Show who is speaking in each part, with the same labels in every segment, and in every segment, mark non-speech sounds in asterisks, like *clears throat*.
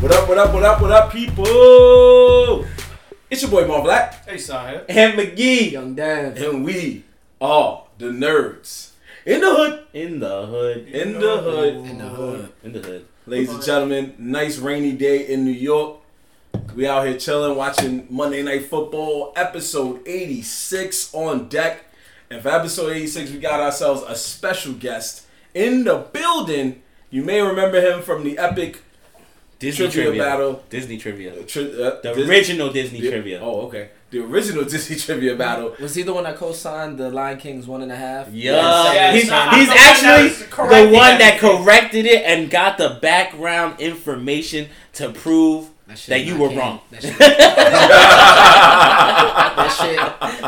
Speaker 1: What up, what up, what up, what up, people? It's your boy Mar Black
Speaker 2: Hey, Sahib.
Speaker 1: and McGee.
Speaker 3: Young Dav.
Speaker 1: And we are the nerds. In the hood.
Speaker 4: In the hood. Oh.
Speaker 1: In the hood. In
Speaker 3: the hood.
Speaker 4: In the hood.
Speaker 1: Ladies and gentlemen, nice rainy day in New York. We out here chilling, watching Monday Night Football, episode 86 on deck. And for episode 86, we got ourselves a special guest in the building. You may remember him from the epic
Speaker 4: Disney
Speaker 1: Trivia
Speaker 4: trivia.
Speaker 1: battle.
Speaker 4: Disney trivia.
Speaker 1: tri- uh,
Speaker 4: The
Speaker 1: Dis-
Speaker 4: original Disney
Speaker 1: the-
Speaker 4: trivia.
Speaker 1: Oh, okay. The original Disney *laughs* trivia battle.
Speaker 3: Was he the one that co-signed the Lion King's one and a half?
Speaker 4: Yeah.
Speaker 2: Yes,
Speaker 4: he's
Speaker 2: I- I
Speaker 4: Uh, he's
Speaker 2: know
Speaker 4: actually
Speaker 2: that was correct.
Speaker 4: the one that
Speaker 2: Yes.
Speaker 4: corrected it and got the background information to prove
Speaker 3: shit
Speaker 4: that
Speaker 3: is
Speaker 4: you
Speaker 3: not
Speaker 4: were
Speaker 3: canon.
Speaker 4: wrong.
Speaker 3: That shit,
Speaker 4: I'm
Speaker 3: that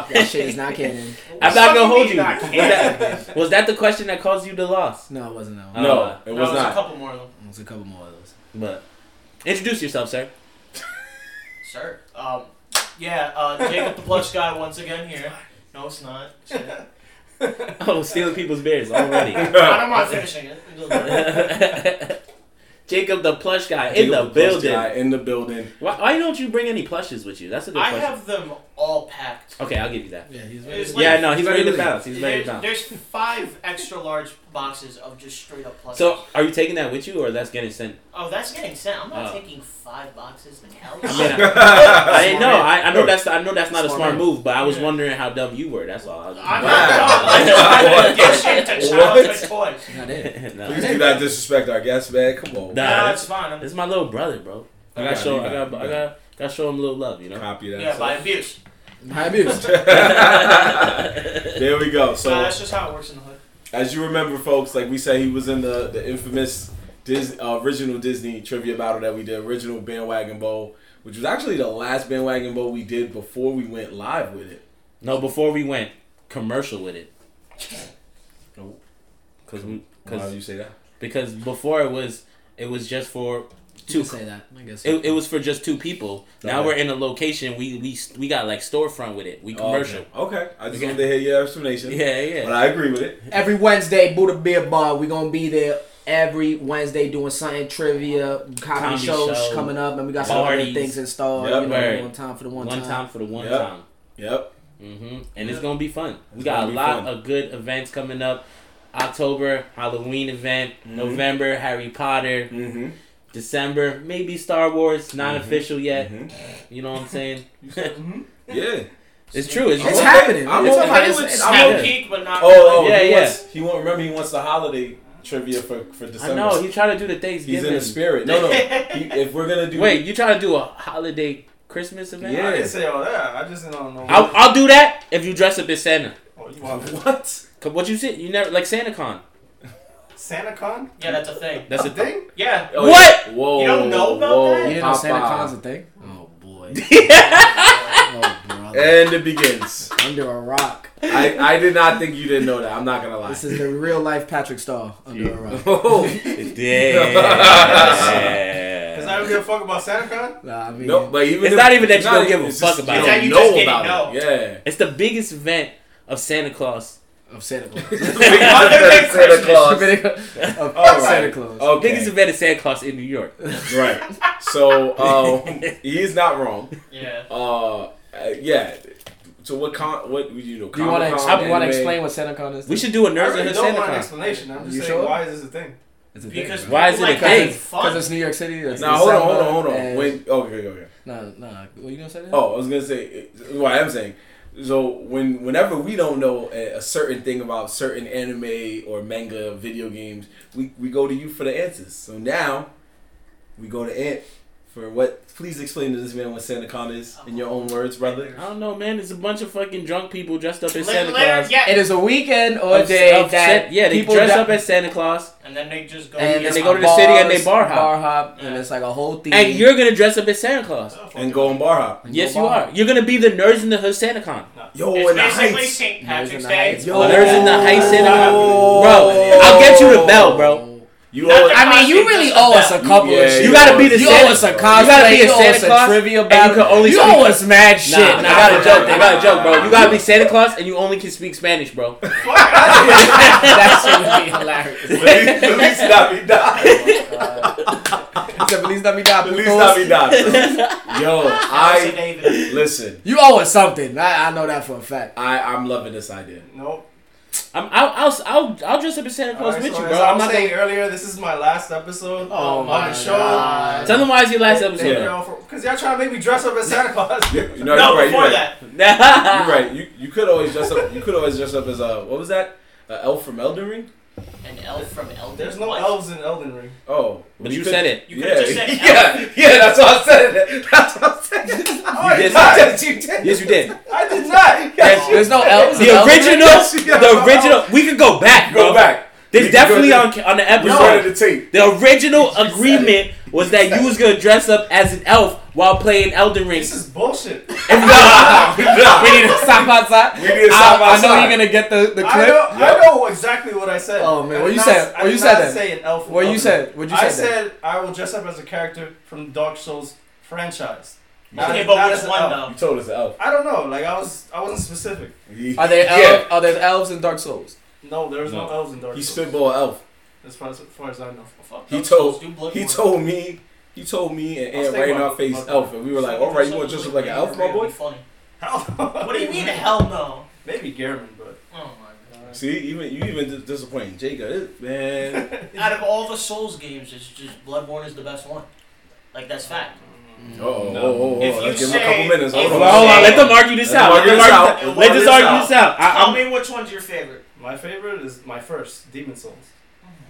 Speaker 3: shit, that shit is not
Speaker 4: *laughs*
Speaker 3: canon.
Speaker 4: not gonna hold you.
Speaker 2: Not
Speaker 4: Was
Speaker 2: *laughs*
Speaker 4: that, was that the question that caused you the loss?
Speaker 3: No, it wasn't that one.
Speaker 1: *laughs* No,
Speaker 4: Uh,
Speaker 1: it
Speaker 2: No,
Speaker 1: was
Speaker 2: it's
Speaker 1: *laughs*
Speaker 2: a
Speaker 1: not.
Speaker 2: couple more of them.
Speaker 3: It was a couple more of those.
Speaker 4: But introduce yourself, sir.
Speaker 2: Sure. Um, yeah, uh, Jacob the Plush Guy once again here. No, it's not. Shit.
Speaker 4: *laughs* Oh, stealing people's beers already.
Speaker 2: I'm not finishing it.
Speaker 4: *laughs* Jacob the plush guy in
Speaker 1: Jacob
Speaker 4: the
Speaker 1: Post
Speaker 4: building.
Speaker 1: guy In the building.
Speaker 4: Why, why don't you bring any plushes with you? That's a good
Speaker 2: I
Speaker 4: question.
Speaker 2: have them all packed.
Speaker 4: Okay, I'll give you that.
Speaker 3: Yeah, he's
Speaker 2: It's like-
Speaker 4: Yeah, no, he's ready to
Speaker 3: really-
Speaker 4: bounce. He's ready
Speaker 2: There's,
Speaker 4: to bounce.
Speaker 2: there's five extra large boxes of just straight up plushies.
Speaker 4: So, are you taking that with you, or that's getting sent?
Speaker 2: oh, that's getting sent. I'm not
Speaker 4: Oh.
Speaker 2: taking five boxes. The
Speaker 4: *laughs*
Speaker 2: hell.
Speaker 4: I mean, I
Speaker 1: I
Speaker 4: didn't know. I, I know that's I know that's not a
Speaker 3: Smart
Speaker 4: smart
Speaker 3: man.
Speaker 4: move, but I was
Speaker 2: Yeah.
Speaker 4: wondering how dumb you were. That's all. I was *laughs*
Speaker 2: I'm
Speaker 1: Wow.
Speaker 2: not dumb. I'm not
Speaker 1: What?
Speaker 2: childhood toys.
Speaker 3: Not it.
Speaker 1: *laughs*
Speaker 4: *laughs*
Speaker 1: Please
Speaker 4: no.
Speaker 1: do not disrespect our guest, man. Come on.
Speaker 2: No,
Speaker 4: Nah, that's-
Speaker 2: it's fine. I'm
Speaker 4: It's my little brother, bro. I
Speaker 1: You
Speaker 4: gotta
Speaker 1: got it,
Speaker 4: show.
Speaker 1: you
Speaker 4: I
Speaker 1: got it,
Speaker 4: gotta. I
Speaker 1: you got
Speaker 4: gotta. Gotta show him a little love,
Speaker 1: *laughs*
Speaker 4: you know.
Speaker 1: Copy that.
Speaker 2: Yeah,
Speaker 1: So-
Speaker 2: by abuse.
Speaker 3: My
Speaker 4: *laughs*
Speaker 3: abuse.
Speaker 1: *laughs* there we go.
Speaker 2: So
Speaker 1: So,
Speaker 2: that's just how it works in the hood.
Speaker 1: as you remember, folks, like we said, he was in the, the infamous Dis- uh, original Disney trivia battle that we did, original Bandwagon Bowl, which was actually the last Bandwagon Bowl we did before we went live with it.
Speaker 4: No, before we went commercial with it, cause we,
Speaker 1: Why
Speaker 4: cause
Speaker 1: did you say that?
Speaker 4: because before it was it was just for
Speaker 3: Two
Speaker 4: two.
Speaker 3: say that. I guess.
Speaker 4: It, it was for just two people. Now
Speaker 1: Okay.
Speaker 4: we're in a location. We we we got like storefront with it. We commercial.
Speaker 1: Oh, okay. Okay. I just
Speaker 4: Okay.
Speaker 1: wanted to hear your explanation.
Speaker 4: Yeah,
Speaker 1: But
Speaker 4: yeah.
Speaker 1: I agree with it.
Speaker 3: Every Wednesday, Buddha Beer Bar. We gonna be there every Wednesday doing something trivia, comedy,
Speaker 4: Comedy
Speaker 3: shows
Speaker 4: show,
Speaker 3: coming up, and we got some other
Speaker 4: parties.
Speaker 3: things installed.
Speaker 1: Yep.
Speaker 3: you know,
Speaker 4: Right.
Speaker 3: one time for the one,
Speaker 4: One, time. for the one
Speaker 1: Yep.
Speaker 4: time.
Speaker 1: Yep.
Speaker 4: hmm And it's
Speaker 2: Yeah.
Speaker 4: gonna be fun. We
Speaker 1: It's
Speaker 4: got
Speaker 1: gonna
Speaker 4: a
Speaker 1: be
Speaker 4: lot
Speaker 1: fun.
Speaker 4: of good events coming up. October Halloween event,
Speaker 1: Mhm.
Speaker 4: November Harry Potter,
Speaker 1: Mm-hmm.
Speaker 4: December maybe Star Wars. Not
Speaker 1: Mhm.
Speaker 4: official yet.
Speaker 1: hmm
Speaker 4: You know what I'm
Speaker 1: *laughs*
Speaker 4: saying?
Speaker 2: Mm-hmm.
Speaker 1: Yeah.
Speaker 4: *laughs* It's true. It's
Speaker 3: It's
Speaker 4: just-
Speaker 3: happening.
Speaker 1: I'm
Speaker 3: It's
Speaker 1: okay
Speaker 3: happening.
Speaker 1: with-
Speaker 3: It's
Speaker 1: I'm
Speaker 2: I'm
Speaker 4: okay.
Speaker 3: happening.
Speaker 2: peak, but not.
Speaker 1: Oh, oh
Speaker 4: Yeah,
Speaker 1: yeah, he
Speaker 4: yeah.
Speaker 1: Wants, he won't remember. He wants the holiday trivia for for
Speaker 4: I
Speaker 1: December.
Speaker 4: know. He's trying to do the
Speaker 1: he's
Speaker 4: Thanksgiving.
Speaker 1: in the spirit. No,
Speaker 2: *laughs*
Speaker 1: no. He, if we're gonna do
Speaker 4: Wait, you trying to do a holiday Christmas event?
Speaker 1: Yeah.
Speaker 5: I didn't say all that. I just don't know.
Speaker 4: I'll, I'll do that if you dress up as Santa.
Speaker 5: oh, you want
Speaker 1: what?
Speaker 4: Cause what you said, you never like SantaCon.
Speaker 5: SantaCon?
Speaker 2: Yeah, that's a thing.
Speaker 4: That's the
Speaker 5: a
Speaker 4: thing.
Speaker 5: thing.
Speaker 2: Yeah.
Speaker 1: Oh,
Speaker 4: What?
Speaker 1: yeah. Whoa!
Speaker 2: You don't know about
Speaker 1: whoa,
Speaker 2: that?
Speaker 3: You didn't know Santa
Speaker 1: Popeye.
Speaker 3: Claus a
Speaker 4: *laughs*
Speaker 3: thing? Oh boy. oh brother.
Speaker 1: *laughs* And it begins.
Speaker 3: Under a rock.
Speaker 1: I, I did not think you didn't know that. I'm not gonna lie.
Speaker 3: This is the real life Patrick Star under a rock.
Speaker 1: oh
Speaker 5: Cause I don't give a fuck about SantaCon.
Speaker 3: Nah, I mean,
Speaker 1: no, but even
Speaker 4: It's
Speaker 1: if-
Speaker 4: not even that you don't
Speaker 1: even-
Speaker 4: give a
Speaker 1: it's
Speaker 4: fuck
Speaker 1: just
Speaker 4: about
Speaker 1: you
Speaker 4: it.
Speaker 1: don't
Speaker 2: Yeah, you
Speaker 1: know
Speaker 2: just didn't
Speaker 1: about
Speaker 2: know.
Speaker 1: it.
Speaker 2: *laughs*
Speaker 1: Yeah. *laughs*
Speaker 4: It's the biggest event of Santa Claus.
Speaker 3: of Santa Claus.
Speaker 4: *laughs*
Speaker 2: Other than
Speaker 1: Santa Claus.
Speaker 3: of
Speaker 1: All
Speaker 3: Santa
Speaker 1: right.
Speaker 3: Claus.
Speaker 1: Okay.
Speaker 4: Biggest event of Santa Claus in New York.
Speaker 1: *laughs* right. So um, he is not wrong.
Speaker 2: Yeah.
Speaker 1: Uh, uh, yeah. So what con? What you know?
Speaker 3: Do *laughs* you want to
Speaker 1: Comic-Con,
Speaker 3: explain, you wanna
Speaker 1: anime?
Speaker 3: explain what Santa Con is?
Speaker 4: *laughs* We should do a
Speaker 5: I
Speaker 4: Nerds and
Speaker 5: really
Speaker 4: Hood
Speaker 5: don't
Speaker 4: Santa
Speaker 5: want an
Speaker 4: Claus.
Speaker 5: explanation. I'm just
Speaker 3: You
Speaker 5: saying,
Speaker 3: sure?
Speaker 5: why is this a thing?
Speaker 2: Because
Speaker 4: Why is it
Speaker 2: people
Speaker 4: a
Speaker 2: like
Speaker 4: thing?
Speaker 2: having
Speaker 3: Because
Speaker 2: fun.
Speaker 3: it's New York City. It's
Speaker 1: Now hold on, hold on,
Speaker 3: December,
Speaker 1: hold on.
Speaker 3: and-
Speaker 1: When okay, okay.
Speaker 3: Nah, nah. What you gonna say?
Speaker 1: Oh, I was gonna say what I'm saying. So when whenever we don't know a, a certain thing about certain anime or manga video games, we, we go to you for the answers. So now we go to Ant for what? Please explain to this man what Santa Con is in your own words, brother.
Speaker 4: I don't know, man. It's a bunch of fucking drunk people dressed up as Santa
Speaker 2: Later, later,
Speaker 4: Claus.
Speaker 2: yeah.
Speaker 3: It is a weekend or a
Speaker 4: Of-
Speaker 3: day
Speaker 4: of
Speaker 3: that
Speaker 4: San- yeah, they
Speaker 3: people
Speaker 4: dress
Speaker 3: that-
Speaker 4: up as Santa Claus,
Speaker 2: And then they just go.
Speaker 3: and
Speaker 4: then
Speaker 2: get
Speaker 4: they
Speaker 3: it's
Speaker 4: go to the city and they bar
Speaker 3: bars,
Speaker 4: hop.
Speaker 3: Bar hop, and
Speaker 2: Yeah.
Speaker 3: it's like a whole
Speaker 6: Mm.
Speaker 3: theme.
Speaker 4: and you're gonna dress up as Santa Claus.
Speaker 1: And go on bar hop.
Speaker 3: And
Speaker 4: Yes,
Speaker 3: go
Speaker 4: you
Speaker 3: bar
Speaker 4: are. You're gonna be the Nerds in the Hood Santa Con.
Speaker 1: Yo,
Speaker 2: It's
Speaker 1: in the
Speaker 2: basically
Speaker 1: heights.
Speaker 2: St. Patrick's
Speaker 3: the
Speaker 2: Day.
Speaker 3: Heights.
Speaker 1: Yo,
Speaker 4: Oh, there's in the high
Speaker 1: heights
Speaker 4: Santa Con. Bro, I'll get you the bell, bro.
Speaker 2: *laughs*
Speaker 1: You owe *laughs* it.
Speaker 3: I mean, you really owe us a couple
Speaker 1: Yeah,
Speaker 3: of shit.
Speaker 1: you gotta be the
Speaker 3: you
Speaker 4: Santa-
Speaker 3: owe us a
Speaker 1: you
Speaker 3: cosplay.
Speaker 4: gotta be a
Speaker 3: you owe
Speaker 4: Santa
Speaker 3: us
Speaker 4: Claus,
Speaker 3: trivia
Speaker 4: and you
Speaker 3: battle.
Speaker 4: can only
Speaker 3: you
Speaker 4: speak-
Speaker 3: owe us mad
Speaker 4: Nah,
Speaker 3: shit.
Speaker 4: nah, I
Speaker 3: nah.
Speaker 4: got a joke. I got a joke, bro. You gotta be Santa Claus and you only can speak Spanish, *laughs* bro. *laughs*
Speaker 3: That shit would be hilarious.
Speaker 1: Let me- let me stop me die.
Speaker 3: Except Feliz Navidad.
Speaker 1: Feliz
Speaker 3: putos.
Speaker 1: Navidad, bro.
Speaker 4: *laughs*
Speaker 1: Yo,
Speaker 2: Jose
Speaker 1: I
Speaker 2: David.
Speaker 1: listen.
Speaker 3: You owe us something. I, I know that for a fact.
Speaker 1: I I'm loving this idea.
Speaker 5: Nope.
Speaker 4: I'm, I'll, I'll, I'll, I'll dress up as Santa Claus
Speaker 5: Alright,
Speaker 4: with
Speaker 5: so
Speaker 4: you,
Speaker 5: as
Speaker 4: bro.
Speaker 5: I
Speaker 4: I'm
Speaker 5: was
Speaker 4: not
Speaker 5: saying
Speaker 4: saying.
Speaker 5: earlier, this is my last episode
Speaker 2: Oh
Speaker 5: on
Speaker 2: my
Speaker 5: the show.
Speaker 2: God.
Speaker 4: Tell them why it's your last
Speaker 5: They, you
Speaker 4: episode.
Speaker 5: know, for- Cause y'all trying to make me dress up as Santa Claus.
Speaker 1: You know,
Speaker 2: No,
Speaker 1: you're right,
Speaker 2: before
Speaker 1: you're right.
Speaker 2: that.
Speaker 1: You're right. You you could always dress up. You could always dress up as a what was that? A elf from Elden Ring.
Speaker 2: An elf from Elden
Speaker 5: There's no
Speaker 2: What?
Speaker 5: elves in Elden Ring.
Speaker 1: Oh,
Speaker 4: But you said it.
Speaker 2: You could've just said
Speaker 1: *laughs* yeah, yeah. That's what I said. That's what I said. *laughs*
Speaker 5: Oh,
Speaker 4: did
Speaker 5: it's
Speaker 4: say
Speaker 5: not.
Speaker 4: that.
Speaker 1: Yes, you did.
Speaker 4: Yes, you did.
Speaker 5: I did not. Oh,
Speaker 4: Yes,
Speaker 3: There's no elves.
Speaker 4: the
Speaker 3: in Elden Ring?
Speaker 4: original,
Speaker 1: *laughs*
Speaker 4: the original. We could go back, bro.
Speaker 1: Go back.
Speaker 4: There's
Speaker 1: We can go
Speaker 4: definitely
Speaker 1: to-
Speaker 4: on on the
Speaker 1: We started the
Speaker 4: episode.
Speaker 1: tape.
Speaker 4: *laughs* The original agreement was that you was gonna dress up as an elf while playing Elden Ring.
Speaker 5: This is
Speaker 1: *laughs*
Speaker 5: bullshit.
Speaker 4: we
Speaker 1: We
Speaker 4: need to *laughs* stop outside.
Speaker 1: We need to
Speaker 3: I,
Speaker 1: stop
Speaker 3: I know
Speaker 1: outside.
Speaker 3: you're gonna get the, the
Speaker 5: I
Speaker 3: clip.
Speaker 5: know, I know exactly what I said.
Speaker 3: Oh, man,
Speaker 5: I
Speaker 3: what
Speaker 5: did
Speaker 3: you
Speaker 5: not-
Speaker 3: said-
Speaker 5: I
Speaker 3: what
Speaker 5: did
Speaker 3: you
Speaker 5: not
Speaker 3: said then?
Speaker 5: say an elf.
Speaker 3: What you
Speaker 5: from Elden
Speaker 3: said?
Speaker 5: Ring.
Speaker 3: What you
Speaker 5: I
Speaker 3: said? then?
Speaker 5: said I will dress up as a character from Dark Souls franchise. Not-
Speaker 2: Okay, but
Speaker 5: not
Speaker 2: which
Speaker 5: as an
Speaker 2: one
Speaker 5: elf.
Speaker 2: though?
Speaker 1: You told us the elf.
Speaker 5: I don't know. Like I was, I wasn't specific.
Speaker 1: He-
Speaker 3: Are there
Speaker 1: Yeah.
Speaker 3: elves? Are there elves in Dark Souls?
Speaker 5: No, there was no,
Speaker 1: No.
Speaker 5: elves in Dark
Speaker 1: He
Speaker 5: Souls.
Speaker 1: spitball elf.
Speaker 5: as, far as, as far as I know.
Speaker 2: Fuck,
Speaker 1: He
Speaker 2: Dark
Speaker 1: told-
Speaker 2: Souls, do blood
Speaker 1: He
Speaker 2: more.
Speaker 1: told me. He told me and
Speaker 5: I'll
Speaker 1: Aunt
Speaker 5: stay
Speaker 1: right in
Speaker 5: my-
Speaker 1: our face
Speaker 5: my-
Speaker 1: elf, and we were like, "All right, you want to dress up like an elf, my boy?"
Speaker 2: Funny. *laughs*
Speaker 5: what
Speaker 2: What do you mean? Hell no.
Speaker 5: Maybe Garmin, but
Speaker 2: Oh my god.
Speaker 1: See, even you even dis- disappointing Jacob, it- *laughs* man.
Speaker 2: Out of all the Souls games, it's just Bloodborne is the best one. Like that's fact.
Speaker 5: mm.
Speaker 1: Oh, oh,
Speaker 5: No.
Speaker 1: oh,
Speaker 2: If
Speaker 1: oh.
Speaker 2: you
Speaker 1: Let's give him a
Speaker 2: say-
Speaker 1: couple minutes. Hold
Speaker 2: if
Speaker 1: on.
Speaker 2: you
Speaker 4: Hold on, hold on.
Speaker 2: say-
Speaker 4: Let them argue this out. Let them argue,
Speaker 2: out.
Speaker 4: let this argue this out. I,
Speaker 2: Tell
Speaker 4: I'm,
Speaker 2: me which one's your favorite.
Speaker 5: My favorite is my first Demon Souls.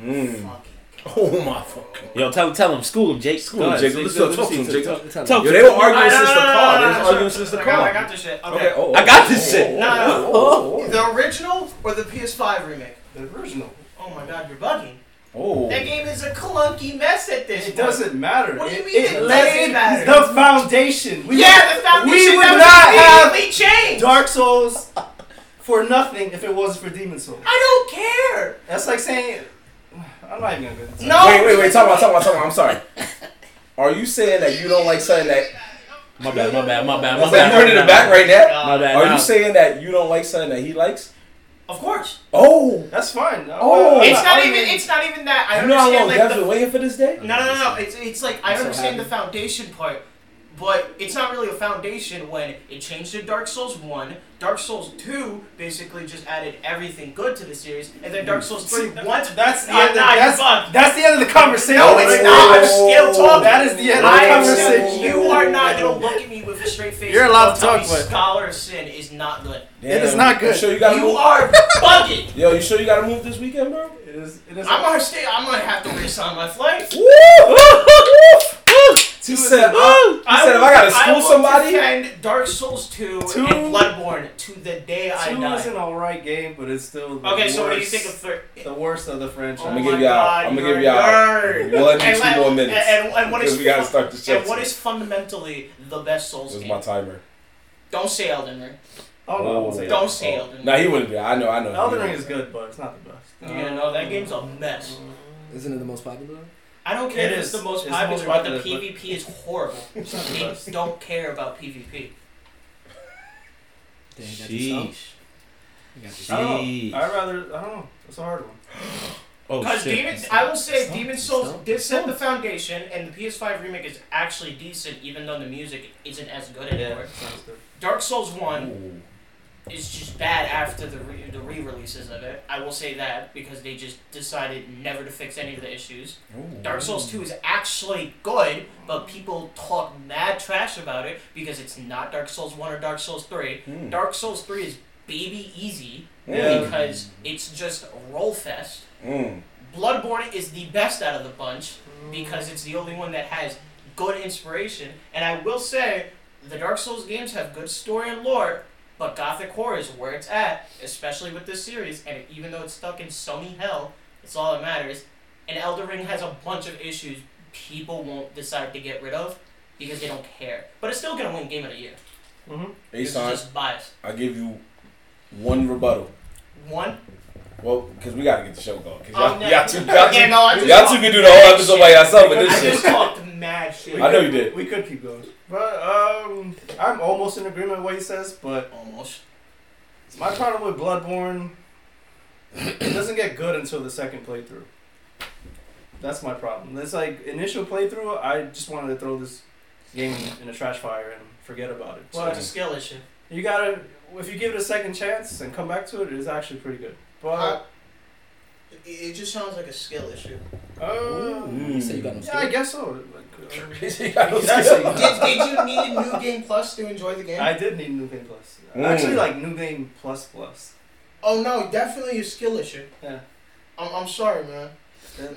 Speaker 1: Mm.
Speaker 2: Fucking
Speaker 1: Oh my fucking.
Speaker 4: yo, tell tell him, school him, Jake. School
Speaker 1: School him,
Speaker 4: him,
Speaker 1: Jake.
Speaker 4: Jake.
Speaker 1: Let's
Speaker 4: Let's
Speaker 1: talk
Speaker 4: see,
Speaker 1: to him, Jake.
Speaker 4: tell- tell him.
Speaker 1: Yo, they were arguing
Speaker 2: Alright, no,
Speaker 1: since the
Speaker 2: no, no,
Speaker 1: car.
Speaker 2: no,
Speaker 1: They
Speaker 2: no,
Speaker 1: was
Speaker 2: no,
Speaker 1: arguing
Speaker 2: no,
Speaker 1: since
Speaker 2: no,
Speaker 1: the
Speaker 2: I got- I
Speaker 1: car.
Speaker 2: got this shit.
Speaker 1: Okay.
Speaker 2: Okay.
Speaker 1: Oh,
Speaker 4: I got this shit.
Speaker 2: No, no,
Speaker 1: Oh, oh,
Speaker 2: The original or the PS5 remake?
Speaker 5: The original.
Speaker 2: Oh my god, you're bugging.
Speaker 1: oh.
Speaker 2: That game is a clunky mess at this
Speaker 5: It
Speaker 2: point.
Speaker 5: doesn't matter.
Speaker 2: What do you mean it
Speaker 5: It
Speaker 2: doesn't
Speaker 5: laid
Speaker 2: matter?
Speaker 5: the foundation. We
Speaker 2: Yeah, the foundation
Speaker 5: We would not
Speaker 2: that
Speaker 5: have
Speaker 2: was immediately changed.
Speaker 5: Dark Souls for nothing if it wasn't for Demon Souls.
Speaker 2: I don't care.
Speaker 5: That's like saying I'm not even gonna. Get into
Speaker 2: No.
Speaker 1: Wait, wait, wait. Talk about, talk about, talk about. I'm
Speaker 4: *laughs*
Speaker 1: sorry. Are you saying that you don't like something that?
Speaker 4: My bad, my bad, my bad, my
Speaker 1: What's
Speaker 4: bad.
Speaker 1: that? You're in
Speaker 4: my
Speaker 1: the back
Speaker 4: bad.
Speaker 1: right now.
Speaker 2: Uh,
Speaker 4: My bad.
Speaker 1: Are
Speaker 4: no.
Speaker 1: you saying that you don't like something that he likes?
Speaker 2: Of course.
Speaker 1: Oh,
Speaker 5: it. That's fine. I'm
Speaker 1: Oh.
Speaker 5: I'm
Speaker 2: It's not
Speaker 5: I'm
Speaker 2: even. It's not even that. I
Speaker 1: you know how long
Speaker 2: understand
Speaker 1: Dev's
Speaker 2: like
Speaker 1: been
Speaker 2: the.
Speaker 1: waiting for this day?
Speaker 2: No, no, no. It's it's like I
Speaker 3: I'm so
Speaker 2: understand the
Speaker 3: happy.
Speaker 2: foundation part, but it's not really a foundation when it changed to Dark Souls One. Dark Souls Two basically just added everything good to the series, and then Dark Souls Three once.
Speaker 5: Hmm. That's the
Speaker 2: Ah,
Speaker 5: end. Of,
Speaker 2: nah, you're
Speaker 5: that's,
Speaker 2: bugged.
Speaker 5: that's the end of the conversation.
Speaker 2: No, it's not. I'm still talking.
Speaker 5: That is the end of
Speaker 2: I
Speaker 5: the
Speaker 2: am still,
Speaker 5: conversation.
Speaker 2: you are not gonna look at me with a straight face.
Speaker 5: You're
Speaker 2: and
Speaker 5: allowed to
Speaker 2: tell
Speaker 5: talk,
Speaker 2: me
Speaker 5: but-
Speaker 2: Scholar of Sin is not good.
Speaker 5: It is not good.
Speaker 1: You sure you got to
Speaker 2: You
Speaker 1: move?
Speaker 2: are bugging.
Speaker 1: Yo, you sure you got to move this weekend,
Speaker 2: *laughs*
Speaker 1: bro?
Speaker 5: It is. It is.
Speaker 2: I'm gonna stay. I'm gonna have to resign my flight.
Speaker 1: Woo! Woo! He
Speaker 5: Two is
Speaker 1: said,
Speaker 5: enough.
Speaker 1: "I- he said, if
Speaker 2: will-
Speaker 1: I gotta
Speaker 2: will
Speaker 1: school somebody,
Speaker 2: defend Dark Souls 2,
Speaker 5: Two-
Speaker 2: and Bloodborne to the day I
Speaker 5: Two is an
Speaker 2: die.
Speaker 5: alright game, but it's still. The
Speaker 2: Okay,
Speaker 5: worst,
Speaker 2: so what do you think of third?
Speaker 5: the worst of the franchise?
Speaker 2: Oh
Speaker 1: I'ma
Speaker 2: my
Speaker 1: give y'all-
Speaker 2: God,
Speaker 1: I'ma
Speaker 2: you're
Speaker 1: give
Speaker 2: a
Speaker 1: y'all
Speaker 2: nerd.
Speaker 1: one,
Speaker 2: And
Speaker 1: two
Speaker 2: what-
Speaker 1: more minutes.
Speaker 2: And, and, and what
Speaker 1: because
Speaker 2: is
Speaker 1: we got to
Speaker 2: fun-
Speaker 1: start this
Speaker 2: and
Speaker 1: shit.
Speaker 2: what is fundamentally the best Souls
Speaker 1: This is
Speaker 2: game?
Speaker 1: my timer.
Speaker 2: Don't say Elden Ring.
Speaker 5: Oh no, I won't say that.
Speaker 2: Don't say Elden Ring.
Speaker 1: Nah, he wouldn't do that. I know, I know.
Speaker 5: Elden Ring is good, but it's not the best.
Speaker 2: Yeah, no, that game's a mess.
Speaker 3: Isn't it the most popular?
Speaker 2: I don't care
Speaker 5: It
Speaker 2: if it's
Speaker 5: is.
Speaker 2: the most
Speaker 5: It's the
Speaker 2: popular,
Speaker 5: most
Speaker 2: but the
Speaker 5: popular, but-
Speaker 2: PvP is horrible.
Speaker 5: *laughs*
Speaker 2: Games don't care about PvP.
Speaker 3: Dang, got
Speaker 4: Sheesh.
Speaker 5: I don't
Speaker 4: Jeez.
Speaker 5: know. I'd rather. I don't know. It's a hard one.
Speaker 4: Oh
Speaker 2: Because
Speaker 4: shit.
Speaker 2: Demon, I will say,
Speaker 3: Stop.
Speaker 2: Demon Souls
Speaker 3: Stop.
Speaker 2: did set
Speaker 3: Stop.
Speaker 2: the foundation, and the PS5 remake is actually decent, even though the music isn't as good anymore.
Speaker 5: Sounds good.
Speaker 2: Dark Souls One
Speaker 1: Ooh.
Speaker 2: is just bad after the re- the re-releases of it. I will say that because they just decided never to fix any of the issues.
Speaker 1: Ooh.
Speaker 2: Dark Souls Two is actually good, but people talk mad trash about it because it's not Dark Souls One or Dark Souls Three.
Speaker 1: Mm.
Speaker 2: Dark Souls Three is baby easy
Speaker 1: Hmm.
Speaker 5: Yeah.
Speaker 2: because it's just roll fest.
Speaker 1: Mm.
Speaker 2: Bloodborne is the best out of the bunch because it's the only one that has good inspiration. And I will say, the Dark Souls games have good story and lore, but Gothic Horror is where it's at, especially with this series. And even though it's stuck in Sony hell, it's all that matters. And Elder Ring has a bunch of issues people won't decide to get rid of because they don't care. But it's still going to win Game of the Year.
Speaker 5: Mhm.
Speaker 2: It's
Speaker 1: Asan,
Speaker 2: just bias.
Speaker 1: I give you one rebuttal.
Speaker 2: One.
Speaker 1: Well, because we got to get the show going. Cause y'all,
Speaker 2: Um, no,
Speaker 1: y'all two, y'all
Speaker 2: yeah,
Speaker 1: two,
Speaker 2: no, I just
Speaker 1: y'all
Speaker 2: talked
Speaker 1: two can do the whole episode by
Speaker 2: mad
Speaker 1: yourself with
Speaker 2: shit.
Speaker 1: this
Speaker 2: I just
Speaker 1: shit.
Speaker 2: talked mad shit.
Speaker 1: I know you did.
Speaker 5: We could keep going, but um, I'm almost in agreement with what he says. But
Speaker 2: Almost.
Speaker 5: my problem with Bloodborne, it doesn't get good until the second playthrough. That's my problem. It's like initial playthrough. I just wanted to throw this game in a trash fire and forget about it.
Speaker 2: Well, it's a
Speaker 5: So
Speaker 2: skill issue.
Speaker 5: you gotta if you give it a second chance and come back to it, it is actually pretty good.
Speaker 2: Uh,
Speaker 5: But
Speaker 2: it- it just sounds like a skill issue.
Speaker 5: uh,
Speaker 3: You said you got no
Speaker 5: yeah, I
Speaker 3: skill.
Speaker 5: guess so. Like, uh,
Speaker 2: did, did you need a new game plus to enjoy the game?
Speaker 5: I did need New Game Plus.
Speaker 1: Mm.
Speaker 5: Actually, like New Game Plus Plus.
Speaker 2: oh no, definitely a skill issue.
Speaker 5: Yeah.
Speaker 2: I'm, I'm sorry, man.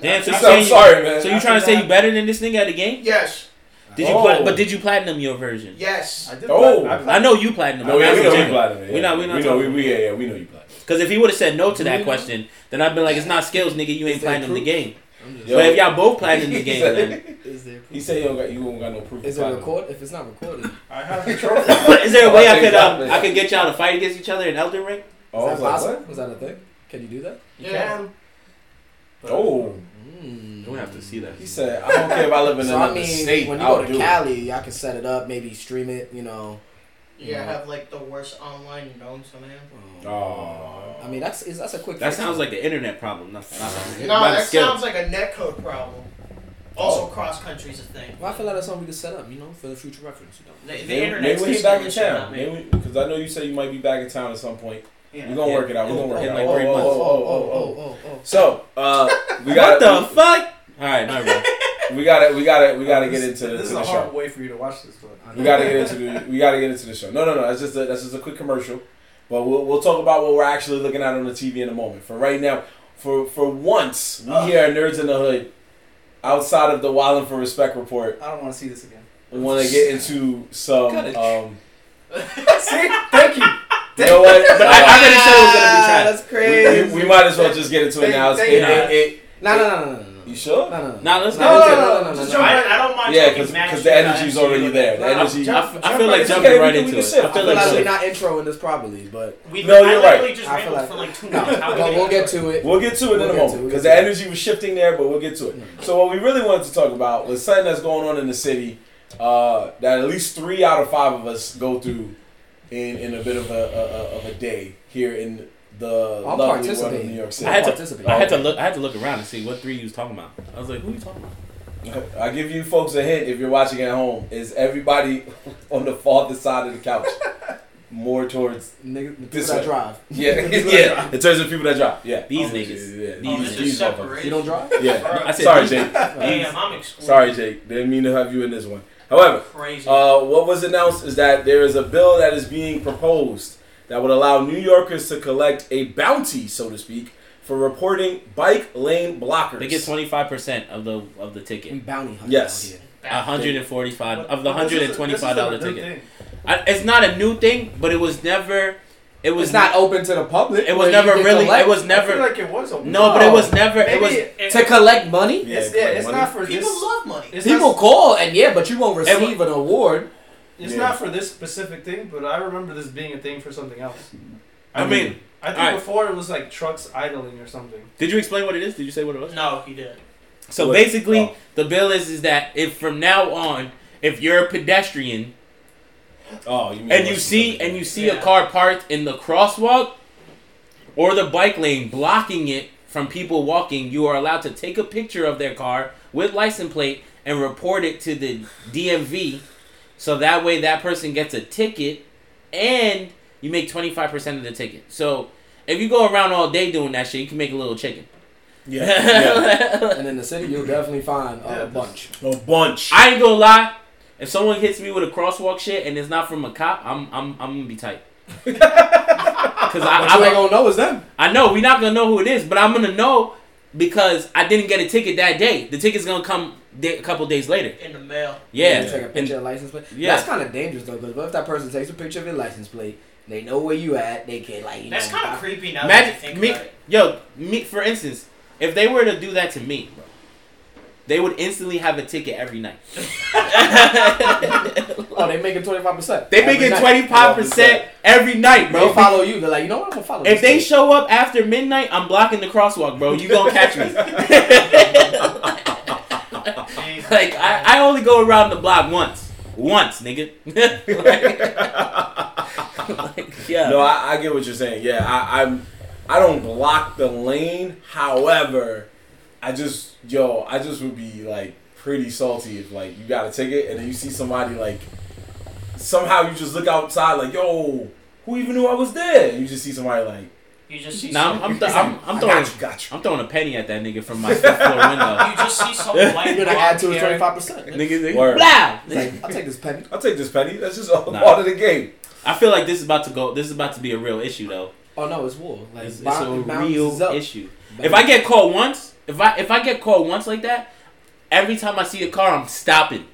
Speaker 4: Damn, so
Speaker 5: I-
Speaker 4: you
Speaker 5: I-
Speaker 1: So I'm
Speaker 4: saying-
Speaker 1: sorry, man.
Speaker 4: So you trying to say you better than this nigga at the game?
Speaker 2: Yes,
Speaker 4: Did you?
Speaker 1: Oh.
Speaker 4: Plat- but did you platinum your version?
Speaker 2: yes.
Speaker 5: I did.
Speaker 1: Oh.
Speaker 5: I,
Speaker 4: I know you platinum.
Speaker 1: No, Oh, yeah, we know you
Speaker 4: Because
Speaker 1: platinum. Yeah.
Speaker 4: We not- we not
Speaker 1: know. We,
Speaker 4: talking-
Speaker 1: we yeah, yeah, we know you platinum.
Speaker 4: if he would have said no to that
Speaker 3: Mhm.
Speaker 4: question, then I'd been like, it's not skills, nigga. You ain't
Speaker 3: Is that
Speaker 4: platinum the
Speaker 3: proof?
Speaker 4: game.
Speaker 3: I'm just-
Speaker 1: Yo.
Speaker 4: But if y'all both platinum the game, then
Speaker 6: *laughs*
Speaker 3: Is there
Speaker 1: He
Speaker 3: proof?
Speaker 1: said you don't got you don't got no proof.
Speaker 3: Is
Speaker 1: of
Speaker 3: it
Speaker 1: platinum. *laughs*
Speaker 3: recorded? If it's not recorded,
Speaker 5: I have
Speaker 4: *laughs*
Speaker 5: the trophy.
Speaker 4: is there a way
Speaker 1: Oh,
Speaker 4: I could um,
Speaker 1: exactly.
Speaker 4: I could get y'all to fight against each other in Elden Ring?
Speaker 1: Oh, I
Speaker 3: is
Speaker 1: was
Speaker 3: that
Speaker 1: like,
Speaker 3: possible?
Speaker 1: what?
Speaker 3: Is that a thing? Can you do that?
Speaker 5: You
Speaker 2: Yeah.
Speaker 5: can. But-
Speaker 1: Oh,
Speaker 3: Mm.
Speaker 4: We'll have to see that.
Speaker 1: he said I don't care if I live in
Speaker 3: So I
Speaker 1: another
Speaker 3: mean,
Speaker 1: state.
Speaker 3: when you
Speaker 1: I'll
Speaker 3: go to
Speaker 1: do it.
Speaker 3: Cali, y'all can set it up, maybe stream it. You know.
Speaker 2: You gotta
Speaker 3: Yeah.
Speaker 2: have like the worst online known to man.
Speaker 1: Oh.
Speaker 3: I mean, that's is that's a quick.
Speaker 4: That
Speaker 3: fix.
Speaker 4: sounds like the internet problem. Not, not
Speaker 2: No,
Speaker 4: not a
Speaker 2: that
Speaker 4: skill.
Speaker 2: sounds like a netcode problem.
Speaker 1: Oh.
Speaker 2: Also, cross country's a thing.
Speaker 3: Well, I feel like that's something we could set up. You know, for the future reference. You know.
Speaker 2: The, the
Speaker 1: Maybe,
Speaker 2: internet's
Speaker 1: maybe when he
Speaker 2: history
Speaker 1: back in
Speaker 2: is not
Speaker 1: town.
Speaker 2: made.
Speaker 1: Maybe because I know you said you might be back in town at some point.
Speaker 2: Yeah.
Speaker 1: We're gonna
Speaker 4: Yeah.
Speaker 1: work it out. We're gonna work it
Speaker 4: In
Speaker 1: out.
Speaker 4: like
Speaker 1: oh,
Speaker 4: three
Speaker 1: oh,
Speaker 4: months.
Speaker 1: oh, oh, oh, oh.
Speaker 3: oh, oh, oh.
Speaker 1: So uh, we
Speaker 4: what
Speaker 1: got
Speaker 4: the fuck? All right, my bad.
Speaker 1: we got to we got to we got to get
Speaker 5: This-
Speaker 1: into the,
Speaker 5: This
Speaker 1: to
Speaker 5: is a
Speaker 1: the
Speaker 5: hard
Speaker 1: show.
Speaker 5: way for you to watch this, but
Speaker 3: oh.
Speaker 1: We got to get into the we got to get into the show. No, no, no. That's just a, that's just a quick commercial. But we'll we'll talk about what we're actually looking at on the TV in a moment. For right now, for for once, we
Speaker 4: Ah.
Speaker 5: Ugh.
Speaker 1: here at Nerds in the Hood, outside of the Wilding for Respect report,
Speaker 5: I don't want to see this again.
Speaker 1: we want to get into some.
Speaker 3: Cut it.
Speaker 1: Um,
Speaker 3: *laughs*
Speaker 5: see, thank you.
Speaker 1: you know what?
Speaker 4: But *laughs* I, I already said it was gonna be trash.
Speaker 3: That's
Speaker 1: we,
Speaker 3: crazy.
Speaker 1: we might as well just get into it
Speaker 3: Thank-
Speaker 1: now. It's-
Speaker 3: thank
Speaker 1: it-
Speaker 4: you.
Speaker 1: it- it-
Speaker 3: No, no, no, no, no, no.
Speaker 1: you sure?
Speaker 3: No, no, no.
Speaker 4: Nah, let's
Speaker 3: no, no,
Speaker 4: not-
Speaker 3: no, no, no, no,
Speaker 5: Just
Speaker 3: no.
Speaker 5: jump
Speaker 2: I, I don't mind.
Speaker 1: Yeah,
Speaker 2: taking
Speaker 1: because
Speaker 2: Max
Speaker 1: because
Speaker 2: Shooter
Speaker 1: the energy's
Speaker 2: actually,
Speaker 1: already
Speaker 2: but
Speaker 1: there. The
Speaker 5: Nah,
Speaker 1: energy.
Speaker 4: I,
Speaker 5: jump-
Speaker 4: f- I
Speaker 5: jump
Speaker 4: feel
Speaker 5: right
Speaker 4: like
Speaker 5: in.
Speaker 4: jumping
Speaker 1: Okay, we can-
Speaker 4: right
Speaker 1: we
Speaker 4: into
Speaker 1: can
Speaker 4: it.
Speaker 1: sit.
Speaker 4: I
Speaker 3: I
Speaker 1: I feel
Speaker 4: feel
Speaker 3: feel
Speaker 4: like
Speaker 3: like we're
Speaker 4: shit.
Speaker 3: not introing this properly, but
Speaker 2: We,
Speaker 1: No,
Speaker 2: I
Speaker 1: you're
Speaker 2: literally Just
Speaker 3: I
Speaker 2: rambled
Speaker 3: feel like-
Speaker 2: for
Speaker 3: *laughs*
Speaker 2: like two
Speaker 3: no.
Speaker 2: minutes. How we
Speaker 3: But we'll
Speaker 2: get
Speaker 3: get to it.
Speaker 1: We'll get to it in
Speaker 3: We'll
Speaker 1: a
Speaker 3: get to it,
Speaker 1: moment
Speaker 3: we'll
Speaker 1: because
Speaker 3: get
Speaker 1: the
Speaker 3: to it. Mm.
Speaker 1: energy was shifting there, but we'll get to it. So what we really wanted to talk about was something that's going on in the city uh, that at least three out of five of us go through in, in a bit of a, a, a of a day here in the
Speaker 3: I'll
Speaker 1: lovely world
Speaker 3: participate.
Speaker 1: of New York City. *laughs*
Speaker 4: I had to-
Speaker 3: participate.
Speaker 4: I had to look. I had to look around and see what three you was talking about. I was like, who you talking about?
Speaker 1: I give you folks a hint if you're watching at home: is everybody *laughs* on the farther side of the couch, more towards *laughs*
Speaker 3: Nigga, the people
Speaker 1: This
Speaker 3: that
Speaker 1: way.
Speaker 3: drive. *laughs*
Speaker 1: yeah yeah in terms of people that drop yeah
Speaker 4: These
Speaker 1: Yeah,
Speaker 4: niggas.
Speaker 1: yeah,
Speaker 4: Oh,
Speaker 1: these,
Speaker 4: it's
Speaker 2: just
Speaker 1: these motherfuckers.
Speaker 2: separate.
Speaker 3: You don't *laughs* drive?
Speaker 1: yeah.
Speaker 4: I said,
Speaker 1: Sorry,
Speaker 4: these-
Speaker 1: Jake.
Speaker 2: Damn, I'm excluded.
Speaker 1: Sorry, Jake. Didn't mean to have you in this one. However,
Speaker 2: Crazy.
Speaker 1: Uh, what was announced is that there is a bill that is being proposed that would allow New Yorkers to collect a bounty, so to speak, for reporting bike lane blockers.
Speaker 4: They get twenty five percent of the of the
Speaker 3: We
Speaker 4: ticket.
Speaker 3: bounty hunt.
Speaker 1: Yes.
Speaker 3: Out here.
Speaker 4: A
Speaker 2: Back.
Speaker 4: hundred and forty five of the
Speaker 5: But this
Speaker 4: hundred
Speaker 5: is-
Speaker 4: and twenty
Speaker 5: this is
Speaker 4: five dollar
Speaker 5: the new
Speaker 4: ticket.
Speaker 5: thing.
Speaker 4: I, it's not a new thing, but it was never. It was
Speaker 3: it's not open to the public.
Speaker 4: It
Speaker 3: where
Speaker 4: was
Speaker 3: you
Speaker 4: never
Speaker 3: can
Speaker 4: really.
Speaker 3: collect-
Speaker 4: It was
Speaker 5: I feel
Speaker 4: never.
Speaker 5: like it was a
Speaker 4: No, but it was never. It
Speaker 5: Maybe
Speaker 4: was.
Speaker 5: it-
Speaker 2: And
Speaker 3: to collect money.
Speaker 5: it's, yeah, it's
Speaker 1: money.
Speaker 5: not for
Speaker 2: people
Speaker 5: this.
Speaker 2: love money.
Speaker 5: It's
Speaker 3: People
Speaker 5: not,
Speaker 3: call and yeah, but you won't
Speaker 4: It wa-
Speaker 3: receive an award.
Speaker 5: It's
Speaker 1: Yeah.
Speaker 5: not for this specific thing, but I remember this being a thing for something else.
Speaker 4: I mean,
Speaker 5: I think
Speaker 4: Alright.
Speaker 5: before it was like trucks idling or something.
Speaker 4: did you explain what it is? Did you say what it was?
Speaker 2: No, he did.
Speaker 4: So
Speaker 1: What-
Speaker 4: basically,
Speaker 1: oh.
Speaker 4: the bill is is that if from now on, if you're a pedestrian
Speaker 1: Oh, you mean
Speaker 4: and you see and you see
Speaker 2: Yeah.
Speaker 4: a car parked in the crosswalk or the bike lane blocking it from people walking, you are allowed to take a picture of their car with license plate and report it to the DMV. So that way, that person gets a ticket, and you make twenty five percent of the ticket. So if you go around all day doing that shit, you can make a little chicken.
Speaker 1: yeah, yeah.
Speaker 4: *laughs*
Speaker 3: And in the city, you'll definitely find uh,
Speaker 5: Yeah.
Speaker 3: a bunch.
Speaker 1: a bunch.
Speaker 4: I ain't gonna lie. If someone hits me with a crosswalk shit and it's not from a cop, I'm I'm I'm gonna be tight.
Speaker 3: *laughs*
Speaker 4: Cause
Speaker 3: What
Speaker 4: I
Speaker 3: you ain't
Speaker 4: I,
Speaker 3: gonna know is them.
Speaker 4: I know we're not gonna know who it is, but I'm gonna know because I didn't get a ticket that day. The ticket's gonna come da- a couple days later.
Speaker 2: In the mail.
Speaker 4: Yeah,
Speaker 3: You take a
Speaker 4: And-
Speaker 3: picture of license plate.
Speaker 4: Yeah.
Speaker 3: That's kind of dangerous though, because what if that person takes a picture of your license plate? They know where you at. They can like you
Speaker 2: That's
Speaker 3: know.
Speaker 2: kind of creepy now that you
Speaker 4: Magic,
Speaker 2: think
Speaker 4: me, *laughs*
Speaker 2: about it.
Speaker 4: yo, me. For instance, if they were to do that to me, bro, they would instantly have a ticket every night.
Speaker 3: Oh, they making twenty five percent.
Speaker 4: They make it twenty five percent every night, bro.
Speaker 3: They follow you. They're like, you know what? I'm gonna follow.
Speaker 4: If
Speaker 3: this
Speaker 4: they
Speaker 3: dude.
Speaker 4: show up after midnight, I'm blocking the crosswalk, bro. You gonna catch me?
Speaker 3: *laughs*
Speaker 2: Jesus.
Speaker 4: *laughs* like I, I only go around the block once, once, nigga.
Speaker 3: *laughs*
Speaker 4: like, *laughs* like, yeah.
Speaker 1: No, I, I get what you're saying. Yeah, I, I'm. I don't block the lane. However, I just yo, I just would be like pretty salty if like you got a ticket and then you see somebody like somehow you just look outside like yo, who even knew I was there? And you just see somebody like
Speaker 2: You just see
Speaker 4: Nah,
Speaker 2: some,
Speaker 4: I'm, I'm, th- I'm, I'm throwing,
Speaker 1: got you, got you.
Speaker 4: I'm throwing a penny at that nigga from my fifth floor window.
Speaker 3: *laughs*
Speaker 2: you just see some white
Speaker 6: You're gonna
Speaker 2: blonde
Speaker 6: add to his
Speaker 2: hair.
Speaker 6: twenty five percent.
Speaker 4: Nigga, nigga,
Speaker 1: Word.
Speaker 4: blah.
Speaker 6: Like, I'll take this penny.
Speaker 1: I'll take this penny. That's just all
Speaker 4: Nah.
Speaker 1: part of the game.
Speaker 4: I feel like this is about to go. This is about to be a real issue, though.
Speaker 3: Oh no, it's war. Like
Speaker 4: It's, it's
Speaker 3: bou-
Speaker 4: a
Speaker 3: it bounces
Speaker 4: real
Speaker 3: up.
Speaker 4: issue. If I get called once, if I if I get called once like that, every time I see a car, I'm stopping.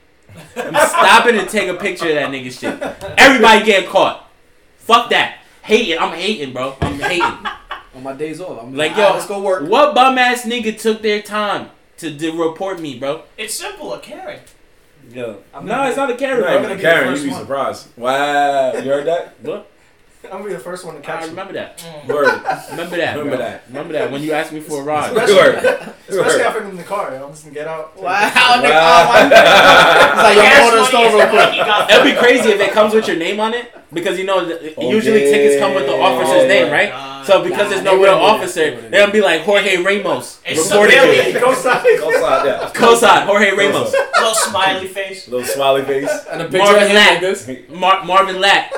Speaker 4: I'm stopping to take a picture of that nigga shit. Everybody getting caught. Fuck that. Hating. I'm hating, bro. I'm
Speaker 3: *laughs*
Speaker 4: hating.
Speaker 3: on my days off, I'm
Speaker 4: Like,
Speaker 3: like,
Speaker 4: yo,
Speaker 3: yo, let's go work.
Speaker 4: What bum ass nigga took their time to, to report me, bro?
Speaker 2: It's simple, a Karen.
Speaker 4: Yo.
Speaker 5: I'm
Speaker 4: no,
Speaker 5: gonna-
Speaker 4: it's not a
Speaker 1: You're
Speaker 4: carrot,
Speaker 1: not
Speaker 4: bro.
Speaker 5: gonna
Speaker 1: even
Speaker 5: be the
Speaker 1: Karen,
Speaker 5: first
Speaker 1: you'd be
Speaker 5: one.
Speaker 1: surprised. Wow, you heard
Speaker 4: *laughs*
Speaker 1: that?
Speaker 4: Look,
Speaker 5: I'm gonna be the first one to catch
Speaker 4: I
Speaker 5: you.
Speaker 4: remember
Speaker 2: *laughs*
Speaker 4: that.
Speaker 2: Mm.
Speaker 1: Word.
Speaker 4: Remember that.
Speaker 1: Remember
Speaker 4: bro.
Speaker 1: that.
Speaker 4: Remember that when you asked me for a ride.
Speaker 1: *laughs*
Speaker 5: Especially-
Speaker 1: Word.
Speaker 5: Especially after I'm in the car. I'm just gonna get out. take a
Speaker 6: Wow,
Speaker 5: picture.
Speaker 6: nigga. Oh, my- it's like, yo,
Speaker 2: Gas
Speaker 6: hold on,
Speaker 2: money
Speaker 6: store
Speaker 2: is
Speaker 6: real
Speaker 2: the
Speaker 6: quick.
Speaker 2: *laughs* money he got
Speaker 4: It'd be
Speaker 2: from-
Speaker 4: crazy if it comes with your name on it because you know th-
Speaker 1: Oh,
Speaker 4: usually
Speaker 1: yeah.
Speaker 4: tickets come with the officer's name, right?
Speaker 2: Uh,
Speaker 4: So because there's
Speaker 3: Nah,
Speaker 4: no
Speaker 3: they
Speaker 4: real
Speaker 3: wouldn't do that. They
Speaker 4: officer,
Speaker 3: wouldn't
Speaker 4: they'll
Speaker 3: do
Speaker 4: be like Jorge Ramos
Speaker 2: It's
Speaker 4: reported
Speaker 2: so
Speaker 4: you.
Speaker 2: really-
Speaker 5: Go side.
Speaker 1: Outside, yeah.
Speaker 4: Cosign Jorge Ramos,
Speaker 2: little smiley face.
Speaker 1: *laughs* Little smiley face.
Speaker 6: And a picture
Speaker 4: Marvin
Speaker 6: of him
Speaker 4: Lack.
Speaker 6: like this.
Speaker 4: Mar- Marvin Lack.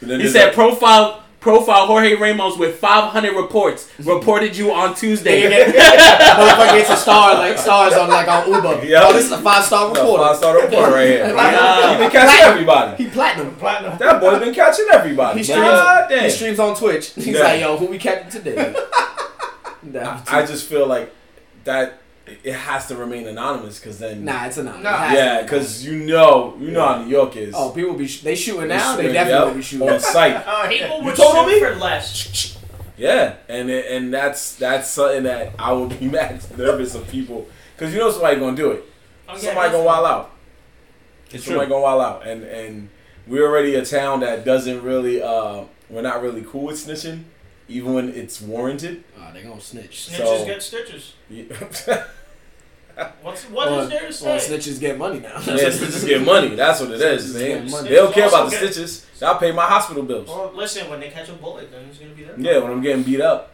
Speaker 1: And then
Speaker 4: He
Speaker 1: there's
Speaker 4: said
Speaker 1: that-
Speaker 4: profile profile Jorge Ramos with 500 reports reported you on Tuesday.
Speaker 6: *laughs* Motherfucker gets a star, like stars on like on Uber.
Speaker 1: Yeah.
Speaker 6: Oh, this is a five star
Speaker 1: No,
Speaker 6: reporter.
Speaker 1: five star reporter right
Speaker 6: *laughs*
Speaker 1: here. *laughs*
Speaker 4: Nah.
Speaker 1: He been catching everybody.
Speaker 6: He platinum.
Speaker 5: Platinum.
Speaker 1: That boy been catching everybody.
Speaker 6: He streams-
Speaker 1: God
Speaker 6: He
Speaker 1: damn.
Speaker 6: streams on Twitch. *laughs* He's
Speaker 1: Yeah.
Speaker 6: like, yo, who we catching today? *laughs* nah,
Speaker 1: I just feel like that it has to remain anonymous because then
Speaker 6: nah, it's a nah.
Speaker 5: Nah.
Speaker 6: It has to
Speaker 1: yeah
Speaker 6: be.
Speaker 1: because you know you know how New York is.
Speaker 6: Oh, people be sh- they shooting now.
Speaker 1: Yep,
Speaker 6: They definitely be
Speaker 1: on
Speaker 6: shooting.
Speaker 1: site.
Speaker 5: Oh, yeah.
Speaker 2: People
Speaker 1: You
Speaker 2: would
Speaker 1: told on
Speaker 2: shoot
Speaker 1: me?
Speaker 2: for less.
Speaker 1: Yeah, and it- and that's that's something that I would *laughs* be mad nervous of people because you know somebody gonna do it.
Speaker 2: Oh, yeah,
Speaker 1: Somebody
Speaker 2: that's-
Speaker 1: gonna wild out.
Speaker 4: It's
Speaker 1: Somebody
Speaker 4: true.
Speaker 1: gonna wild out, and and we're already a town that doesn't really uh we're not really cool with snitching, even when it's warranted. *laughs*
Speaker 6: Oh, they gonna snitch.
Speaker 2: Snitches
Speaker 1: So-
Speaker 2: get stitches.
Speaker 1: Yeah.
Speaker 2: What's what is
Speaker 6: Well,
Speaker 2: there to say?
Speaker 6: Well, snitches get money now.
Speaker 1: Yeah,
Speaker 6: *laughs*
Speaker 1: snitches get money. That's what it is.
Speaker 6: Snitches
Speaker 1: They,
Speaker 6: get money.
Speaker 1: they don't care about the
Speaker 2: Also get-
Speaker 1: stitches. I'll pay my hospital bills.
Speaker 2: Well, listen, when they catch a bullet, then it's gonna be there.
Speaker 1: Yeah, when I'm getting beat up.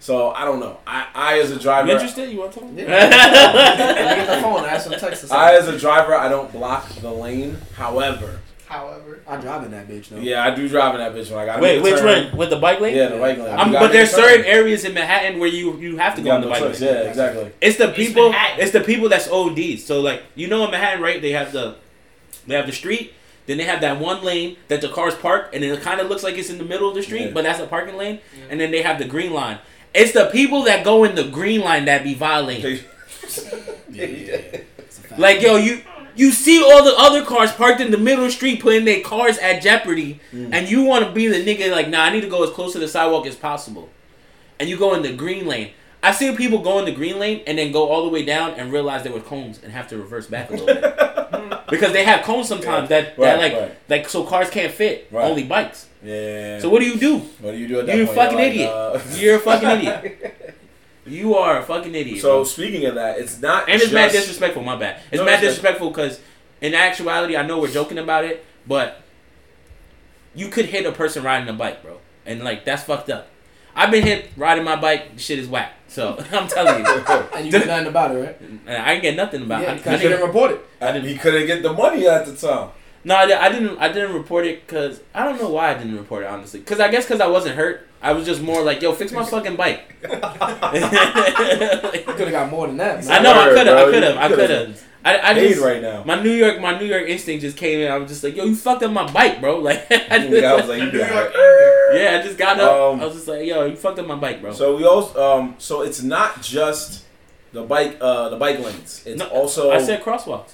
Speaker 1: So I don't know. I, I as a
Speaker 4: You
Speaker 1: driver,
Speaker 4: interested? You want to talk?
Speaker 1: *laughs*
Speaker 6: Let me get the phone. I have some texts. or something.
Speaker 1: I as a driver, I don't block the lane. However,
Speaker 5: However.
Speaker 6: I'm driving that bitch though.
Speaker 1: yeah, I do drive in that bitch when I got
Speaker 4: Wait, which one? With the bike lane?
Speaker 1: Yeah, the right lane.
Speaker 4: I'm,
Speaker 1: You gotta
Speaker 4: but there's
Speaker 1: make a turn.
Speaker 4: certain areas in Manhattan where you you have to
Speaker 1: You
Speaker 4: go on
Speaker 1: got
Speaker 4: the
Speaker 1: no
Speaker 4: bike lane.
Speaker 1: choice. Yeah, exactly.
Speaker 4: It's the
Speaker 2: It's
Speaker 4: people.
Speaker 2: Manhattan.
Speaker 4: It's the people that's ODs. So like you know in Manhattan, right? They have the they have the street. Then they have that one lane that the cars park, and it kind of looks like it's in the middle of the street,
Speaker 1: Yeah.
Speaker 4: but that's a parking lane.
Speaker 2: Yeah.
Speaker 4: And then they have the green line. It's the people that go in the green line that be violating.
Speaker 1: Okay.
Speaker 6: It's a fact.
Speaker 4: Like yo, you you see all the other cars parked in the middle of the street putting their cars at jeopardy,
Speaker 1: Mm.
Speaker 4: and you want to be the nigga like, nah, I need to go as close to the sidewalk as possible, and you go in the green lane. I've seen people go in the green lane and then go all the way down and realize there were cones and have to reverse back a little bit because they have cones sometimes that, that
Speaker 1: Right,
Speaker 4: like
Speaker 1: right.
Speaker 4: like so cars can't fit
Speaker 1: Right.
Speaker 4: only bikes.
Speaker 1: *laughs* Yeah.
Speaker 4: So what do you do?
Speaker 1: what do you do at that
Speaker 4: You're a
Speaker 1: point?
Speaker 4: fucking
Speaker 1: like,
Speaker 4: idiot.
Speaker 1: uh,
Speaker 4: *laughs* You're a
Speaker 1: *laughs*
Speaker 4: fucking idiot. You are a fucking idiot.
Speaker 1: so
Speaker 4: bro.
Speaker 1: speaking of that, it's not
Speaker 4: And it's
Speaker 1: just,
Speaker 4: mad disrespectful. My bad. It's
Speaker 1: No,
Speaker 4: mad
Speaker 1: that's
Speaker 4: disrespectful because in actuality, I know we're joking about it, but you could hit a person riding a bike, bro, and like that's fucked up. I've been hit riding my bike. The shit is whack. So *laughs* I'm telling you,
Speaker 6: and you did nothing about it, right?
Speaker 4: and I ain't get nothing about. it. I,
Speaker 6: yeah,
Speaker 4: I
Speaker 6: because you
Speaker 4: didn't,
Speaker 6: didn't report it.
Speaker 1: And he couldn't get the money at the time.
Speaker 4: no, I, di- I didn't. I didn't report it because I don't know why I didn't report it honestly. Because I guess because I wasn't hurt. I was just more like, yo, fix my fucking bike. *laughs*
Speaker 6: You could have got more than that.
Speaker 1: *laughs*
Speaker 4: I
Speaker 6: Man.
Speaker 4: know. I
Speaker 1: Word,
Speaker 4: could have. I
Speaker 1: bro.
Speaker 4: could have.
Speaker 1: You
Speaker 4: I could have. I, I
Speaker 1: Paid
Speaker 4: just
Speaker 1: right now.
Speaker 4: My New York, my New York instinct just came in. I was just like, "Yo, you fucked up my bike, bro!" *laughs* Like, I just,
Speaker 1: I was like,
Speaker 2: New
Speaker 1: you got
Speaker 2: York
Speaker 1: it.
Speaker 2: anger.
Speaker 4: *laughs* yeah, I just got up.
Speaker 1: Um,
Speaker 4: I was just like, "Yo, you fucked up my bike, bro."
Speaker 1: So we also um so it's not just the bike uh the bike lanes. It's
Speaker 4: No,
Speaker 1: also
Speaker 4: I said crosswalks.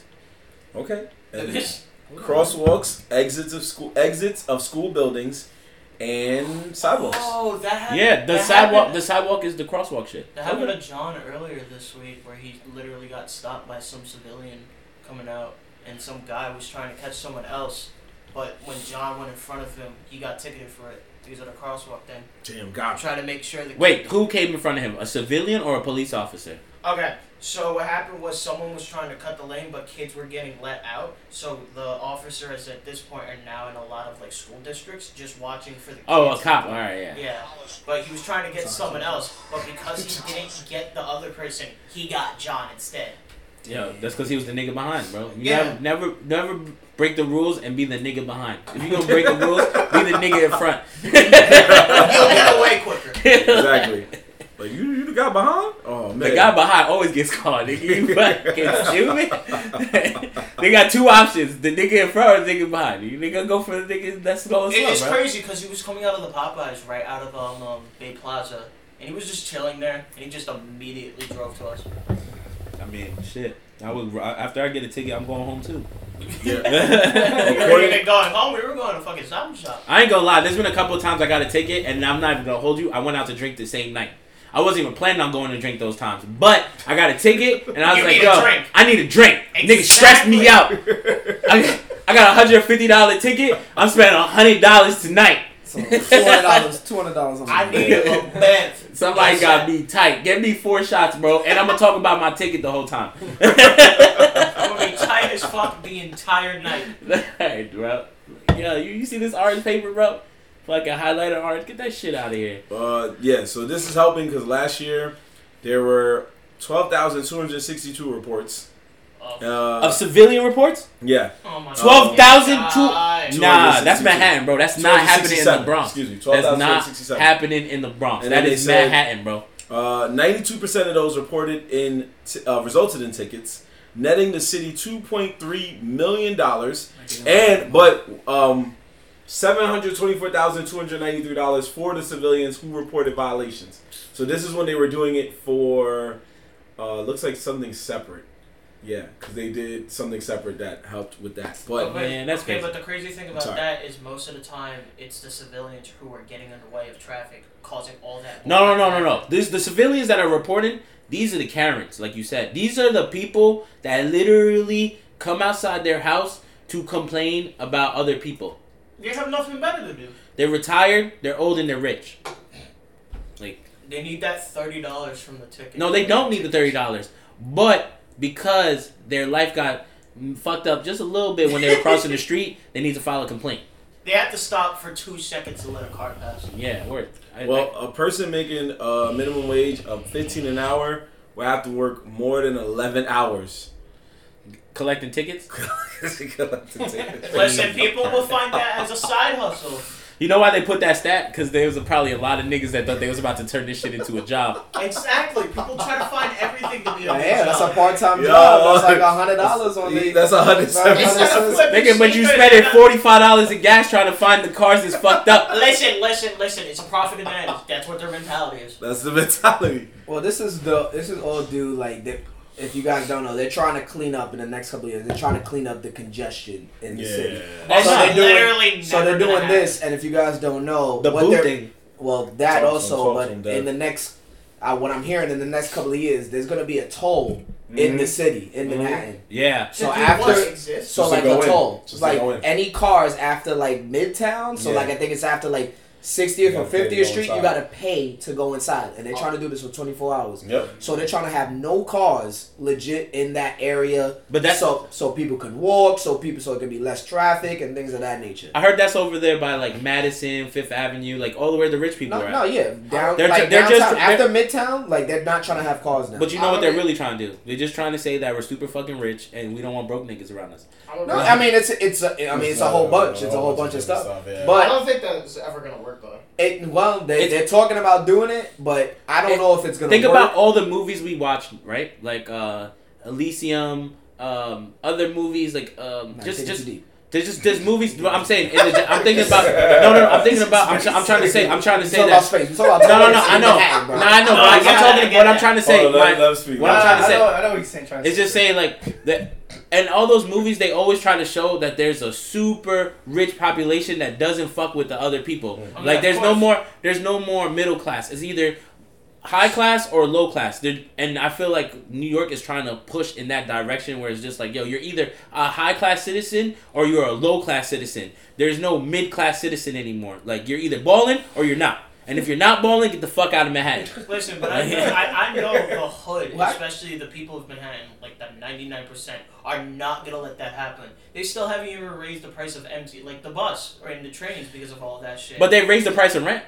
Speaker 1: okay.
Speaker 2: This-
Speaker 1: Crosswalks, exits of school exits of school buildings and sidewalks.
Speaker 2: Oh, that happened.
Speaker 4: Yeah, the
Speaker 2: that
Speaker 4: sidewalk,
Speaker 2: happened-
Speaker 4: the sidewalk is the crosswalk shit.
Speaker 2: That happened to John earlier this week, where he literally got stopped by some civilian coming out, and some guy was trying to catch someone else, But when John went in front of him, he got ticketed for it because of the crosswalk. Then
Speaker 1: Damn,
Speaker 2: I'm
Speaker 1: God.
Speaker 2: trying to make sure that
Speaker 4: Wait, who came in front of him? A civilian or a police officer?
Speaker 2: Okay, so what happened was someone was trying to cut the lane, but kids were getting let out. So the officers at this point are now in a lot of like school districts, just watching for the. Kids.
Speaker 4: Oh, a cop. All right, yeah.
Speaker 2: Yeah, but he was trying to get someone else, but because he didn't get the other person, he got John
Speaker 4: *laughs*
Speaker 2: instead.
Speaker 4: Yo, that's because he was the nigga behind, bro. You
Speaker 2: Yeah.
Speaker 4: never, never, never break the rules and be the nigga behind. If you gonna break the rules, be the nigga in front. *laughs*
Speaker 2: He'll get away quicker.
Speaker 4: *laughs*
Speaker 1: exactly. Like you, you the guy behind? Oh man.
Speaker 4: The guy behind always gets called. Nigga, *laughs* you fucking stupid. *laughs* they got two options: the nigga in front or the nigga behind. You nigga go for the nigga that's slow as
Speaker 2: It- it's
Speaker 4: slow, bro.
Speaker 2: crazy because he was coming out of the Popeyes right out of um, um, Bay Plaza, and he was just chilling there, and he just immediately drove to us.
Speaker 4: I mean, shit. I would after I get a ticket, I'm going home too.
Speaker 2: *laughs*
Speaker 1: Yeah.
Speaker 2: we
Speaker 4: I *laughs*
Speaker 2: were even going home. We were going to fucking Stop and Shop.
Speaker 4: ain't gonna lie. There's been a couple of times I got a ticket, and I'm not even gonna hold you. I went out to drink the same night. I wasn't even planning on going to drink those times, but I got a ticket, and I was
Speaker 2: You
Speaker 4: like,
Speaker 2: need a
Speaker 4: "Yo,
Speaker 2: drink."
Speaker 4: I need a drink." Nigga stressed me
Speaker 2: Exactly. *laughs*
Speaker 4: out. I, I got a hundred fifty dollar ticket. I'm spending hundred dollars tonight.
Speaker 6: So $200, $200
Speaker 4: *laughs*
Speaker 6: on
Speaker 2: I needed a Bev.
Speaker 4: Somebody
Speaker 2: Yes,
Speaker 4: got
Speaker 2: sir.
Speaker 4: me tight. Get me four shots, bro, and I'm gonna talk about my ticket the whole time. *laughs*
Speaker 2: I'm gonna be tight as fuck the entire night.
Speaker 4: Alright, bro. Yo, you, you see this orange paper, bro? Fucking highlighter orange. Get that shit out of here.
Speaker 1: Uh, yeah. So this is helping because last year there were twelve thousand two hundred sixty-two reports.
Speaker 2: Oh,
Speaker 4: Of
Speaker 1: Uh,
Speaker 4: civilian reports?
Speaker 1: yeah.
Speaker 2: oh my
Speaker 4: 12,000
Speaker 2: God.
Speaker 4: two-
Speaker 2: God.
Speaker 4: Nah, that's
Speaker 1: 262.
Speaker 4: Manhattan, bro. That's not happening in the
Speaker 1: 267.
Speaker 4: Bronx.
Speaker 1: Excuse me. Twelve
Speaker 4: That's
Speaker 1: thousand two
Speaker 4: not
Speaker 1: hundred sixty-seven.
Speaker 4: happening in the Bronx.
Speaker 1: And
Speaker 4: That
Speaker 1: then they
Speaker 4: is
Speaker 1: said-
Speaker 4: Manhattan, bro.
Speaker 1: Uh, 92% of those reported in t- uh, resulted in tickets, netting the city 2.3 million dollars, and but um, 724,293 dollars for the civilians who reported violations. So this is when they were doing it for, uh, looks like something separate. Yeah, because they did something separate that helped with that. But
Speaker 2: Okay,
Speaker 4: Man, that's
Speaker 2: okay,
Speaker 4: crazy.
Speaker 2: but the crazy thing about
Speaker 1: Sorry.
Speaker 2: that is most of the time it's the civilians who are getting in the way of traffic, causing all that.
Speaker 4: No, no, no, no, no. These the civilians that are reporting. These are the Karens, like you said. These are the people that literally come outside their house to complain about other people.
Speaker 2: They have nothing better to do.
Speaker 4: They're retired. They're old and they're rich.
Speaker 2: They need that thirty dollars from the ticket.
Speaker 4: No, they don't need the thirty dollars, but because their life got fucked up just a little bit when they were crossing the street, they need to file a complaint.
Speaker 2: They have to stop for two seconds to let a car pass.
Speaker 4: Yeah, word. I,
Speaker 1: well, a person making a minimum wage of 15 an hour will have to work more than 11
Speaker 6: *laughs*
Speaker 1: hours.
Speaker 4: like, collecting tickets.
Speaker 1: *laughs*
Speaker 2: Listen, people will find that as a side hustle.
Speaker 4: You know why they put that stat? Because there was probably a lot of niggas that thought they was about to turn this shit into a job.
Speaker 2: Exactly. People try to find everything to be a
Speaker 4: *laughs*
Speaker 6: Yeah, that's a
Speaker 2: job.
Speaker 6: part time
Speaker 1: Yo.
Speaker 6: job. That's like a hundred dollars on the.
Speaker 1: That's a hundred
Speaker 2: It's not
Speaker 1: seventy.
Speaker 6: It's
Speaker 4: *laughs*
Speaker 2: flipping
Speaker 4: Nigga, but you
Speaker 2: shit,
Speaker 4: spending
Speaker 2: man.
Speaker 4: forty five dollars in gas trying to find the cars that's fucked up.
Speaker 2: Listen, listen, listen. It's a profit and end. That's what their mentality is.
Speaker 1: That's the mentality.
Speaker 6: Well, this is the this is all due like they, if you guys don't know, they're trying to clean up in the next couple of years. They're trying to clean up the congestion in the city.
Speaker 2: That's
Speaker 6: So they're doing-
Speaker 2: literally never
Speaker 6: So
Speaker 2: gonna
Speaker 6: they're doing
Speaker 2: happen.
Speaker 6: this, and if you guys don't know,
Speaker 4: The
Speaker 6: what
Speaker 4: boot
Speaker 6: they're-
Speaker 4: thing.
Speaker 6: Well, that
Speaker 1: Talk
Speaker 6: also,
Speaker 1: some- talk
Speaker 6: but
Speaker 1: some,
Speaker 6: in
Speaker 1: Dad.
Speaker 6: the next, uh, what I'm hearing in the next couple of years, there's gonna be a toll in the city in Manhattan.
Speaker 4: Yeah.
Speaker 6: So
Speaker 2: Dude,
Speaker 6: after,
Speaker 2: what exists?
Speaker 6: so
Speaker 1: Mm-hmm. Just to
Speaker 6: like
Speaker 1: go
Speaker 6: a
Speaker 1: in.
Speaker 6: toll,
Speaker 1: Just to
Speaker 6: like
Speaker 1: go in.
Speaker 6: any cars after like Midtown. So
Speaker 1: Yeah.
Speaker 6: like I think it's after like 60th
Speaker 1: You
Speaker 6: or
Speaker 1: gotta pay to
Speaker 6: 50th
Speaker 1: go
Speaker 6: Street, you
Speaker 1: inside. Oh.
Speaker 6: gotta pay to go inside, and they're trying to do this for 24 hours.
Speaker 1: Yep.
Speaker 6: So they're trying to have no cars legit in that area.
Speaker 4: But that's-
Speaker 6: so so people can walk, so people so it can be less traffic and things of that nature.
Speaker 4: I heard that's over there by like Madison, Fifth Avenue, like all the way the rich people
Speaker 6: No,
Speaker 4: are.
Speaker 6: no,
Speaker 4: at.
Speaker 6: yeah, down
Speaker 4: They're
Speaker 6: like
Speaker 4: ju- they're
Speaker 6: downtown,
Speaker 4: just-
Speaker 6: after Midtown, like they're not trying to have cars now.
Speaker 4: But you know what
Speaker 2: I
Speaker 4: they're
Speaker 2: don't-
Speaker 4: really trying to do? They're just trying to say that we're super fucking rich and we don't want broke niggas around us.
Speaker 2: I'm
Speaker 6: no, I mean it's it's a, I mean it's a whole bunch, it's a whole bunch of
Speaker 1: different
Speaker 6: stuff.
Speaker 1: yeah.
Speaker 6: But
Speaker 2: don't think that's ever gonna work though.
Speaker 6: It, well, they,
Speaker 4: It's-
Speaker 6: they're talking about doing it, but I don't
Speaker 4: It-
Speaker 6: know if it's gonna
Speaker 4: Think
Speaker 6: work.
Speaker 4: about all the movies we watched, right? Like uh Elysium, um, other movies like um,
Speaker 6: Nah,
Speaker 4: just
Speaker 6: take it
Speaker 4: just
Speaker 6: too deep.
Speaker 4: there's just there's movies. but I'm saying in
Speaker 6: *laughs*
Speaker 4: the, I'm thinking about no no, no I'm thinking about I'm, try- I'm trying to say I'm trying to
Speaker 6: We
Speaker 4: say
Speaker 6: talk about
Speaker 4: that
Speaker 6: space. We talk about
Speaker 4: no no no
Speaker 6: space
Speaker 4: I
Speaker 6: in
Speaker 4: know
Speaker 6: Manhattan,
Speaker 4: no
Speaker 6: bro.
Speaker 4: I know
Speaker 2: No,
Speaker 4: but
Speaker 2: I
Speaker 4: I'm
Speaker 2: get
Speaker 4: talking
Speaker 2: that, I
Speaker 4: what I'm
Speaker 2: get
Speaker 4: trying to
Speaker 1: Hold
Speaker 4: say.
Speaker 1: on, Oh, let-
Speaker 4: my-
Speaker 1: let him speak.
Speaker 4: what I'm trying to
Speaker 5: I
Speaker 4: say-
Speaker 5: know, I know what he's trying to
Speaker 4: It's just
Speaker 5: say.
Speaker 4: saying like that, and all those movies they always try to show that there's a super rich population that doesn't fuck with the other people.
Speaker 2: Mm.
Speaker 4: Like
Speaker 2: Yeah,
Speaker 4: there's
Speaker 2: of
Speaker 4: no
Speaker 2: course.
Speaker 4: more, there's no more middle class. It's either high class or low class. They're, and I feel like New York is trying to push in that direction where it's just like, yo, you're either a high class citizen or you're a low class citizen. There's no mid class citizen anymore. Like you're either balling or you're not. And if you're not balling, get the fuck out
Speaker 2: *laughs*
Speaker 4: of Manhattan.
Speaker 2: Listen, but I, I, I know the hood, especially the people of Manhattan, like the 99%, are not going to let that happen. They still haven't even raised the price of empty, like the bus or in the trains because of all that shit.
Speaker 4: But they raised the price of rent.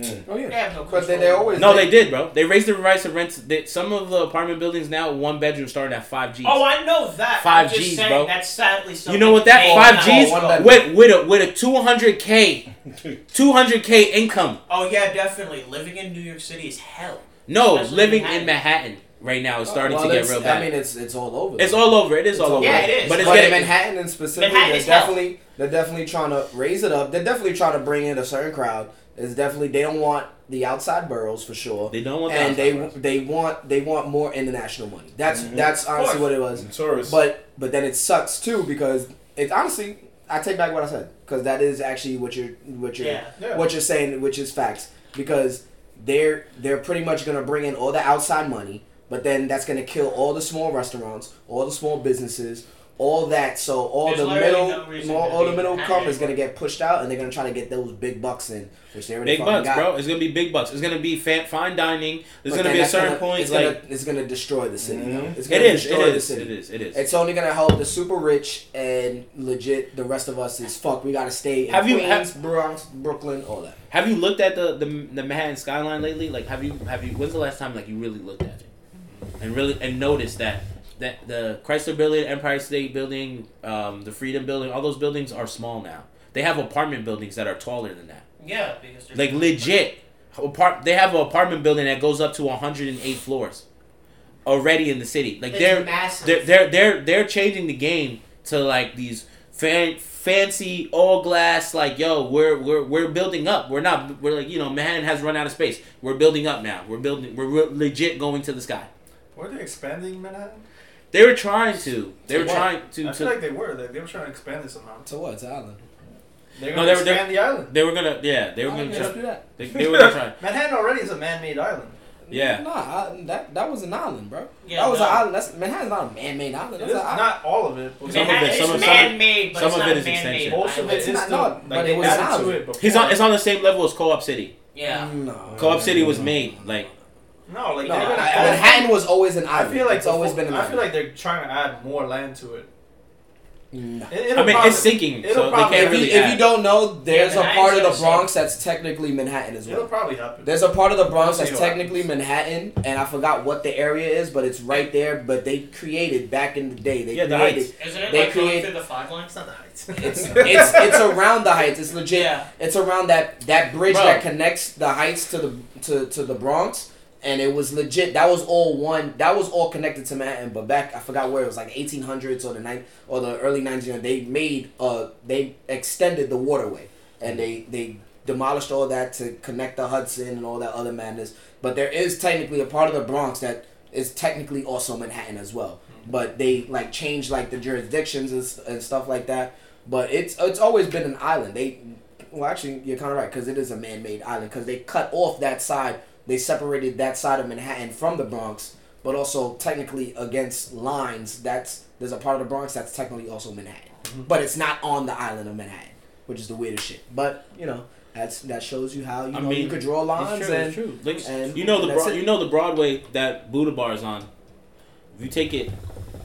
Speaker 6: Oh
Speaker 2: they
Speaker 6: yeah.
Speaker 2: have no
Speaker 6: But they,
Speaker 2: control.
Speaker 6: they always
Speaker 4: No, they did, bro. They raised the price of rent. They, some of the apartment buildings now, one bedroom starting at five G's.
Speaker 2: Oh, I know that.
Speaker 4: Five
Speaker 2: I'm just
Speaker 4: Gs,
Speaker 2: saying,
Speaker 4: bro.
Speaker 2: That's sadly something.
Speaker 4: You know what that
Speaker 2: they cannot
Speaker 4: five G's
Speaker 2: control.
Speaker 6: One
Speaker 4: with with a with a two hundred k,
Speaker 1: *laughs*
Speaker 4: two hundred k income.
Speaker 2: Oh yeah, definitely. Living in New York City is hell.
Speaker 4: No,
Speaker 2: Especially
Speaker 4: living
Speaker 2: Manhattan.
Speaker 4: in Manhattan right now is starting
Speaker 6: Oh, Well,
Speaker 4: to get
Speaker 6: it's-
Speaker 4: real bad.
Speaker 6: I mean, it's it's all over.
Speaker 4: it's all over. It is
Speaker 6: It's
Speaker 4: all
Speaker 6: all
Speaker 4: over.
Speaker 2: Yeah, it is.
Speaker 4: But it's
Speaker 6: but
Speaker 4: getting.
Speaker 6: in Manhattan and specifically,
Speaker 2: Manhattan is
Speaker 6: they're
Speaker 2: hell.
Speaker 6: definitely they're definitely trying to raise it up. They're definitely trying to bring in a certain crowd. It's definitely they don't want the outside boroughs for sure,
Speaker 4: they don't want that.
Speaker 6: and they they want they want more international money. That's
Speaker 1: Mhm.
Speaker 6: that's
Speaker 2: Mm-hmm. course.
Speaker 6: honestly what it was.
Speaker 1: Tourists.
Speaker 6: But but then it sucks too because it's honestly I take back what I said because that is actually what you're what you're
Speaker 2: Yeah.
Speaker 5: Yeah.
Speaker 6: what you're saying, which is facts because they're they're pretty much gonna bring in all the outside money, but then that's gonna kill all the small restaurants, all the small businesses, all that. So all
Speaker 2: There's
Speaker 6: the
Speaker 2: literally
Speaker 6: middle
Speaker 2: no reason
Speaker 6: small-
Speaker 2: to
Speaker 6: all, the
Speaker 2: be
Speaker 6: middle
Speaker 2: happy
Speaker 6: income is
Speaker 2: anymore.
Speaker 6: gonna get pushed out, and they're gonna try to get those big bucks in, which they already
Speaker 4: Big
Speaker 6: fucking
Speaker 4: bucks,
Speaker 6: got.
Speaker 4: bro. It's gonna be big bucks. It's gonna be fat, fine dining. There's gonna
Speaker 6: But then
Speaker 4: be a
Speaker 6: that's
Speaker 4: certain
Speaker 6: gonna-
Speaker 4: point.
Speaker 6: It's
Speaker 4: like Mm-hmm.
Speaker 6: gonna it's gonna destroy the city.
Speaker 1: Mhm.
Speaker 6: It's
Speaker 4: it
Speaker 6: gonna
Speaker 4: is, it
Speaker 6: destroy the
Speaker 4: is,
Speaker 6: city.
Speaker 4: it is, it is.
Speaker 6: It's only gonna help the super rich and legit. The rest of us is fuck. We gotta stay in
Speaker 4: Have you-
Speaker 6: Queens, Bronx, Brooklyn, all that.
Speaker 4: Have you looked at the, the the Manhattan skyline lately? Like, have you have you? When's the last time like you really looked at it and really and noticed that that the Chrysler Building, Empire State Building, um, the Freedom Building, all those buildings are small now. They have apartment buildings that are taller than that.
Speaker 2: Yeah, because they're
Speaker 4: Like legit, apart. They have an apartment building that goes up to 108 floors already in the city. Like
Speaker 2: It's
Speaker 4: they're
Speaker 2: massive.
Speaker 4: they're they're they're they're changing the game to like these fan, fancy all glass like yo we're we're we're building up we're not we're like you know Manhattan has run out of space we're building up now we're building we're re- legit going to the sky
Speaker 5: Were they expanding Manhattan?
Speaker 4: they were trying to they were
Speaker 5: what?
Speaker 4: trying to, to
Speaker 5: I feel like they were. Like, they were trying to expand it somehow.
Speaker 6: So what? It's an island.
Speaker 5: They're
Speaker 4: No,
Speaker 5: gonna
Speaker 4: they were-
Speaker 5: expand the island.
Speaker 4: they were gonna yeah they were gonna
Speaker 6: Let's
Speaker 4: try
Speaker 6: do that.
Speaker 4: they, they were gonna try
Speaker 5: Manhattan already is a man-made island.
Speaker 4: yeah
Speaker 6: Nah, I, that that was an island, bro.
Speaker 2: Yeah,
Speaker 6: that was
Speaker 2: no.
Speaker 6: an island. That's Manhattan's not a man-made island.
Speaker 5: It
Speaker 6: That's
Speaker 5: is
Speaker 6: an island.
Speaker 5: not all of it. But
Speaker 4: Some of it-
Speaker 2: Manhattan
Speaker 4: some
Speaker 2: is
Speaker 4: of- some of-
Speaker 2: man-made, but
Speaker 4: some
Speaker 2: it's
Speaker 4: of
Speaker 2: not
Speaker 4: it is
Speaker 2: man-made.
Speaker 4: extension.
Speaker 5: Most of
Speaker 2: island.
Speaker 5: it
Speaker 6: It's
Speaker 5: is
Speaker 6: not-
Speaker 5: still,
Speaker 6: no,
Speaker 5: like,
Speaker 6: but
Speaker 5: they
Speaker 6: it was
Speaker 5: added
Speaker 6: an
Speaker 5: to
Speaker 6: island.
Speaker 5: it. Before.
Speaker 4: he's on it's on the same level as Co-op City
Speaker 2: Yeah.
Speaker 6: No.
Speaker 5: Oh,
Speaker 4: Co-op City was made like
Speaker 5: No, like
Speaker 6: No,
Speaker 5: they're gonna add.
Speaker 6: Manhattan was always an
Speaker 5: I
Speaker 6: island.
Speaker 5: feel like
Speaker 6: it's always
Speaker 5: before-
Speaker 6: been an
Speaker 5: I feel
Speaker 6: island.
Speaker 5: like they're trying to add more land to it.
Speaker 6: Nah.
Speaker 5: It- it'll
Speaker 4: I mean
Speaker 5: probably-
Speaker 4: it's sinking
Speaker 5: it'll
Speaker 4: so they
Speaker 5: probably-
Speaker 4: can't
Speaker 6: If you,
Speaker 4: really
Speaker 6: if you
Speaker 4: add.
Speaker 6: don't know, there's
Speaker 2: Yeah,
Speaker 6: a part
Speaker 2: Manhattan's
Speaker 6: of the
Speaker 2: the same.
Speaker 6: Bronx that's technically Manhattan as
Speaker 5: It'll
Speaker 6: well.
Speaker 5: probably happen.
Speaker 6: There's a part of the Bronx
Speaker 5: We'll see
Speaker 6: that's
Speaker 5: what
Speaker 6: technically
Speaker 5: happens.
Speaker 6: Manhattan, and I forgot what the area is, but it's right there. But they created back in the day. They
Speaker 4: Yeah, the
Speaker 6: created.
Speaker 2: Isn't it
Speaker 6: They
Speaker 2: like
Speaker 6: create-
Speaker 2: going through the fog line?
Speaker 5: it's not
Speaker 2: *laughs*
Speaker 5: the heights.
Speaker 6: It's, it's
Speaker 5: *laughs*
Speaker 6: it's around the Heights. It's legit.
Speaker 2: Yeah.
Speaker 6: It's around that that bridge
Speaker 4: Bro.
Speaker 6: that connects the Heights to the to, to the Bronx, and it was legit. That was all one. That was all connected to Manhattan. But back, I forgot where it was, like 1800s or the nine or the early 1900s. They made uh they extended the waterway, and they they demolished all that to connect the Hudson and all that other madness. But there is technically a part of the Bronx that is technically also Manhattan as well.
Speaker 4: Mm-hmm.
Speaker 6: But they like changed like the jurisdictions and, s- and stuff like that. But it's it's always been an island. They well actually you're kind of right because it is a man-made island because they cut off that side. They separated that side of Manhattan from the Bronx, but also technically against lines. That's there's a part of the Bronx that's technically also Manhattan,
Speaker 4: Mm-hmm.
Speaker 6: but it's not on the island of Manhattan, which is the weirdest shit. But you know that's that shows you how you
Speaker 4: I
Speaker 6: know
Speaker 4: mean,
Speaker 6: you could draw lines
Speaker 4: It's true,
Speaker 6: and
Speaker 4: it's true. Like,
Speaker 6: and
Speaker 4: you know the
Speaker 6: that's
Speaker 4: bro-
Speaker 6: it.
Speaker 4: you know the Broadway that Buddha Bar is on. If you take it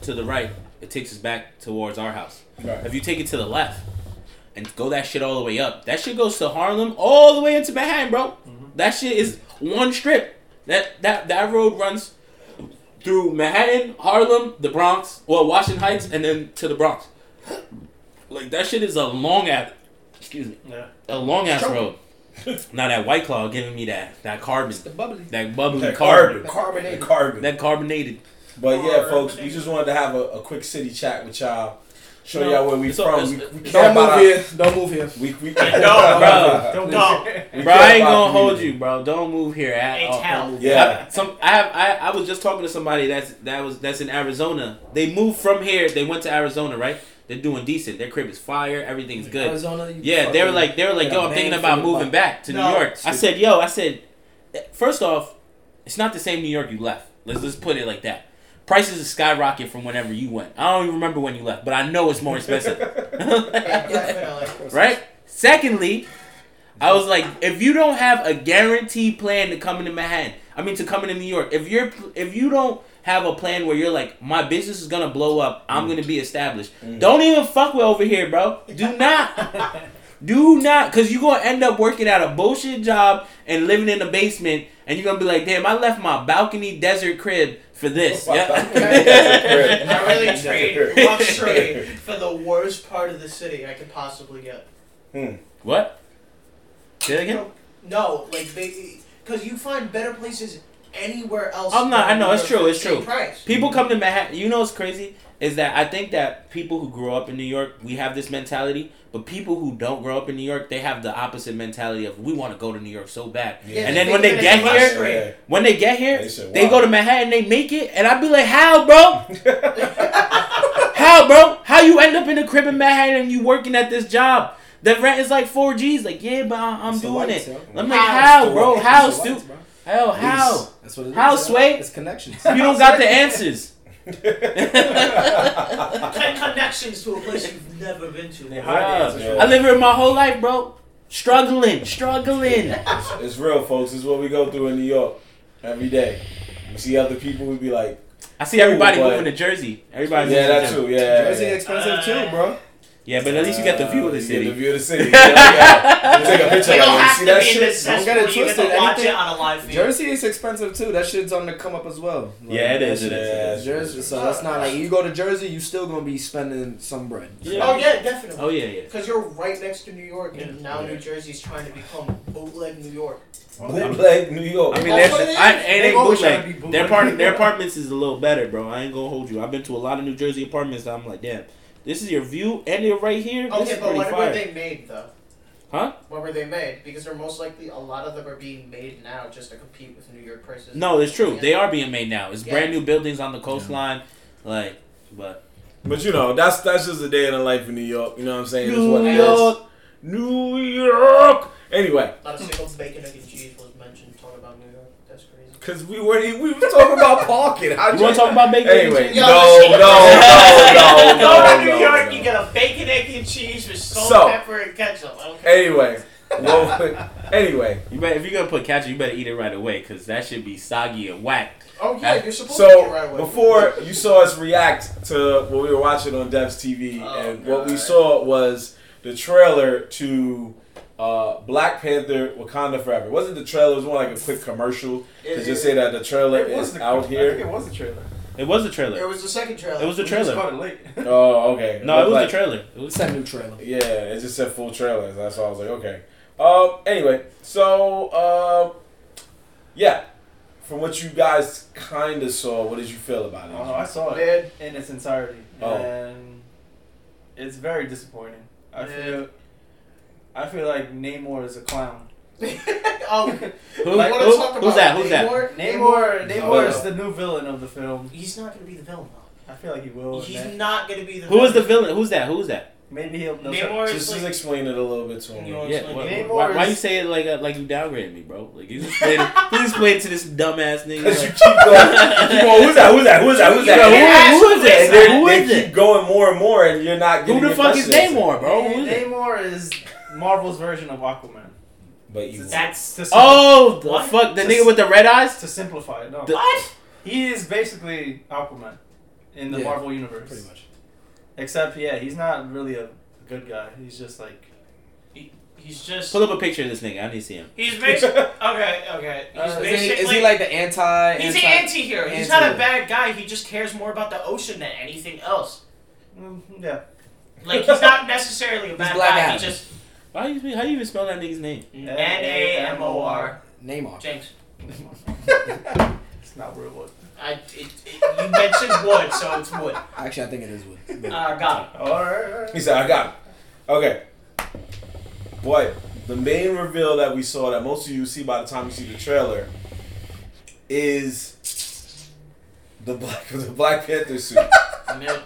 Speaker 4: to the right, it takes us back towards our house.
Speaker 1: Right.
Speaker 4: If you take it to the left and go that shit all the way up, that shit goes to Harlem all the way into Manhattan, bro. That shit is one strip. That that that road runs through Manhattan, Harlem, the Bronx, well Washington Heights, and then to the Bronx. Like that shit is a long ass. Excuse me,
Speaker 5: yeah.
Speaker 4: a long ass
Speaker 1: *laughs*
Speaker 4: road. Now that White Claw giving me that that carbon.
Speaker 6: the bubbly
Speaker 4: That bubbly
Speaker 1: That
Speaker 4: carbon.
Speaker 1: *laughs* carbon.
Speaker 6: carbonated.
Speaker 1: Carbon.
Speaker 4: That carbonated.
Speaker 1: But yeah, folks, we just wanted to have a, a quick city chat with y'all. Show
Speaker 4: No,
Speaker 1: y'all where we
Speaker 4: it's
Speaker 1: from.
Speaker 4: all-
Speaker 1: we,
Speaker 4: it's-
Speaker 1: we
Speaker 4: it's
Speaker 1: care
Speaker 6: Don't
Speaker 1: about
Speaker 6: move
Speaker 1: our,
Speaker 6: here. Don't move here.
Speaker 1: We,
Speaker 4: *laughs*
Speaker 1: we,
Speaker 4: bro.
Speaker 5: Don't
Speaker 2: No.
Speaker 1: We
Speaker 4: Bro,
Speaker 1: care
Speaker 4: I ain't
Speaker 1: about
Speaker 4: gonna hold
Speaker 1: community.
Speaker 4: you, bro. Don't move here at
Speaker 2: It's
Speaker 4: all.
Speaker 2: hell.
Speaker 1: Yeah.
Speaker 4: Some I have I, I was just talking to somebody that's that was that's in Arizona. They moved from here. They went to Arizona, right? They're doing decent. Their crib is fire. Everything's good.
Speaker 6: Arizona, you
Speaker 4: Yeah, they were
Speaker 6: fucking-
Speaker 4: like they were like,
Speaker 6: Yeah,
Speaker 4: yo, I'm
Speaker 6: bang
Speaker 4: thinking
Speaker 6: for
Speaker 4: about
Speaker 6: the
Speaker 4: moving
Speaker 6: buck.
Speaker 4: back to New
Speaker 2: No.
Speaker 4: York. I said, yo, I said, first off, It's not the same New York you left. Let's let's put it like that. Prices skyrocket from whenever you went. I don't even remember when you left, but I know it's more expensive. *laughs*
Speaker 1: *laughs*
Speaker 2: Definitely.
Speaker 4: right? Secondly, I was like, if you don't have a guaranteed plan to come into Manhattan, I mean to come into New York, if you're if you don't have a plan where you're like, my business is gonna blow up, I'm gonna be established. Don't even fuck with over here, bro.
Speaker 1: *laughs*
Speaker 4: Do not. Do not, cause you're gonna end up working at a bullshit job and living in the basement, and you're gonna be like, "Damn, I left my balcony desert crib for this."
Speaker 1: My
Speaker 4: *laughs*
Speaker 1: balcony
Speaker 4: Yeah.
Speaker 1: desert crib.
Speaker 2: I really *laughs*
Speaker 1: That's
Speaker 2: trade
Speaker 1: good.
Speaker 2: luxury for the worst part of the city I could possibly get.
Speaker 4: what? Say that again.
Speaker 2: No, like they, because you find better places anywhere else.
Speaker 4: I'm not- I know,
Speaker 2: than
Speaker 4: it's true, it's
Speaker 2: for the same
Speaker 4: true.
Speaker 2: Price.
Speaker 4: People come to Manhattan. You know what's crazy is that I think that people who grow up in New York, we have this mentality, but people who don't grow up in New York, they have the opposite mentality of we want to go to New York so bad.
Speaker 2: Yeah,
Speaker 4: And then when they
Speaker 2: think
Speaker 4: get
Speaker 2: it's
Speaker 4: here-
Speaker 2: luxury.
Speaker 1: Yeah.
Speaker 4: When they get here,
Speaker 1: They said,
Speaker 4: they
Speaker 1: "Wow."
Speaker 4: go to Manhattan, they make it, and I'd be like, "How, bro? How, bro? How you end up in a crib in Manhattan and you working at this job?" The rent is like four G's. Like, yeah, but I- I'm
Speaker 6: It's the
Speaker 4: doing
Speaker 6: lights,
Speaker 4: it.
Speaker 6: yo.
Speaker 4: I'm like,
Speaker 6: It's
Speaker 4: how,
Speaker 6: the
Speaker 4: bro?
Speaker 6: lights,
Speaker 4: How,
Speaker 6: it's the
Speaker 4: Stu?
Speaker 6: lights, bro.
Speaker 4: Hell, how?
Speaker 6: Lease. That's what it is.
Speaker 4: How,
Speaker 6: yo.
Speaker 4: Sway?
Speaker 6: It's connections.
Speaker 4: You don't got the answers.
Speaker 2: Ten connections to a place you've never been to.
Speaker 5: They hide the
Speaker 4: Bruh,
Speaker 5: answers.
Speaker 1: Yeah.
Speaker 4: I live here my whole life, bro. Struggling, struggling.
Speaker 1: It's- *laughs* It's real, folks. It's what we go through in New York every day. We see other people who be like,
Speaker 4: I see everybody
Speaker 1: Ooh, boy.
Speaker 4: moving to Jersey. Everybody
Speaker 1: yeah,
Speaker 4: moving
Speaker 1: that's
Speaker 4: to Jersey.
Speaker 1: true. Yeah, yeah,
Speaker 6: Jersey
Speaker 1: yeah.
Speaker 6: expensive too, bro.
Speaker 4: Yeah, but at least you got the view of the
Speaker 1: Uh, you
Speaker 4: city.
Speaker 1: get the view of the
Speaker 4: *laughs*
Speaker 1: city. Yeah, yeah. You take a picture
Speaker 2: We
Speaker 1: of
Speaker 2: don't
Speaker 1: it. You
Speaker 2: have
Speaker 1: see
Speaker 2: to
Speaker 1: that
Speaker 2: be in
Speaker 1: shit?
Speaker 2: this
Speaker 6: Don't get it
Speaker 2: cesspool. You get
Speaker 6: twisted.
Speaker 2: to watch it
Speaker 6: Anything-
Speaker 2: on a live feed.
Speaker 6: Jersey is expensive too. That shit's on the come up as well. Like,
Speaker 4: Yeah, it is,
Speaker 6: that
Speaker 4: it
Speaker 6: shit-
Speaker 1: is.
Speaker 6: Jersey, so that's not like you go to Jersey, you still gonna be spending some bread.
Speaker 4: Yeah.
Speaker 2: Oh yeah, definitely.
Speaker 4: Oh yeah, yeah.
Speaker 2: Because you're right next to New York, and now
Speaker 1: Yeah.
Speaker 2: New Jersey's trying to become bootleg New York.
Speaker 1: Bootleg New York.
Speaker 4: I mean,
Speaker 2: That's
Speaker 4: they're,
Speaker 2: what it is.
Speaker 4: I, and
Speaker 5: They
Speaker 4: they
Speaker 5: always tryna be
Speaker 4: bootleg.
Speaker 5: bootleg.
Speaker 4: Their part, their apartments is a little better, bro. I ain't gonna hold you. I've been to a lot of New Jersey apartments. That I'm like, damn, this is your view, and they're right here. This
Speaker 2: Okay,
Speaker 4: is
Speaker 2: but
Speaker 4: pretty
Speaker 2: when
Speaker 4: fire.
Speaker 2: were they made though?
Speaker 4: Huh?
Speaker 2: When were they made? Because they're most likely a lot of them are being made now just to compete with New York prices.
Speaker 4: No, it's true.
Speaker 2: Yeah.
Speaker 4: They are being made now. It's
Speaker 2: Yeah.
Speaker 4: brand new buildings on the coastline, like, but
Speaker 1: But you know, that's that's just a day in the life in New York. You know what I'm saying? It's
Speaker 4: New
Speaker 1: what it is.
Speaker 4: York.
Speaker 1: New York. Anyway,
Speaker 2: Not a single bacon, egg, and cheese was mentioned talking about New York. That's crazy.
Speaker 1: because we were we were talking about parking. How
Speaker 4: you want to talk about bacon?
Speaker 1: Anyway,
Speaker 2: Yo,
Speaker 1: no, no, no,
Speaker 2: *laughs*
Speaker 1: no,
Speaker 2: Go
Speaker 1: no,
Speaker 2: to New
Speaker 1: no,
Speaker 2: York,
Speaker 1: no.
Speaker 2: you get a bacon, egg, and cheese with salt,
Speaker 1: So-
Speaker 2: pepper, and ketchup. Okay.
Speaker 1: Anyway, well, *laughs* anyway.
Speaker 4: You better, if you're gonna put ketchup, you better eat it right away, cause that should be soggy and whack.
Speaker 2: Oh yeah, you're supposed to get it right
Speaker 1: So
Speaker 2: away.
Speaker 1: before you saw us react to what we were watching on Devs TV,
Speaker 2: Oh,
Speaker 1: and what we
Speaker 2: God.
Speaker 1: saw was the trailer to uh, Black Panther: Wakanda Forever. It wasn't the trailer; it was more like a quick commercial to
Speaker 5: It-
Speaker 1: just say that the trailer
Speaker 5: it was
Speaker 1: is
Speaker 5: the,
Speaker 1: out
Speaker 5: I think
Speaker 1: here.
Speaker 5: it was the trailer.
Speaker 4: It was a trailer.
Speaker 2: It was the second trailer.
Speaker 4: It was a
Speaker 5: We just
Speaker 4: trailer.
Speaker 5: caught it late.
Speaker 1: Oh, okay.
Speaker 4: No, it was
Speaker 1: like,
Speaker 4: a trailer. It was
Speaker 6: It's that new trailer.
Speaker 1: Yeah, it just said full trailer. That's why I was like, okay. Um. Anyway, so um, yeah. From what you guys kind of saw, what did you feel about
Speaker 5: I
Speaker 1: Oh, it?
Speaker 5: don't know. I saw it *laughs*
Speaker 2: Dead.
Speaker 5: in its entirety,
Speaker 1: Oh.
Speaker 5: and it's very disappointing. I
Speaker 2: Yeah.
Speaker 5: feel, I feel like Namor is a clown.
Speaker 2: oh,
Speaker 4: who,
Speaker 5: Like,
Speaker 2: you wanna
Speaker 4: who-
Speaker 2: talk
Speaker 4: who's
Speaker 2: about
Speaker 4: that? Who's that?
Speaker 2: Namor?
Speaker 5: Namor, Namor
Speaker 1: No.
Speaker 5: is the new villain of the film.
Speaker 2: He's not gonna be the villain though.
Speaker 5: I feel like he will. in
Speaker 2: He's
Speaker 5: that.
Speaker 2: not gonna be the.
Speaker 4: Who is the villain? Who's that? Who's that?
Speaker 5: Maybe he'll. No,
Speaker 2: Namor
Speaker 1: Just,
Speaker 2: is
Speaker 1: just
Speaker 2: like.
Speaker 1: explain it a little bit to him.
Speaker 2: You wanna
Speaker 4: Yeah,
Speaker 2: explain
Speaker 4: why,
Speaker 2: Namor?
Speaker 4: why, why
Speaker 5: is-
Speaker 4: you say it like uh, like you downgraded me, bro? Like you just played, you just played to this dumbass nigga.
Speaker 1: Because you
Speaker 4: Like,
Speaker 1: keep going. You keep going, Who's that? Who's that? Who's that? Who's
Speaker 4: yeah,
Speaker 1: that?
Speaker 4: who-
Speaker 1: Who's that?
Speaker 2: ask
Speaker 4: who
Speaker 2: who
Speaker 4: is
Speaker 2: this
Speaker 4: it?
Speaker 1: And they're-
Speaker 4: Who
Speaker 1: they
Speaker 4: is it?
Speaker 1: keep going more and more, and you're not getting
Speaker 4: Who the
Speaker 1: your
Speaker 4: fuck is
Speaker 1: question answered.
Speaker 4: Namor, bro? Who
Speaker 5: Na-
Speaker 4: is it?
Speaker 5: Namor is Marvel's version of Aquaman.
Speaker 1: But you.
Speaker 2: That's
Speaker 5: To sim-
Speaker 4: Oh, the
Speaker 2: What?
Speaker 4: fuck, the
Speaker 5: Just-
Speaker 4: nigga with the red eyes.
Speaker 5: to simplify it, no.
Speaker 4: The-
Speaker 2: what?
Speaker 5: he is basically Aquaman in the
Speaker 6: Yeah,
Speaker 5: Marvel universe.
Speaker 6: Pretty much.
Speaker 5: Except, yeah, he's not really a good guy. He's just like
Speaker 2: He's just.
Speaker 4: Pull up a picture of this nigga. I need to see him.
Speaker 2: He's basically okay. Okay. He's
Speaker 5: Uh,
Speaker 6: Is he,
Speaker 2: basically.
Speaker 6: is he like the anti?
Speaker 2: He's
Speaker 6: anti-
Speaker 2: an anti-hero. He's not a
Speaker 6: anti-hero.
Speaker 2: bad guy. He just cares more about the ocean than anything else.
Speaker 5: mm, yeah.
Speaker 2: Like he's
Speaker 4: *laughs*
Speaker 2: not necessarily a bad
Speaker 6: Black
Speaker 2: guy.
Speaker 6: Adam.
Speaker 2: He just
Speaker 4: Why you how do you even spell that nigga's name?
Speaker 2: N A M O R.
Speaker 6: Neymar.
Speaker 2: James,
Speaker 5: It's not real wood.
Speaker 2: I it, it, you mentioned wood, so it's
Speaker 4: *laughs*
Speaker 2: wood.
Speaker 6: Actually, I think it is Wood.
Speaker 2: Uh, got
Speaker 1: *laughs*
Speaker 2: it.
Speaker 1: He
Speaker 5: Alright.
Speaker 1: said, I got it. Okay. Boy, the main reveal that we saw that most of you see by the time you see the trailer *laughs* is the black the Black Panther suit.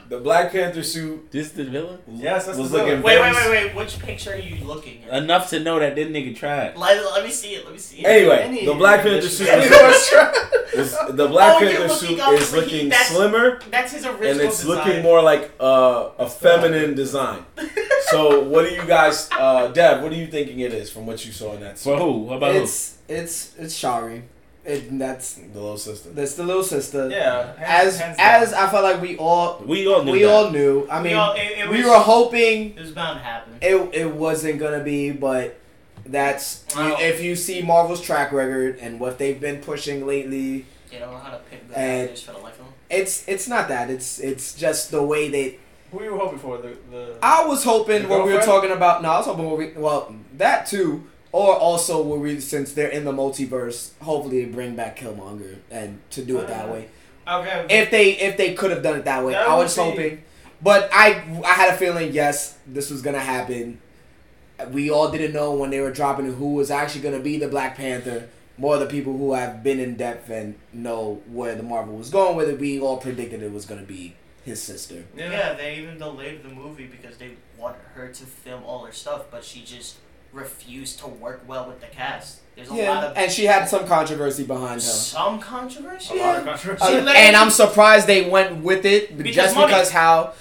Speaker 1: The Black Panther suit
Speaker 4: This the villain?
Speaker 5: Yes, that's
Speaker 1: was
Speaker 5: the
Speaker 1: looking
Speaker 5: villain.
Speaker 2: Wait,
Speaker 1: very-
Speaker 2: wait, wait, wait. Which picture are you looking at?
Speaker 4: Enough to know that this nigga tried.
Speaker 2: Let, let me see it. Let me see it.
Speaker 1: Anyway, the Black Panther suit was, *laughs* was- the Black
Speaker 2: Oh, you're
Speaker 1: Panther
Speaker 2: looking
Speaker 1: suit
Speaker 2: up
Speaker 1: is
Speaker 2: for
Speaker 1: looking
Speaker 2: heat. That's-
Speaker 1: slimmer
Speaker 2: That's his original
Speaker 1: and it's
Speaker 2: design.
Speaker 1: looking more like uh, a feminine *laughs* design. So, what do you guys, uh, Deb? What are you thinking it is from what you saw in that
Speaker 4: For
Speaker 1: suit?
Speaker 4: who? What about
Speaker 6: It's it's it's Shari. It, that's
Speaker 1: The little sister.
Speaker 6: that's the little sister.
Speaker 5: Yeah. hands-
Speaker 6: As
Speaker 5: hands down.
Speaker 6: as I felt like we all
Speaker 4: who? We all knew
Speaker 6: we
Speaker 4: that.
Speaker 6: all knew. I
Speaker 2: We
Speaker 6: mean,
Speaker 2: all- it, it
Speaker 6: we
Speaker 2: was,
Speaker 6: were hoping
Speaker 2: It was bound to happen.
Speaker 6: it it wasn't gonna be, but that's
Speaker 2: Wow.
Speaker 6: if you see Marvel's track record and what they've been pushing lately.
Speaker 2: They don't know how to pick good
Speaker 6: And-
Speaker 2: actors for the life of them.
Speaker 6: It's it's not that. It's it's just the way they
Speaker 5: Who you were hoping for? The the.
Speaker 6: I was hoping
Speaker 5: Your
Speaker 6: what we were
Speaker 5: girlfriend?
Speaker 6: talking about. No, I was hoping what we well that too, or also what we since they're in the multiverse. Hopefully, they bring back Killmonger and to do it
Speaker 2: Uh,
Speaker 6: that way.
Speaker 5: okay.
Speaker 6: If they if they could have done it that way,
Speaker 5: That
Speaker 6: I was
Speaker 5: would be-
Speaker 6: hoping. But I I had a feeling yes, this was gonna happen. We all didn't know when they were dropping who was actually gonna be the Black Panther. More the people who have been in depth and know where the Marvel was going with it. We all predicted it was gonna be his sister.
Speaker 5: Yeah.
Speaker 2: Yeah, they even delayed the movie because they want her to film all her stuff, but she just refused to work well with the cast. There's a lot
Speaker 6: Yeah,
Speaker 2: of
Speaker 6: and she had some controversy behind her.
Speaker 2: some controversy.
Speaker 5: A lot of controversy.
Speaker 2: She
Speaker 6: Uh,
Speaker 2: let
Speaker 6: and
Speaker 2: him-
Speaker 6: I'm surprised they went with it
Speaker 2: Because
Speaker 6: just
Speaker 2: money.
Speaker 6: because how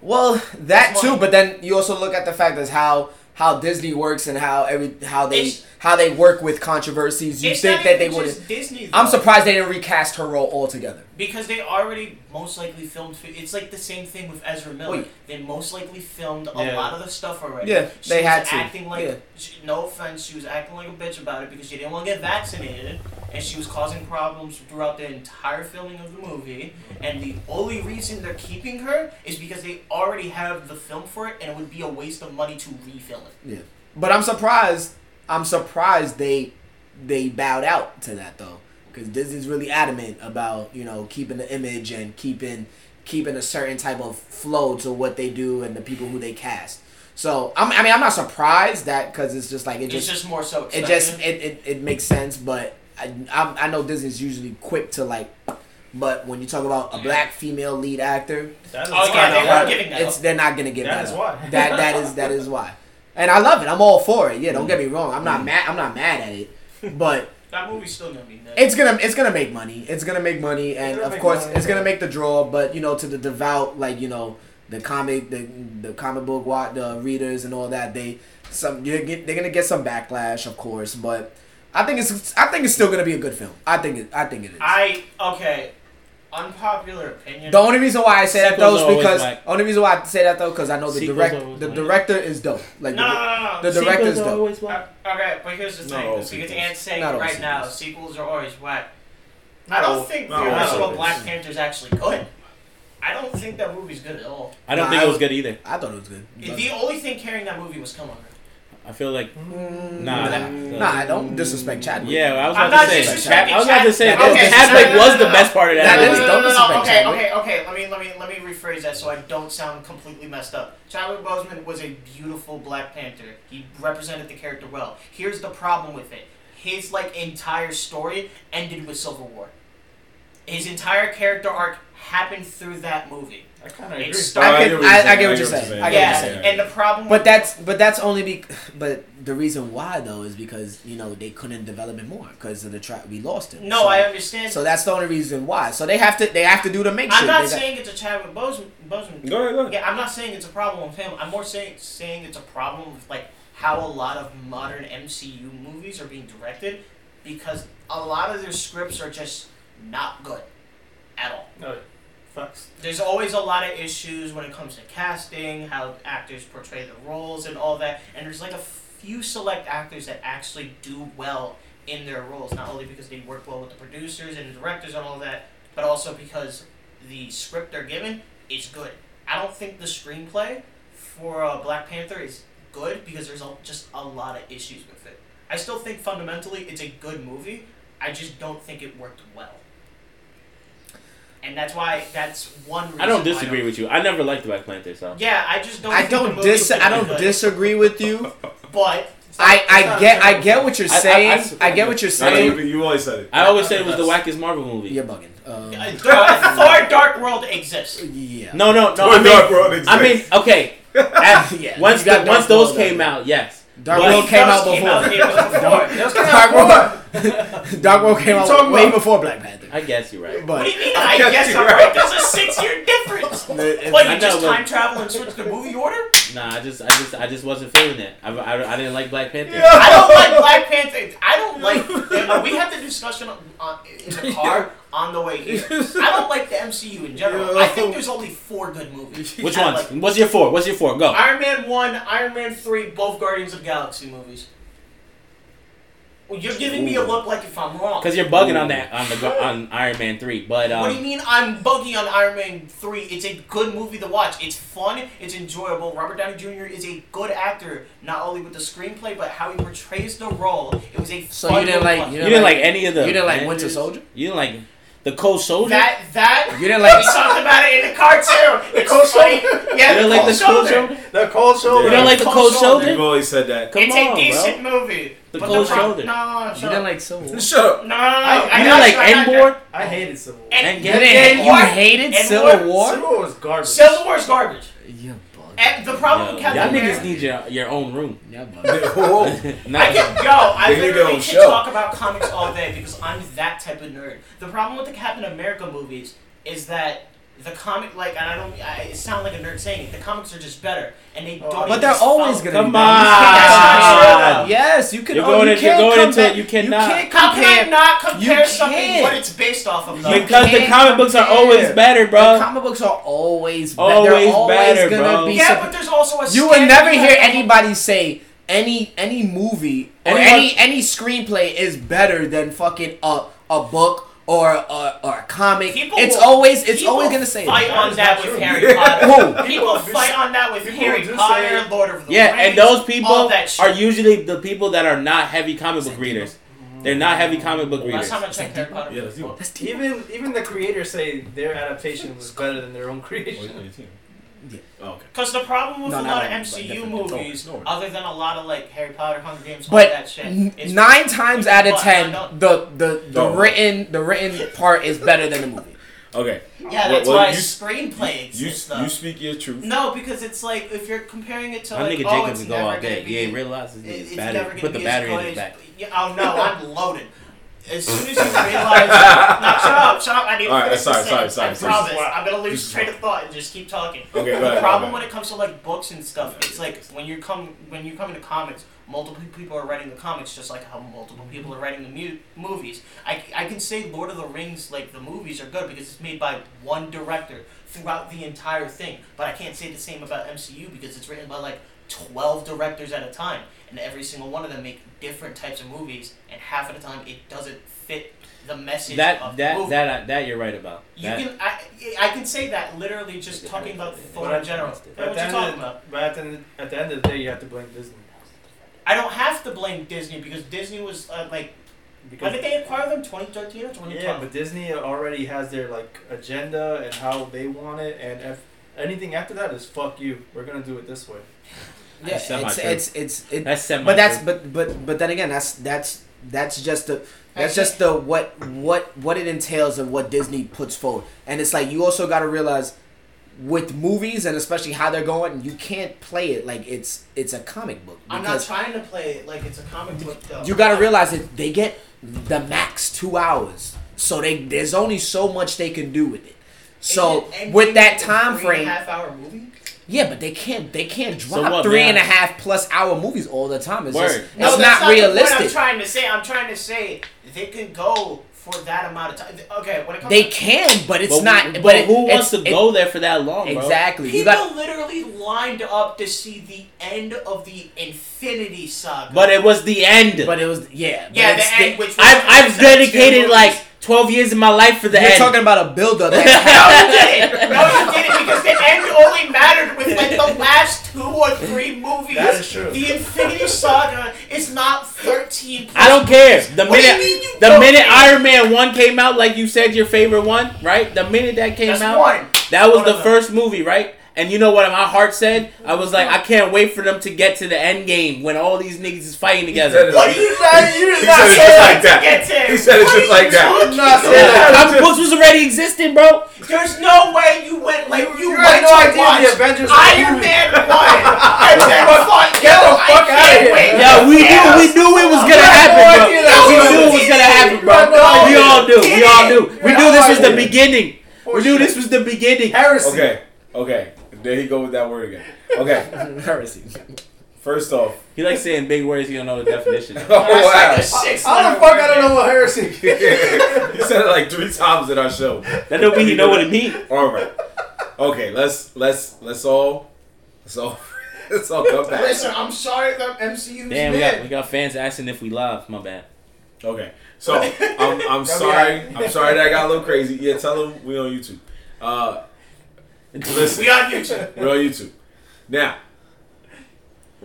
Speaker 6: well that
Speaker 2: Because
Speaker 6: too.
Speaker 2: money.
Speaker 6: But then you also look at the fact as how how Disney works and how every how they
Speaker 2: It's-
Speaker 6: how they work with controversies. You
Speaker 2: It's
Speaker 6: think
Speaker 2: not
Speaker 6: that they
Speaker 2: even
Speaker 6: would?
Speaker 2: just Disney.
Speaker 6: I'm
Speaker 2: though,
Speaker 6: surprised they didn't recast her role altogether.
Speaker 2: because they already most likely filmed. fi- It's like the same thing with Ezra Miller.
Speaker 6: Wait.
Speaker 2: They most likely filmed a
Speaker 5: Yeah.
Speaker 2: lot of the stuff already.
Speaker 6: Yeah,
Speaker 2: she
Speaker 6: they
Speaker 2: was
Speaker 6: had to.
Speaker 2: acting like
Speaker 6: Yeah.
Speaker 2: she, no offense, she was acting like a bitch about it because she didn't want to get vaccinated, and she was causing problems throughout the entire filming of the movie. And the only reason they're keeping her is because they already have the film for it, and it would be a waste of money to refill it.
Speaker 6: But I'm surprised. I'm surprised they they bowed out to that though, because Disney's really adamant about you know keeping the image and keeping keeping a certain type of flow to what they do and the people who they cast. So I'm, I mean I'm not surprised that because it's just like it
Speaker 2: It's
Speaker 6: just,
Speaker 2: just more so.
Speaker 6: it
Speaker 2: Expected.
Speaker 6: just it, it, it makes sense. But I, I'm- I know Disney's usually quick to like, but when you talk about a black female lead actor,
Speaker 5: That is
Speaker 2: Oh, yeah,
Speaker 5: why.
Speaker 2: they
Speaker 5: that-
Speaker 2: weren't giving that
Speaker 6: it's
Speaker 2: up.
Speaker 6: they're not gonna give
Speaker 5: That
Speaker 6: that,
Speaker 5: is
Speaker 6: up.
Speaker 5: why.
Speaker 6: that that is that is why. And I love it. I'm all for it. Yeah, don't get me wrong. I'm not mad. I'm not mad at it. But
Speaker 2: that movie's still gonna be nuts.
Speaker 6: it's gonna it's gonna make money. It's gonna make money, and
Speaker 5: gonna
Speaker 6: of
Speaker 5: make
Speaker 6: course
Speaker 5: money,
Speaker 6: it's gonna
Speaker 5: yeah.
Speaker 6: make the draw. But you know, to the devout, like you know, the comic the the comic book wa- the readers and all that, they some you get, they're gonna get some backlash, of course. But I think it's I think it's still gonna be a good film. I think it I think it is.
Speaker 2: I okay. Unpopular opinion.
Speaker 6: The only reason why I say that though
Speaker 4: Sequels are
Speaker 6: is
Speaker 4: always
Speaker 6: because
Speaker 4: whack.
Speaker 6: only reason why I say that though because I know the
Speaker 4: Sequels are
Speaker 6: direct
Speaker 4: always
Speaker 6: the
Speaker 4: whack.
Speaker 6: director is dope. Like
Speaker 2: No,
Speaker 6: the-
Speaker 2: no, no, no.
Speaker 6: The director's
Speaker 4: Sequels are
Speaker 6: dope.
Speaker 4: always whack.
Speaker 2: Okay, but here's the
Speaker 1: Not
Speaker 2: thing.
Speaker 1: all
Speaker 2: Because
Speaker 1: sequels.
Speaker 2: Ant's saying
Speaker 6: Not all
Speaker 2: right now,
Speaker 6: sequels.
Speaker 2: sequels are always whack. I don't think the
Speaker 1: not all
Speaker 2: original
Speaker 1: sequels.
Speaker 2: Black Panther's actually good. I don't think that movie's good at all.
Speaker 4: I don't
Speaker 6: Nah,
Speaker 4: think
Speaker 6: I
Speaker 4: it was
Speaker 6: was-
Speaker 4: good either.
Speaker 6: I thought it was good.
Speaker 2: The only thing carrying that movie was Killmonger.
Speaker 4: I feel like
Speaker 6: nah,
Speaker 4: nah.
Speaker 6: nah,
Speaker 4: that-
Speaker 6: Mm, nah, don't disrespect Chadwick.
Speaker 4: Yeah, I was
Speaker 2: I'm
Speaker 4: about
Speaker 2: not
Speaker 4: to
Speaker 2: disrespecting
Speaker 4: say. I was about to say.
Speaker 6: Chad- that
Speaker 4: okay,
Speaker 6: is-
Speaker 4: Chadwick
Speaker 2: no, no,
Speaker 4: was
Speaker 2: no,
Speaker 4: the
Speaker 2: no,
Speaker 4: best part of that.
Speaker 6: That
Speaker 4: movie.
Speaker 6: is-
Speaker 2: no, no,
Speaker 6: don't
Speaker 2: no, no,
Speaker 6: disrespect
Speaker 2: Okay,
Speaker 6: Chadwick.
Speaker 2: okay, okay. Let me let me let me rephrase that so I don't sound completely messed up. Chadwick Boseman was a beautiful Black Panther. He represented the character well. Here's the problem with it. His like entire story ended with Civil War. His entire character arc happened through that movie.
Speaker 5: I kind of
Speaker 2: It
Speaker 5: agree.
Speaker 2: started.
Speaker 6: I,
Speaker 1: I
Speaker 6: can,
Speaker 1: get what you're
Speaker 6: I, I
Speaker 1: saying.
Speaker 6: get what you're saying. I get
Speaker 2: yeah,
Speaker 6: what you're saying.
Speaker 2: and the problem.
Speaker 6: But
Speaker 2: with-
Speaker 6: that's but that's only be *laughs* but the reason why though is because you know they couldn't develop it more because of the trap we lost it.
Speaker 2: no.
Speaker 6: so,
Speaker 2: I understand.
Speaker 6: So that's the only reason why. So they have to they have to do the make
Speaker 2: I'm
Speaker 6: shit.
Speaker 2: not
Speaker 6: They got-
Speaker 2: saying it's a Chadwick Boseman. Boseman
Speaker 1: Go ahead, go ahead.
Speaker 2: Yeah, I'm not saying it's a problem with him. I'm more saying saying it's a problem with like how a lot of modern MCU movies are being directed because a lot of their scripts are just not good at all.
Speaker 5: No, facts.
Speaker 2: There's always a lot of issues when it comes to casting, how actors portray the roles and all that. And there's like a few select actors that actually do well in their roles, not only because they work well with the producers and the directors and all that, but also because the script they're given is good. I don't think the screenplay for uh, Black Panther is good because there's a, just a lot of issues with it. I still think fundamentally it's a good movie. I just don't think it worked well. And that's why that's one reason
Speaker 4: I don't
Speaker 2: why
Speaker 4: disagree with you. I never liked Black Panther, so
Speaker 2: Yeah, I just don't
Speaker 6: I
Speaker 2: think the
Speaker 6: don't
Speaker 2: movie
Speaker 6: dis
Speaker 2: was
Speaker 6: I don't
Speaker 2: good, *laughs*
Speaker 6: disagree with you.
Speaker 2: but
Speaker 6: I, I get I get what you're
Speaker 4: I- I- I
Speaker 6: saying. I,
Speaker 4: support
Speaker 6: get
Speaker 4: you.
Speaker 6: what you're
Speaker 1: No, no, you,
Speaker 6: saying.
Speaker 1: you always said it.
Speaker 4: I always said it was the wackest Marvel movie.
Speaker 6: You're bugging. Um,
Speaker 2: Dark,
Speaker 6: *laughs*
Speaker 2: Thor Dark World exists.
Speaker 6: yeah.
Speaker 4: No, no, no.
Speaker 1: Or
Speaker 4: I mean,
Speaker 1: Dark World exists.
Speaker 4: I mean, *laughs* okay. As-
Speaker 6: Yeah,
Speaker 4: once
Speaker 6: you got
Speaker 4: the,
Speaker 6: Dark
Speaker 4: once those
Speaker 6: World out
Speaker 4: came
Speaker 6: there.
Speaker 4: out, yes.
Speaker 6: Dark
Speaker 4: But-
Speaker 6: World came out
Speaker 2: Came
Speaker 6: before.
Speaker 2: out years before.
Speaker 5: Those came out
Speaker 6: Dark World, *laughs* Dark World came
Speaker 5: What
Speaker 6: out
Speaker 5: you talking
Speaker 6: way
Speaker 5: about?
Speaker 6: before Black Panther.
Speaker 4: I guess you're right.
Speaker 2: What do
Speaker 6: But
Speaker 2: you mean? I
Speaker 1: guess
Speaker 2: guess
Speaker 1: you're
Speaker 2: I'm
Speaker 1: right.
Speaker 2: right. There's a six-year difference. What,
Speaker 4: I
Speaker 2: you just
Speaker 4: know, but-
Speaker 2: time travel and switch the movie order?
Speaker 4: Nah, I just, I just, I just wasn't feeling it. I, I, I didn't like Black Panther.
Speaker 1: Yeah.
Speaker 2: I don't like Black Panther. I don't *laughs* like. we had the discussion on, on, in the car on the way here. I don't like the MCU in general. I think there's only four good *laughs* movies.
Speaker 4: Which
Speaker 2: I
Speaker 4: ones?
Speaker 2: like-
Speaker 4: What's your four? What's your four? Go.
Speaker 2: Iron Man one, Iron Man three, both Guardians of Galaxy movies. Well, you're giving me a look like if I'm wrong.
Speaker 4: Because you're bugging on that on the go- on Iron Man three, but um,
Speaker 2: What do you mean I'm buggy on Iron Man 3? It's a good movie to watch. It's fun, it's enjoyable. Robert Downey Jr. is a good actor, not only with the screenplay, but how he portrays the role. It was a
Speaker 6: so
Speaker 2: fun
Speaker 6: you didn't
Speaker 2: movie to
Speaker 6: like
Speaker 2: watch.
Speaker 6: you
Speaker 4: you
Speaker 6: didn't,
Speaker 4: didn't like any of the.
Speaker 6: you didn't like Winter
Speaker 4: Avengers?
Speaker 6: Soldier.
Speaker 4: You didn't like the Cold Soldier.
Speaker 2: that that
Speaker 6: You didn't like
Speaker 2: we talked about it in the car
Speaker 4: *laughs*
Speaker 2: too. It's
Speaker 5: cold
Speaker 2: funny. Yeah,
Speaker 4: you didn't
Speaker 2: the
Speaker 4: like
Speaker 2: cold
Speaker 4: the
Speaker 2: shoulder.
Speaker 4: Cold Shoulder.
Speaker 5: The cold shoulder.
Speaker 4: You didn't like the
Speaker 2: Cold
Speaker 4: Cold
Speaker 2: Shoulder.
Speaker 1: You've
Speaker 4: Shoulder.
Speaker 1: always said that.
Speaker 4: Come
Speaker 2: It's
Speaker 4: on,
Speaker 2: a
Speaker 4: bro.
Speaker 2: decent movie.
Speaker 4: The
Speaker 2: but
Speaker 4: Cold
Speaker 2: the pro-
Speaker 4: Shoulder.
Speaker 2: No, no, no,
Speaker 6: you
Speaker 2: shut
Speaker 6: didn't
Speaker 2: up.
Speaker 6: like Civil War.
Speaker 1: Shut up.
Speaker 2: No, no, no, no,
Speaker 5: You
Speaker 2: I
Speaker 4: Oh, You
Speaker 2: got
Speaker 4: didn't like
Speaker 2: I got
Speaker 4: End Board.
Speaker 5: I hated Civil War.
Speaker 2: And,
Speaker 4: And
Speaker 2: and
Speaker 4: get
Speaker 2: get
Speaker 4: it.
Speaker 2: it.
Speaker 6: You hated
Speaker 2: And
Speaker 6: Civil
Speaker 2: what?
Speaker 6: War.
Speaker 5: Civil War was garbage.
Speaker 2: Civil War is garbage.
Speaker 6: You bugging.
Speaker 2: And the problem
Speaker 4: Yo,
Speaker 2: with
Speaker 4: y'all
Speaker 2: Captain
Speaker 4: niggas
Speaker 2: America.
Speaker 4: need your your own room. *laughs*
Speaker 6: *laughs*
Speaker 1: *laughs* *laughs*
Speaker 6: You
Speaker 1: Whoa.
Speaker 4: Not
Speaker 2: I get yo. I
Speaker 1: They need their
Speaker 2: literally
Speaker 1: own
Speaker 2: can
Speaker 1: show.
Speaker 2: talk about comics all day because I'm that type of nerd. The problem with the Captain America movies is that the comic, like, and I don't, I it sound like a nerd saying it. The comics are just better, and they don't.
Speaker 6: Oh, But they're always gonna
Speaker 4: Come
Speaker 6: be bad.
Speaker 2: Ah.
Speaker 4: on.
Speaker 6: Yes, you can.
Speaker 4: You're
Speaker 6: oh,
Speaker 4: going
Speaker 6: you
Speaker 4: in-
Speaker 6: can't
Speaker 4: you're going
Speaker 6: come
Speaker 4: into it,
Speaker 6: back-
Speaker 4: you cannot.
Speaker 6: You can't
Speaker 2: How can I
Speaker 6: compare.
Speaker 2: not compare
Speaker 6: you
Speaker 2: something
Speaker 6: can't.
Speaker 2: what it's based off of? Though?
Speaker 4: because the
Speaker 6: can't
Speaker 4: comic books are always
Speaker 6: compare.
Speaker 4: better,
Speaker 6: The
Speaker 4: bro.
Speaker 6: comic books are always better.
Speaker 4: Always
Speaker 6: They're always
Speaker 4: better,
Speaker 6: gonna
Speaker 4: bro.
Speaker 6: be.
Speaker 2: yeah,
Speaker 6: sup-
Speaker 2: but there's also a.
Speaker 6: you will
Speaker 2: standard
Speaker 6: never hear
Speaker 2: level.
Speaker 6: anybody say any any movie or
Speaker 4: Anyone-
Speaker 6: any any screenplay is better than fucking a a book or a, or a comic.
Speaker 2: People
Speaker 6: it's
Speaker 2: will-
Speaker 6: always it's
Speaker 2: people
Speaker 6: always gonna say
Speaker 2: Fight
Speaker 6: that.
Speaker 2: on that with
Speaker 5: True.
Speaker 2: Harry
Speaker 6: Whoa.
Speaker 2: Potter. People
Speaker 5: do
Speaker 2: fight
Speaker 5: say-
Speaker 2: on that with
Speaker 5: people
Speaker 2: Harry
Speaker 5: do say-
Speaker 2: Potter, Lord of the
Speaker 4: Yeah,
Speaker 2: Rings.
Speaker 4: and those
Speaker 2: all
Speaker 4: people
Speaker 2: that shit.
Speaker 4: are usually the people that are not heavy comic book readers. They're not heavy comic book
Speaker 2: Last
Speaker 4: readers.
Speaker 2: time I checked, Harry Potter.
Speaker 1: Yeah,
Speaker 2: was
Speaker 1: that's you.
Speaker 2: book.
Speaker 6: That's deep.
Speaker 5: Even even the creators say their adaptation was better than their own creation.
Speaker 1: Oh, okay.
Speaker 2: Because the problem with
Speaker 6: No,
Speaker 2: a
Speaker 6: no,
Speaker 2: lot
Speaker 6: no,
Speaker 2: of
Speaker 6: but
Speaker 2: MCU
Speaker 6: definitely.
Speaker 2: movies,
Speaker 1: No, no.
Speaker 2: other than a lot of like Harry Potter, Hunger Games, all
Speaker 6: But
Speaker 2: that shit,
Speaker 6: n-
Speaker 2: is
Speaker 6: nine times out of
Speaker 2: But-
Speaker 6: ten,
Speaker 2: no.
Speaker 6: the the, the
Speaker 1: No.
Speaker 6: written the written part is better than the movie.
Speaker 1: Okay. Well,
Speaker 2: yeah, that's
Speaker 1: well,
Speaker 2: why
Speaker 1: you-
Speaker 2: screenplay
Speaker 1: You,
Speaker 2: exists. though.
Speaker 1: you speak your truth.
Speaker 2: no, because it's like if you're comparing it to
Speaker 4: My
Speaker 2: like,
Speaker 4: nigga
Speaker 2: oh,
Speaker 4: Jacobs
Speaker 2: it's
Speaker 4: would go
Speaker 2: never
Speaker 4: all
Speaker 2: gonna
Speaker 4: day.
Speaker 2: be-
Speaker 4: He ain't realize
Speaker 2: it-
Speaker 4: this
Speaker 2: it's
Speaker 4: nigga
Speaker 2: never
Speaker 4: battery.
Speaker 2: gonna
Speaker 4: Put the
Speaker 2: be
Speaker 4: battery
Speaker 2: as
Speaker 4: in
Speaker 2: good
Speaker 4: his back.
Speaker 2: as- Yeah, oh no,
Speaker 4: *laughs*
Speaker 2: I'm loaded. As soon as you realize, no, shut up, shut up. I need to
Speaker 1: All right,
Speaker 2: finish
Speaker 1: sorry,
Speaker 2: this
Speaker 1: sorry,
Speaker 2: sentence,
Speaker 1: sorry,
Speaker 2: I
Speaker 1: sorry.
Speaker 2: promise. I'm gonna
Speaker 1: This
Speaker 2: lose
Speaker 1: is
Speaker 2: train
Speaker 1: fine.
Speaker 2: of thought and just keep talking.
Speaker 1: Okay, go
Speaker 2: the
Speaker 1: ahead.
Speaker 2: problem
Speaker 1: go
Speaker 2: when
Speaker 1: ahead.
Speaker 2: it comes to like books and stuff, it's like when you're come when you come into comics, multiple people are writing the comics, just like how multiple people are writing the mu- movies. I, I can say Lord of the Rings, like the movies are good because it's made by one director throughout the entire thing, but I can't say the same about MCU because it's written by like twelve directors at a time, and every single one of them make different types of movies, and half of the time it doesn't fit the message of
Speaker 4: That
Speaker 2: the
Speaker 4: that
Speaker 2: movie.
Speaker 4: that uh, that you're right about.
Speaker 2: You
Speaker 4: That-
Speaker 2: can I, I can say that literally just talking about Thor in general.
Speaker 5: But
Speaker 2: What
Speaker 5: at
Speaker 2: you
Speaker 5: the end
Speaker 2: talking
Speaker 5: of
Speaker 2: about?
Speaker 5: the- but at the end- at the end of the day, you have to blame Disney
Speaker 2: I don't have to blame Disney because Disney was uh, like when did they acquire them? 2013 or 2012?
Speaker 5: Yeah, but Disney already has their like agenda and how they want it, and if anything after that is fuck you. We're gonna do it this way.
Speaker 6: Yeah,
Speaker 4: That's semi-true.
Speaker 6: it's it's it's it,
Speaker 4: That's semi.
Speaker 6: but that's but but but then again that's that's that's just the that's just the what what what it entails and what disney puts forward and it's like you also got to realize with movies and especially how they're going you can't play it like it's it's a comic book
Speaker 2: I'm not
Speaker 6: because
Speaker 2: trying to play it like it's a comic book though.
Speaker 6: you got to realize that they get the max two hours so they there's only so much they can do with it so
Speaker 2: Isn't it
Speaker 6: with that
Speaker 2: Endgame a
Speaker 6: time
Speaker 2: three and
Speaker 6: frame
Speaker 2: a half hour movie.
Speaker 6: yeah, but they can't they can't
Speaker 4: So
Speaker 6: drop
Speaker 4: what,
Speaker 6: three and a
Speaker 4: man?
Speaker 6: half plus hour movies all the time. It's just
Speaker 4: Word.
Speaker 6: it's not,
Speaker 2: that's the point
Speaker 6: realistic.
Speaker 2: I'm trying to say I'm trying to say they can go for that amount of time. Okay, when it comes
Speaker 6: They
Speaker 2: to
Speaker 6: can, but it's
Speaker 4: but,
Speaker 6: not. But,
Speaker 4: But,
Speaker 6: it-
Speaker 4: who wants
Speaker 6: it's-
Speaker 4: to
Speaker 6: it-
Speaker 4: go there for that long, bro?
Speaker 6: Exactly.
Speaker 2: People
Speaker 6: You got
Speaker 2: literally lined up to see the end of the Infinity Saga.
Speaker 4: But it was the end.
Speaker 6: But it was yeah. but
Speaker 2: yeah,
Speaker 6: it's
Speaker 2: the end, which was
Speaker 4: I've I've dedicated
Speaker 2: Two
Speaker 4: like
Speaker 2: movies.
Speaker 4: 12 years of my life for the
Speaker 6: We're
Speaker 4: end.
Speaker 6: talking about a
Speaker 3: *laughs*
Speaker 6: buildup.
Speaker 2: No, you didn't. No, you didn't because the end only mattered with like the last two or three movies.
Speaker 5: That is true.
Speaker 2: The Infinity Saga is not thirteen.
Speaker 4: I don't care. The
Speaker 2: What do you
Speaker 4: minute
Speaker 2: mean you
Speaker 4: the
Speaker 2: don't
Speaker 4: minute
Speaker 2: care?
Speaker 4: Iron Man 1 came out like you said your favorite one, right? The minute that came
Speaker 2: That's
Speaker 4: out
Speaker 2: one.
Speaker 4: that was
Speaker 2: One
Speaker 4: the
Speaker 2: of them.
Speaker 4: first movie, right? And you know what my heart said? I was like, I can't wait for them to get to the end game when all these niggas is fighting
Speaker 1: said
Speaker 4: *laughs* together.
Speaker 1: it
Speaker 2: What you not? You did
Speaker 1: He
Speaker 2: not
Speaker 1: said it just
Speaker 2: say that
Speaker 1: like that.
Speaker 2: to get there.
Speaker 1: He said it just
Speaker 2: What are you
Speaker 1: like that.
Speaker 2: talking
Speaker 5: Not saying
Speaker 2: about?
Speaker 5: that.
Speaker 4: Yeah, comic books was already existing, bro.
Speaker 2: There's no way you went like you,
Speaker 5: You
Speaker 2: went
Speaker 5: had no
Speaker 2: to
Speaker 5: idea
Speaker 2: watch
Speaker 5: the Avengers were
Speaker 2: Iron
Speaker 5: moving.
Speaker 2: Man
Speaker 5: *laughs*
Speaker 2: one and then fuck
Speaker 5: Get the
Speaker 2: yo,
Speaker 5: fuck
Speaker 2: I can't
Speaker 5: outta here.
Speaker 2: wait.
Speaker 4: Yeah, we
Speaker 2: Yeah.
Speaker 4: knew we knew it was
Speaker 5: You
Speaker 4: gonna
Speaker 5: had no
Speaker 4: happen, bro.
Speaker 5: idea that
Speaker 4: We knew
Speaker 5: was
Speaker 4: it was
Speaker 5: easy.
Speaker 4: gonna happen,
Speaker 5: You
Speaker 4: bro.
Speaker 5: had no
Speaker 4: We
Speaker 5: idea.
Speaker 4: all knew. We
Speaker 2: Did
Speaker 4: all
Speaker 2: it.
Speaker 4: knew. We
Speaker 5: You
Speaker 4: knew
Speaker 5: had
Speaker 4: this
Speaker 5: no
Speaker 4: was the
Speaker 5: idea.
Speaker 4: beginning. We knew
Speaker 5: Horseshit.
Speaker 4: this was the beginning.
Speaker 5: Heresy.
Speaker 1: Okay, okay. There he go with that word again. Okay,
Speaker 6: *laughs*
Speaker 3: Heresy.
Speaker 1: first off.
Speaker 4: He likes saying big words. He don't know
Speaker 1: *laughs*
Speaker 4: the definition.
Speaker 1: Oh,
Speaker 2: That's like a
Speaker 1: wow.
Speaker 2: six
Speaker 5: How the fuck I don't know what heresy is?
Speaker 1: you said it like three times in our show.
Speaker 4: That don't mean he know what
Speaker 1: *laughs*
Speaker 4: it means.
Speaker 1: All right. Okay, let's let's let's all let's all *laughs* let's all come back.
Speaker 2: Listen, I'm sorry that MCU's
Speaker 4: Damn, we got we
Speaker 2: dead.
Speaker 4: got fans asking if we live. My bad.
Speaker 1: Okay, so I'm I'm sorry I'm sorry that I got a little crazy. Yeah, tell them we on YouTube. Uh, listen,
Speaker 2: We on YouTube.
Speaker 1: we're on YouTube. Now,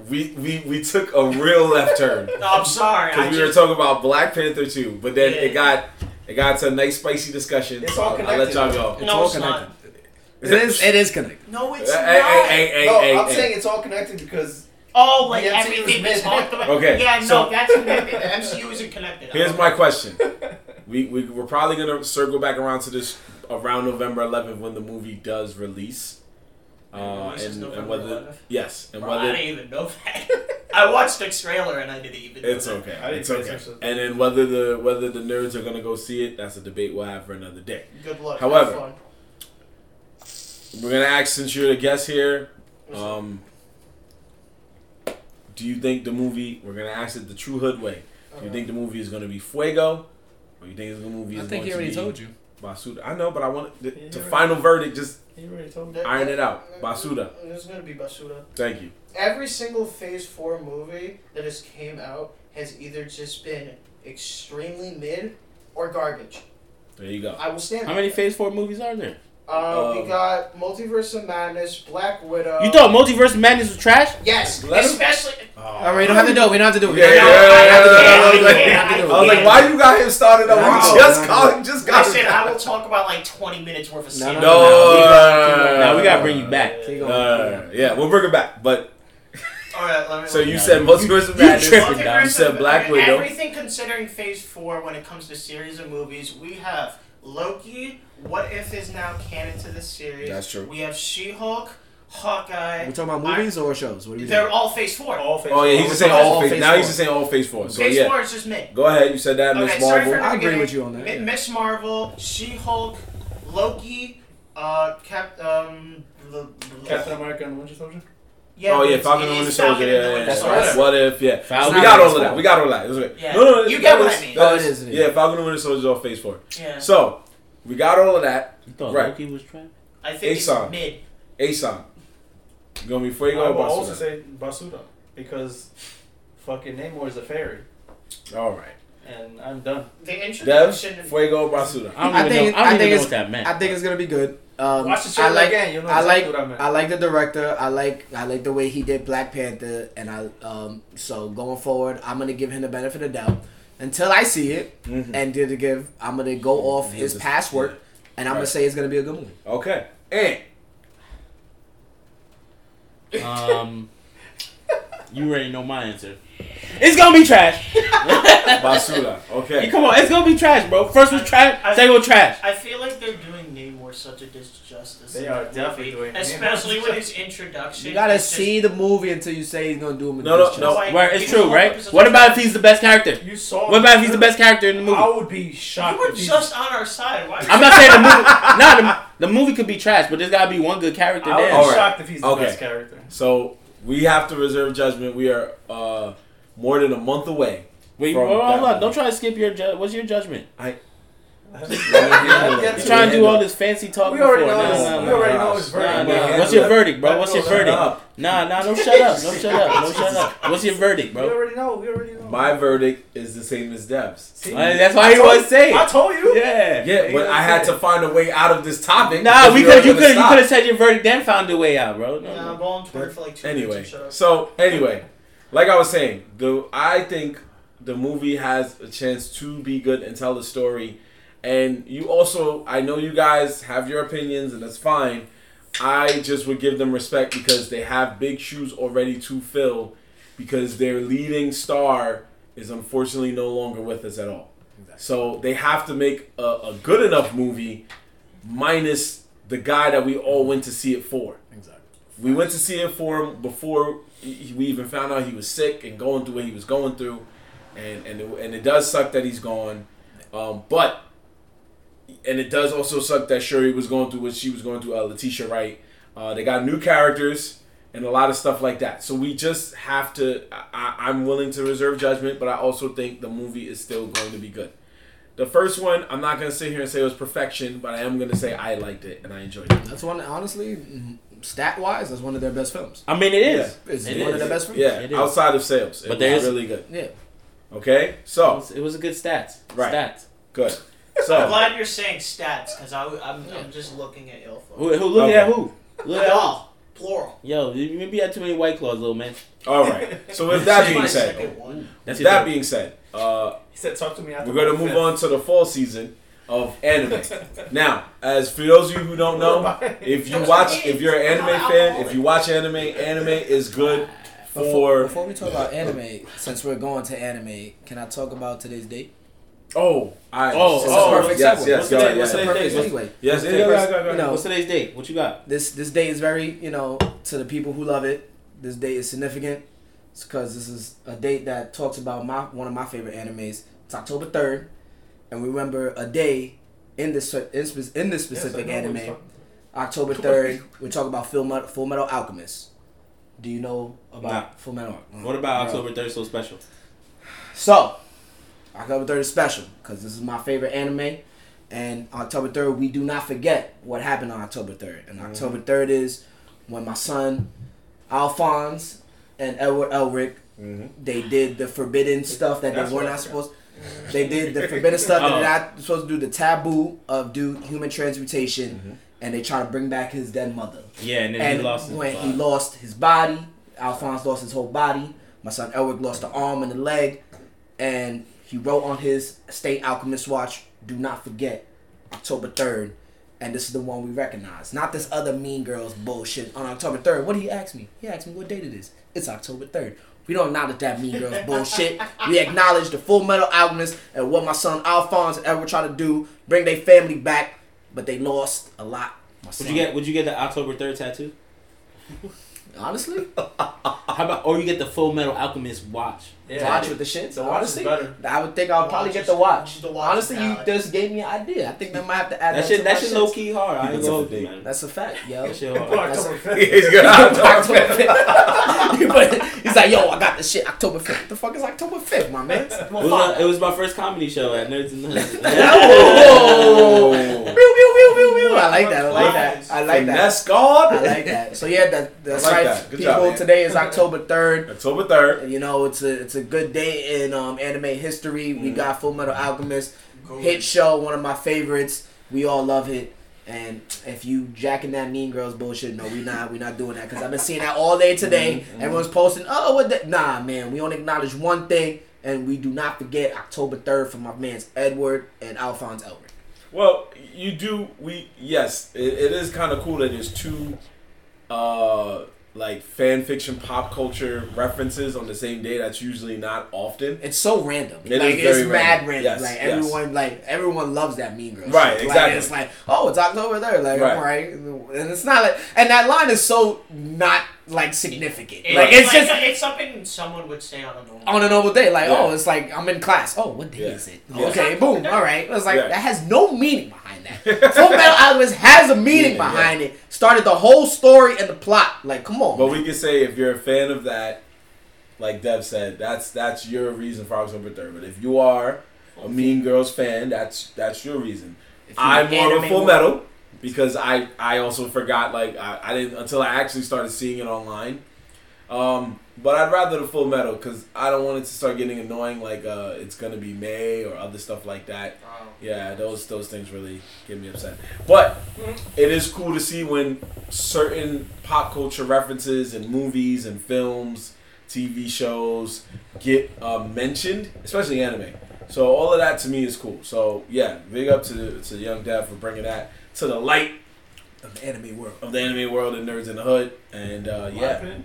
Speaker 1: we we we took a real left turn.
Speaker 2: No, I'm sorry. I
Speaker 1: Because we were
Speaker 2: just,
Speaker 1: talking about Black Panther 2, but then it
Speaker 2: Yeah.
Speaker 1: got it got to a nice spicy discussion.
Speaker 5: It's all
Speaker 1: I'll let
Speaker 5: connected.
Speaker 1: y'all go.
Speaker 2: no, it's not.
Speaker 3: It is. It is connected.
Speaker 2: No, it's
Speaker 1: Hey,
Speaker 2: not.
Speaker 1: hey, hey,
Speaker 5: No,
Speaker 1: hey,
Speaker 5: I'm
Speaker 1: hey,
Speaker 5: saying it's all connected because
Speaker 2: Oh, like
Speaker 5: The MCU is
Speaker 2: everything
Speaker 5: mid.
Speaker 2: is talked about.
Speaker 1: Okay,
Speaker 2: Yeah, no,
Speaker 1: so-
Speaker 2: that's connected. The MCU isn't connected.
Speaker 1: Here's my question. We, we we're probably gonna circle back around to this around November 11th when the movie does release. Uh,
Speaker 2: Releases
Speaker 1: and, and
Speaker 2: November
Speaker 1: whether
Speaker 2: 11th?
Speaker 1: yes, and
Speaker 2: Bro, I
Speaker 1: whether
Speaker 2: didn't even know that. *laughs* I watched the trailer and I didn't even. know
Speaker 1: it's
Speaker 2: that.
Speaker 1: okay,
Speaker 5: I didn't
Speaker 1: it's
Speaker 5: pay
Speaker 1: okay.
Speaker 5: attention.
Speaker 1: And then whether the whether the nerds are gonna go see it, that's a debate we'll have for another day.
Speaker 2: Good luck.
Speaker 1: However,
Speaker 2: Have fun.
Speaker 1: We're gonna ask since you're the guest here. Um, do you think the movie? We're gonna ask it the true hood way. Do you think the movie is gonna be Fuego, or you think the movie is
Speaker 3: I think he
Speaker 1: going
Speaker 3: already
Speaker 1: to be
Speaker 3: told you.
Speaker 1: Basuda? I know, but I want the,
Speaker 5: Yeah,
Speaker 1: the
Speaker 5: right.
Speaker 1: final verdict. Just
Speaker 5: you already told me.
Speaker 1: iron it out. Basuda.
Speaker 2: There's gonna be Basuda.
Speaker 1: Thank you.
Speaker 2: Every single Phase Four movie that has came out has either just been extremely mid or garbage.
Speaker 1: There you go.
Speaker 2: I will stand.
Speaker 4: How
Speaker 2: by
Speaker 4: many
Speaker 2: that.
Speaker 4: Phase Four movies are there?
Speaker 2: Uh,
Speaker 1: Um,
Speaker 2: we got Multiverse of Madness, Black
Speaker 1: Uh,
Speaker 2: Widow.
Speaker 4: You thought Multiverse of Madness was trash?
Speaker 2: Yes,
Speaker 1: Let him-
Speaker 2: especially.
Speaker 3: All right, we don't have to do it. We don't have to do it.
Speaker 1: Yeah, yeah,
Speaker 2: No,
Speaker 1: yeah,
Speaker 2: I
Speaker 1: yeah,
Speaker 2: can't,
Speaker 1: yeah,
Speaker 2: I
Speaker 1: yeah,
Speaker 2: can't,
Speaker 1: I
Speaker 2: I
Speaker 1: was like,
Speaker 2: can't.
Speaker 1: why you got him started up?
Speaker 3: No,
Speaker 1: we just
Speaker 3: no,
Speaker 1: got
Speaker 3: no.
Speaker 1: him. Just got
Speaker 2: Listen,
Speaker 1: him.
Speaker 2: I will talk about like 20 minutes worth
Speaker 3: No,
Speaker 2: of stuff.
Speaker 1: No,
Speaker 3: no, no,
Speaker 4: Now we gotta
Speaker 1: no,
Speaker 4: bring
Speaker 1: no,
Speaker 4: you back.
Speaker 3: Uh, Keep
Speaker 1: no,
Speaker 3: going.
Speaker 1: no, no, no. Yeah, we'll bring it back. But
Speaker 2: All right, let me.
Speaker 1: so
Speaker 2: let me-
Speaker 1: you said Multiverse of Madness.
Speaker 4: tripping, dog.
Speaker 1: You said Black
Speaker 2: okay,
Speaker 1: Widow.
Speaker 2: Everything considering Phase Four, when it comes to series of movies, we have Loki. What if is now canon to the series?
Speaker 1: That's true.
Speaker 2: We have She-Hulk, Hawkeye.
Speaker 3: We're talking about movies or shows. What are we
Speaker 2: They're
Speaker 3: doing?
Speaker 2: all Phase Four.
Speaker 5: All faces.
Speaker 1: Oh yeah, he's just saying
Speaker 3: All
Speaker 1: all phase.
Speaker 3: Phase
Speaker 1: Now
Speaker 3: Four.
Speaker 1: he's just saying all phase four. So
Speaker 2: phase
Speaker 1: yeah, Oh,
Speaker 2: Four is just mid.
Speaker 1: go ahead. You said that, Miss
Speaker 2: Okay, sorry for
Speaker 1: Marvel.
Speaker 3: I agree
Speaker 2: beginning.
Speaker 3: with you on that,
Speaker 2: Mi-
Speaker 3: yeah.
Speaker 2: Miss Marvel, She-Hulk, Loki, uh, Cap, um, the,
Speaker 5: Captain America and Winter Soldier.
Speaker 2: Yeah,
Speaker 1: oh
Speaker 2: but
Speaker 1: yeah,
Speaker 2: it's-
Speaker 1: Falcon
Speaker 2: it
Speaker 1: and
Speaker 2: is
Speaker 1: Winter Soldier.
Speaker 2: Falcon
Speaker 1: Yeah,
Speaker 2: and the
Speaker 1: yeah, yeah.
Speaker 2: Winter
Speaker 3: That's
Speaker 1: What
Speaker 2: Soldier.
Speaker 3: right.
Speaker 1: if- What if? Yeah,
Speaker 4: Falcon
Speaker 1: we
Speaker 4: and
Speaker 1: got
Speaker 4: Winter
Speaker 1: all of that.
Speaker 3: Soldier.
Speaker 1: We got all of that. It's okay.
Speaker 2: Yeah.
Speaker 1: No, no,
Speaker 2: You get
Speaker 1: that
Speaker 2: what I
Speaker 1: is-
Speaker 2: mean.
Speaker 1: that
Speaker 3: Oh,
Speaker 1: is-
Speaker 3: it is, it is.
Speaker 1: Yeah, Falcon and Winter Soldier is all phase four.
Speaker 2: Yeah.
Speaker 1: So we got all of that.
Speaker 4: You thought
Speaker 1: Right.
Speaker 4: Loki was trash?
Speaker 2: I think
Speaker 1: Aesop.
Speaker 2: it's mid.
Speaker 1: Asan, you gonna be
Speaker 5: I
Speaker 1: Fuego
Speaker 5: will
Speaker 1: or
Speaker 5: also
Speaker 1: Basuda?
Speaker 5: say Basuda because fucking Namor is a fairy,
Speaker 1: All right,
Speaker 5: and I'm done.
Speaker 2: The
Speaker 1: Dev,
Speaker 2: introduction.
Speaker 1: Fuego, Basuda.
Speaker 4: *laughs* I don't
Speaker 3: I
Speaker 4: even
Speaker 3: think-
Speaker 4: know. I don't
Speaker 3: I
Speaker 4: even
Speaker 3: think
Speaker 4: know
Speaker 3: it's-
Speaker 4: what that meant.
Speaker 3: I think it's gonna be good. Um,
Speaker 5: Watch the
Speaker 3: I
Speaker 5: show
Speaker 3: like.
Speaker 5: again. You'll know
Speaker 3: I
Speaker 5: exactly
Speaker 3: like.
Speaker 5: what I meant.
Speaker 3: I like the director. I like. I like the way he did Black Panther, and I. Um, so going forward, I'm gonna give him the benefit of the doubt until I see it,
Speaker 6: Mm-hmm.
Speaker 1: Mhm.
Speaker 3: and did to give. I'm gonna go off
Speaker 1: Yeah,
Speaker 3: his
Speaker 1: Mm. just-
Speaker 3: past work, and I'm gonna
Speaker 1: Right.
Speaker 3: say it's gonna be a good movie.
Speaker 1: Okay, and
Speaker 4: *laughs* Um, you already know my answer. It's gonna be trash.
Speaker 1: Basuda. Okay.
Speaker 4: Come on, it's gonna be trash, bro. First was trash,
Speaker 2: I- I-
Speaker 4: second was trash.
Speaker 2: I feel like they're doing Namor such a disjustice.
Speaker 5: They
Speaker 2: in
Speaker 5: are
Speaker 2: that
Speaker 5: definitely
Speaker 2: movie,
Speaker 5: doing Namor
Speaker 2: Especially with
Speaker 5: such-
Speaker 2: his introduction.
Speaker 3: You gotta
Speaker 2: It's just-
Speaker 3: see the movie until you say he's gonna do him. a
Speaker 1: No, no,
Speaker 3: disjustice.
Speaker 1: no.
Speaker 2: like,
Speaker 4: Where it's
Speaker 2: he
Speaker 4: true,
Speaker 2: was
Speaker 4: right?
Speaker 2: 100%
Speaker 4: What about if he's the best character?
Speaker 5: You saw.
Speaker 4: What about if he's the best character in the movie?
Speaker 5: I would be shocked.
Speaker 2: You were
Speaker 5: if he's-
Speaker 2: just on our side. Why?
Speaker 4: I'm not saying the *laughs* movie. Nah, the, the movie could be trash, but there's gotta be one good character
Speaker 5: I would be
Speaker 4: there.
Speaker 1: All right.
Speaker 5: shocked if he's the
Speaker 1: Okay.
Speaker 5: best *laughs* character.
Speaker 1: So we have to reserve judgment. We are uh, more than a month away. *laughs*
Speaker 4: Wait,
Speaker 1: From
Speaker 4: hold
Speaker 1: that
Speaker 4: on, hold on.
Speaker 1: one.
Speaker 4: Don't try to skip your. Ju- what's your judgment?
Speaker 5: You're
Speaker 4: You're
Speaker 1: That's
Speaker 4: trying to
Speaker 1: it.
Speaker 4: do all this fancy talk
Speaker 5: We
Speaker 4: before.
Speaker 5: already know
Speaker 4: Nah,
Speaker 5: his-
Speaker 4: nah,
Speaker 5: we
Speaker 4: nah.
Speaker 5: already know his
Speaker 4: Nah,
Speaker 5: verdict.
Speaker 4: nah.
Speaker 1: Yeah.
Speaker 4: What's your verdict, bro?
Speaker 5: That
Speaker 4: What's your
Speaker 5: goes
Speaker 4: verdict?
Speaker 1: up.
Speaker 4: Nah, nah, don't shut up. Don't shut up. Don't shut up. What's your verdict,
Speaker 5: We
Speaker 4: bro?
Speaker 5: already know. We already know.
Speaker 1: My verdict is the same as Dev's.
Speaker 5: See?
Speaker 4: Uh, that's why
Speaker 5: I
Speaker 4: he
Speaker 5: told-
Speaker 4: was saying.
Speaker 5: I told you.
Speaker 4: Yeah.
Speaker 1: Yeah, but I had to find a way out of this topic.
Speaker 4: Nah,
Speaker 1: because
Speaker 4: we
Speaker 1: were
Speaker 4: could you
Speaker 1: gonna
Speaker 4: could you
Speaker 1: stop.
Speaker 4: could have said your verdict then found your way out, bro.
Speaker 2: *laughs*
Speaker 4: No,
Speaker 2: Yeah,
Speaker 4: no.
Speaker 2: I'm all on Twitter for like two
Speaker 1: Anyway,
Speaker 2: minutes and shut up.
Speaker 1: so anyway, like I was saying, the I think the movie has a chance to be good and tell the story. And you also, I know you guys have your opinions, and that's fine. I just would give them respect because they have big shoes already to fill because their leading star is unfortunately no longer with us at all. So they have to make a, a good enough movie minus the guy that we all went to see it for.
Speaker 6: Exactly.
Speaker 1: We went to see it for him before he- we even found out he was sick and going through what he was going through, and and it, and it does suck that he's gone, um, but and it does also suck that Shuri was going through what she was going through. Uh, Letitia Wright. Uh, they got new characters and a lot of stuff like that. So we just have to. I, I, I'm willing to reserve judgment, but I also think the movie is still going to be good. The first one, I'm not gonna sit here and say it was perfection, but I am gonna say I liked it and I enjoyed it.
Speaker 6: That's one.
Speaker 3: mm,
Speaker 6: Honestly, stat wise, that's one of their best films.
Speaker 4: I mean, it is.
Speaker 6: It's
Speaker 4: It
Speaker 6: one of
Speaker 4: is.
Speaker 6: their best films.
Speaker 1: Yeah,
Speaker 4: It is.
Speaker 1: outside of sales, it
Speaker 4: But
Speaker 1: but
Speaker 4: there
Speaker 1: was
Speaker 4: is-
Speaker 1: really good.
Speaker 6: Yeah.
Speaker 1: Okay,
Speaker 4: It
Speaker 1: so
Speaker 4: was, it was a good stats.
Speaker 1: Right.
Speaker 4: Stats.
Speaker 1: good.
Speaker 4: *laughs*
Speaker 2: I'm
Speaker 1: So
Speaker 2: glad you're saying stats because I, am I'm just looking at Ilfo.
Speaker 4: Who, who look
Speaker 1: Okay.
Speaker 4: at who? Look at all.
Speaker 2: Y'all, plural.
Speaker 4: Yo, you maybe had too many white claws, little man.
Speaker 1: all right. So with that being
Speaker 2: My
Speaker 1: said,
Speaker 2: second one.
Speaker 1: with
Speaker 4: That's
Speaker 1: that
Speaker 4: that
Speaker 1: being said, uh,
Speaker 5: He said, "Talk to me after."
Speaker 1: we're gonna
Speaker 5: the
Speaker 1: move
Speaker 5: fifth."
Speaker 1: on to the fall season of
Speaker 4: *laughs*
Speaker 1: anime. Now, as for those of you who don't
Speaker 5: *laughs*
Speaker 1: know, if you watch, if you're an anime fan, if you watch anime, anime is good
Speaker 6: Before,
Speaker 1: for.
Speaker 6: before we talk about anime, since we're going to anime, can I talk about today's date?
Speaker 1: Oh, I.
Speaker 4: Oh,
Speaker 6: Since
Speaker 4: oh,
Speaker 6: it's perfect
Speaker 1: yes,
Speaker 6: segue.
Speaker 1: yes,
Speaker 4: What's
Speaker 1: go
Speaker 4: the
Speaker 1: ahead,
Speaker 4: name?
Speaker 1: yes,
Speaker 4: What's the
Speaker 1: yes,
Speaker 4: name?
Speaker 6: Perfect
Speaker 4: What's-
Speaker 6: segue.
Speaker 1: yes,
Speaker 4: What's
Speaker 1: yes,
Speaker 4: the-
Speaker 1: yes, yes.
Speaker 6: You know,
Speaker 4: What's today's date? What you got?
Speaker 6: this this day is very you know to the people who love it. This day is significant because this is a date that talks about my one of my favorite animes. It's October third, and we remember a day in this cer- in, spe- in this
Speaker 5: Yes, I
Speaker 6: specific
Speaker 5: know what he's
Speaker 6: anime.
Speaker 5: talking about.
Speaker 6: October third, we talk about Full Metal, Full Metal Alchemist. Do you know about
Speaker 4: Nah.
Speaker 6: Full Metal?
Speaker 4: What about
Speaker 6: Bro.
Speaker 4: October 3rd so special?
Speaker 6: So, October 3rd is special because this is my favorite anime. And October 3rd, we do not forget what happened on October 3rd.
Speaker 5: Mm-hmm.
Speaker 6: And October 3rd is when my son, Alphonse, and Edward Elric,
Speaker 1: Mhm.
Speaker 6: they did the forbidden stuff that
Speaker 5: Mm-hmm. That's
Speaker 6: they were
Speaker 5: what I
Speaker 6: not
Speaker 5: got.
Speaker 6: supposed They did the forbidden stuff that
Speaker 4: Oh.
Speaker 6: they're not supposed to do, the taboo of do human transmutation,
Speaker 5: Mm-hmm.
Speaker 6: and they try to bring back his dead mother
Speaker 4: Yeah, and then
Speaker 6: and
Speaker 4: he lost his
Speaker 6: when he
Speaker 4: body.
Speaker 6: lost his body, Alphonse lost his whole body. My son Elric lost the arm and the leg, and he wrote on his state alchemist watch, "Do not forget October third, and this is the one we recognize, not this other Mean Girls bullshit on October third. What did he ask me? He asked me what date it is. It's October third. We don't acknowledge that
Speaker 4: *laughs*
Speaker 6: Mean Girls bullshit. We acknowledge the Full Metal Alchemist and what my son Alphonse and Edward tried to do, bring their family back, but they lost a lot. My
Speaker 4: Would
Speaker 6: son-
Speaker 4: you get would you get the October 3rd tattoo?
Speaker 6: honestly?
Speaker 4: How about or you get the full metal alchemist watch?
Speaker 5: Yeah,
Speaker 6: watch *laughs* with the shit.
Speaker 5: The
Speaker 6: So
Speaker 5: watch is
Speaker 6: honestly,
Speaker 5: better.
Speaker 6: I would think I'll
Speaker 2: The
Speaker 6: probably
Speaker 2: watch
Speaker 6: get
Speaker 2: is-
Speaker 6: the watch.
Speaker 2: the watch
Speaker 6: honestly,
Speaker 2: is
Speaker 6: you
Speaker 2: valid.
Speaker 6: just gave me an idea. I think that might have to add
Speaker 4: That
Speaker 6: that,
Speaker 4: shit
Speaker 6: to
Speaker 4: that
Speaker 6: my
Speaker 4: shit
Speaker 6: shits.
Speaker 4: low key hard. I ain't
Speaker 1: That's a
Speaker 4: gonna hold
Speaker 1: thing.
Speaker 4: you, man.
Speaker 6: That's a fact, yo.
Speaker 4: That shit hard.
Speaker 5: October
Speaker 6: That's-
Speaker 5: fifth.
Speaker 1: *laughs* He's good.
Speaker 6: *laughs* October *laughs* 5th. But he's like, yo, I got this shit October 5th. The fuck is October 5th, my man?
Speaker 4: It was, my, it was my first comedy show at Nerds and Nuts.
Speaker 6: Oh!
Speaker 1: Oh.
Speaker 6: Pew, pew, pew, pew, pew. I like that. I like that. I like that.
Speaker 1: Finesse guard.
Speaker 6: I like that. So yeah, that, that's
Speaker 1: I like
Speaker 6: right.
Speaker 1: that. Good
Speaker 6: People,
Speaker 1: job, man.
Speaker 6: today is October 3rd.
Speaker 1: October third.
Speaker 6: You know, it's a it's a good day in um, anime history. We got Full Metal Alchemist, hit show, one of my favorites. We all love it. And if you jacking that Mean Girls bullshit, no, we not we not doing that because I've been seeing that all day today. Everyone's posting, oh, what? The-? Nah, man, we only acknowledge one thing, and we do not forget October third for my man's Edward and Alphonse Elric.
Speaker 1: Well, you do. We yes, it, it is kind of cool that there's two, uh, like fan fiction pop culture references on the same day. That's usually not often.
Speaker 6: It's so random.
Speaker 1: It
Speaker 6: like
Speaker 1: is
Speaker 6: it's
Speaker 1: very
Speaker 6: mad
Speaker 1: random.
Speaker 6: random.
Speaker 1: Yes,
Speaker 6: like
Speaker 1: yes.
Speaker 6: everyone like everyone loves that mean girl.
Speaker 1: Right,
Speaker 6: shit. Like,
Speaker 1: exactly.
Speaker 6: it's like, oh, it's October there, like
Speaker 1: Right.
Speaker 6: right. And it's not like and that line is so not like significant.
Speaker 2: It-
Speaker 6: like it's just
Speaker 2: it's something someone would say on a normal.
Speaker 6: on a normal day, like,
Speaker 1: Yeah.
Speaker 6: oh, it's like I'm in class. Oh, what day
Speaker 1: Yeah.
Speaker 6: is it?
Speaker 1: Yeah.
Speaker 6: Okay, boom, all right. It was like
Speaker 1: Yeah.
Speaker 6: that has no meaning
Speaker 1: *laughs*
Speaker 6: behind that. Full Metal Alchemist has a meaning
Speaker 1: Meaning, yeah.
Speaker 6: behind it. Started the whole story and the plot. Like, come on.
Speaker 1: But we can say if you're a fan of that, like Dev said, that's that's your reason for October third. But if you are a Mean Girls fan, that's that's your reason. I'm more of a
Speaker 6: anime
Speaker 1: Full
Speaker 6: one.
Speaker 1: Metal because I I also forgot like I, I didn't until I actually started seeing it online. Um, but I'd rather the Full Metal because I don't want it to start getting annoying like uh, it's gonna be May or other stuff like that.
Speaker 2: Oh.
Speaker 1: Yeah, those those things really get me upset. But it is cool to see when certain pop culture references and movies and films, TV shows get uh, mentioned, especially anime. So all of that to me is cool. So yeah, big up to to Young Dad for bringing that to the light of the anime world. Of the anime world and Nerds in the Hood. And uh, yeah.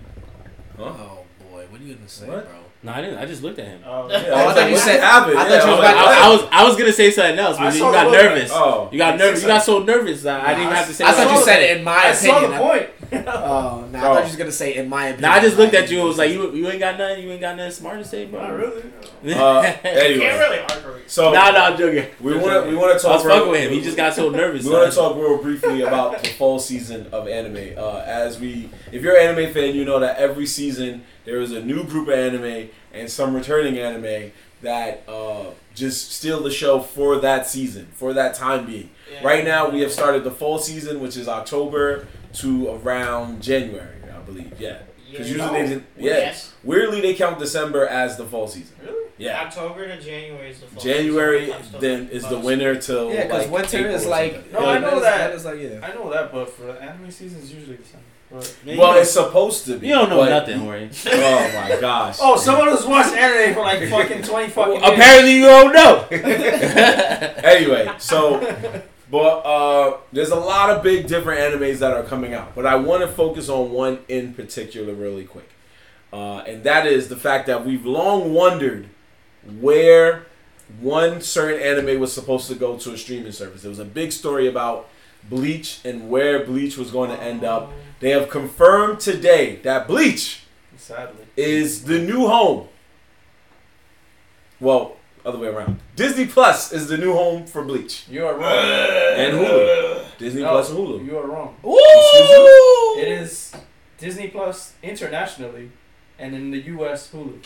Speaker 1: Huh?
Speaker 6: Oh boy, what are you gonna say,
Speaker 1: What?
Speaker 6: bro?
Speaker 4: No, I didn't. I just looked at him.
Speaker 5: Oh,
Speaker 1: Yeah,
Speaker 6: I
Speaker 1: was
Speaker 6: thought
Speaker 1: like,
Speaker 6: you
Speaker 1: what
Speaker 6: said-
Speaker 1: happened?
Speaker 6: I thought
Speaker 1: Yeah, I
Speaker 6: you was
Speaker 1: was
Speaker 4: I,
Speaker 1: like,
Speaker 6: about
Speaker 4: I was I was gonna say something else,
Speaker 5: I
Speaker 4: but you
Speaker 5: saw
Speaker 4: got
Speaker 5: the logo.
Speaker 4: nervous.
Speaker 1: oh.
Speaker 4: You got nervous. You got so nervous. I, I didn't have to say.
Speaker 6: I thought
Speaker 4: what
Speaker 6: you
Speaker 4: was
Speaker 6: said
Speaker 4: saying.
Speaker 6: it in my
Speaker 5: I saw
Speaker 6: opinion.
Speaker 5: the point.
Speaker 6: Oh, nah, I
Speaker 1: Bro.
Speaker 6: thought you was gonna say in my opinion.
Speaker 4: Nah, I just looked at you and was like, you, you ain't got nothing. You ain't got nothing smart to say, bro.
Speaker 5: *laughs* Not
Speaker 4: *laughs*
Speaker 5: really.
Speaker 1: Uh,
Speaker 2: You can't
Speaker 1: anyway,
Speaker 2: really argue.
Speaker 1: so
Speaker 4: Nah, nah, I'm joking.
Speaker 1: we want to we want to
Speaker 4: I
Speaker 1: talk.
Speaker 4: was fucking
Speaker 1: real-
Speaker 4: with him. He just got so nervous.
Speaker 1: We want to
Speaker 4: son.
Speaker 1: talk real briefly about the fall season of anime. Uh, as we, if you're an anime fan, you know that every season there is a new group of anime and some returning anime that uh, just steal the show for that season, for that time being.
Speaker 2: Yeah.
Speaker 1: Right now, we have started the fall season, which is October to around January, I believe. Yeah,
Speaker 2: Yeah. Oh,
Speaker 1: because usually they, did- yeah,
Speaker 2: Yes.
Speaker 1: weirdly they count December as the fall season.
Speaker 5: Really?
Speaker 1: Yeah,
Speaker 2: October to January is the fall
Speaker 1: January
Speaker 2: season. I'm still-
Speaker 1: then is the
Speaker 2: I'm
Speaker 1: winter till
Speaker 3: Yeah, because
Speaker 1: like,
Speaker 3: winter
Speaker 1: April
Speaker 3: is
Speaker 1: or
Speaker 3: like.
Speaker 1: something.
Speaker 5: No, I
Speaker 3: yeah,
Speaker 5: know
Speaker 3: is-
Speaker 5: that.
Speaker 3: is like yeah.
Speaker 5: I know that, but for the anime season, it's usually the same. But
Speaker 4: Man,
Speaker 1: Well,
Speaker 4: you,
Speaker 1: it's supposed to be.
Speaker 4: you don't know
Speaker 1: but-
Speaker 4: nothing, Jorge.
Speaker 1: *laughs* Oh my gosh.
Speaker 5: oh, someone who's watched anime for *laughs* like fucking twenty fucking. years.
Speaker 4: Apparently, you don't know.
Speaker 1: Anyway,
Speaker 4: *laughs*
Speaker 1: so but uh there's a lot of big different animes that are coming out, but I want to focus on one in particular really quick. Uh and that is the fact that we've long wondered where one certain anime was supposed to go to a streaming service. There was a big story about Bleach and where Bleach was going to end up. They have confirmed today that Bleach
Speaker 5: Sadly.
Speaker 1: is the new home. Well, other way around. Disney Plus is the new home for Bleach
Speaker 5: You are wrong.
Speaker 1: and Hulu. Disney
Speaker 5: No.
Speaker 1: Plus and Hulu.
Speaker 5: *laughs* You are wrong.
Speaker 1: Excuse
Speaker 5: It is Disney Plus internationally, and in the U.S. Hulu.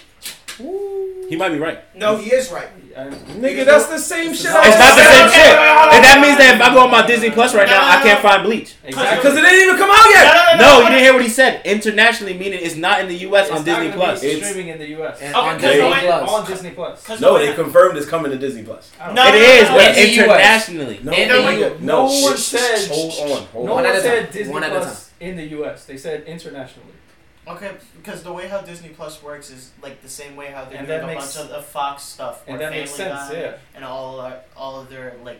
Speaker 4: He might be right.
Speaker 2: No, he is right.
Speaker 5: I-
Speaker 1: Nigga, that's the same shit. I
Speaker 4: It's
Speaker 1: was
Speaker 4: not the
Speaker 1: saying.
Speaker 4: same shit. And that means that if I go on my Disney Plus right now, I can't find Bleach.
Speaker 5: exactly.
Speaker 1: Because it didn't even come out
Speaker 2: No,
Speaker 1: yet.
Speaker 4: No, you didn't hear what he said. Internationally, meaning it's not in the U.S.
Speaker 5: It's
Speaker 4: on
Speaker 5: not
Speaker 4: Disney
Speaker 5: gonna
Speaker 4: Plus.
Speaker 5: Be
Speaker 1: It's-
Speaker 5: streaming in the U.S.
Speaker 6: And
Speaker 2: Oh,
Speaker 6: on
Speaker 2: because
Speaker 6: Disney
Speaker 2: I-
Speaker 6: Plus.
Speaker 5: on Disney Plus.
Speaker 2: Because
Speaker 1: No, they confirmed it's coming to Disney Plus.
Speaker 5: I don't
Speaker 2: No,
Speaker 4: It
Speaker 5: know.
Speaker 4: is,
Speaker 2: no, no,
Speaker 4: but
Speaker 2: no.
Speaker 4: internationally.
Speaker 1: No,
Speaker 6: And
Speaker 1: nigga,
Speaker 6: you-
Speaker 1: no,
Speaker 5: no one
Speaker 1: shh,
Speaker 5: said-
Speaker 1: shh, Hold on, hold
Speaker 5: No
Speaker 1: on.
Speaker 5: one
Speaker 6: at a
Speaker 5: said
Speaker 6: time.
Speaker 5: Disney
Speaker 6: One at a
Speaker 5: Plus in the U.S. They said internationally.
Speaker 2: Okay, because the way how Disney Plus works is like the same way how they're
Speaker 5: And
Speaker 2: doing
Speaker 5: that
Speaker 2: a
Speaker 5: makes-
Speaker 2: bunch of the Fox stuff, where
Speaker 5: And that
Speaker 2: Family
Speaker 5: makes sense,
Speaker 2: Guy
Speaker 5: yeah.
Speaker 2: and all our, all of their like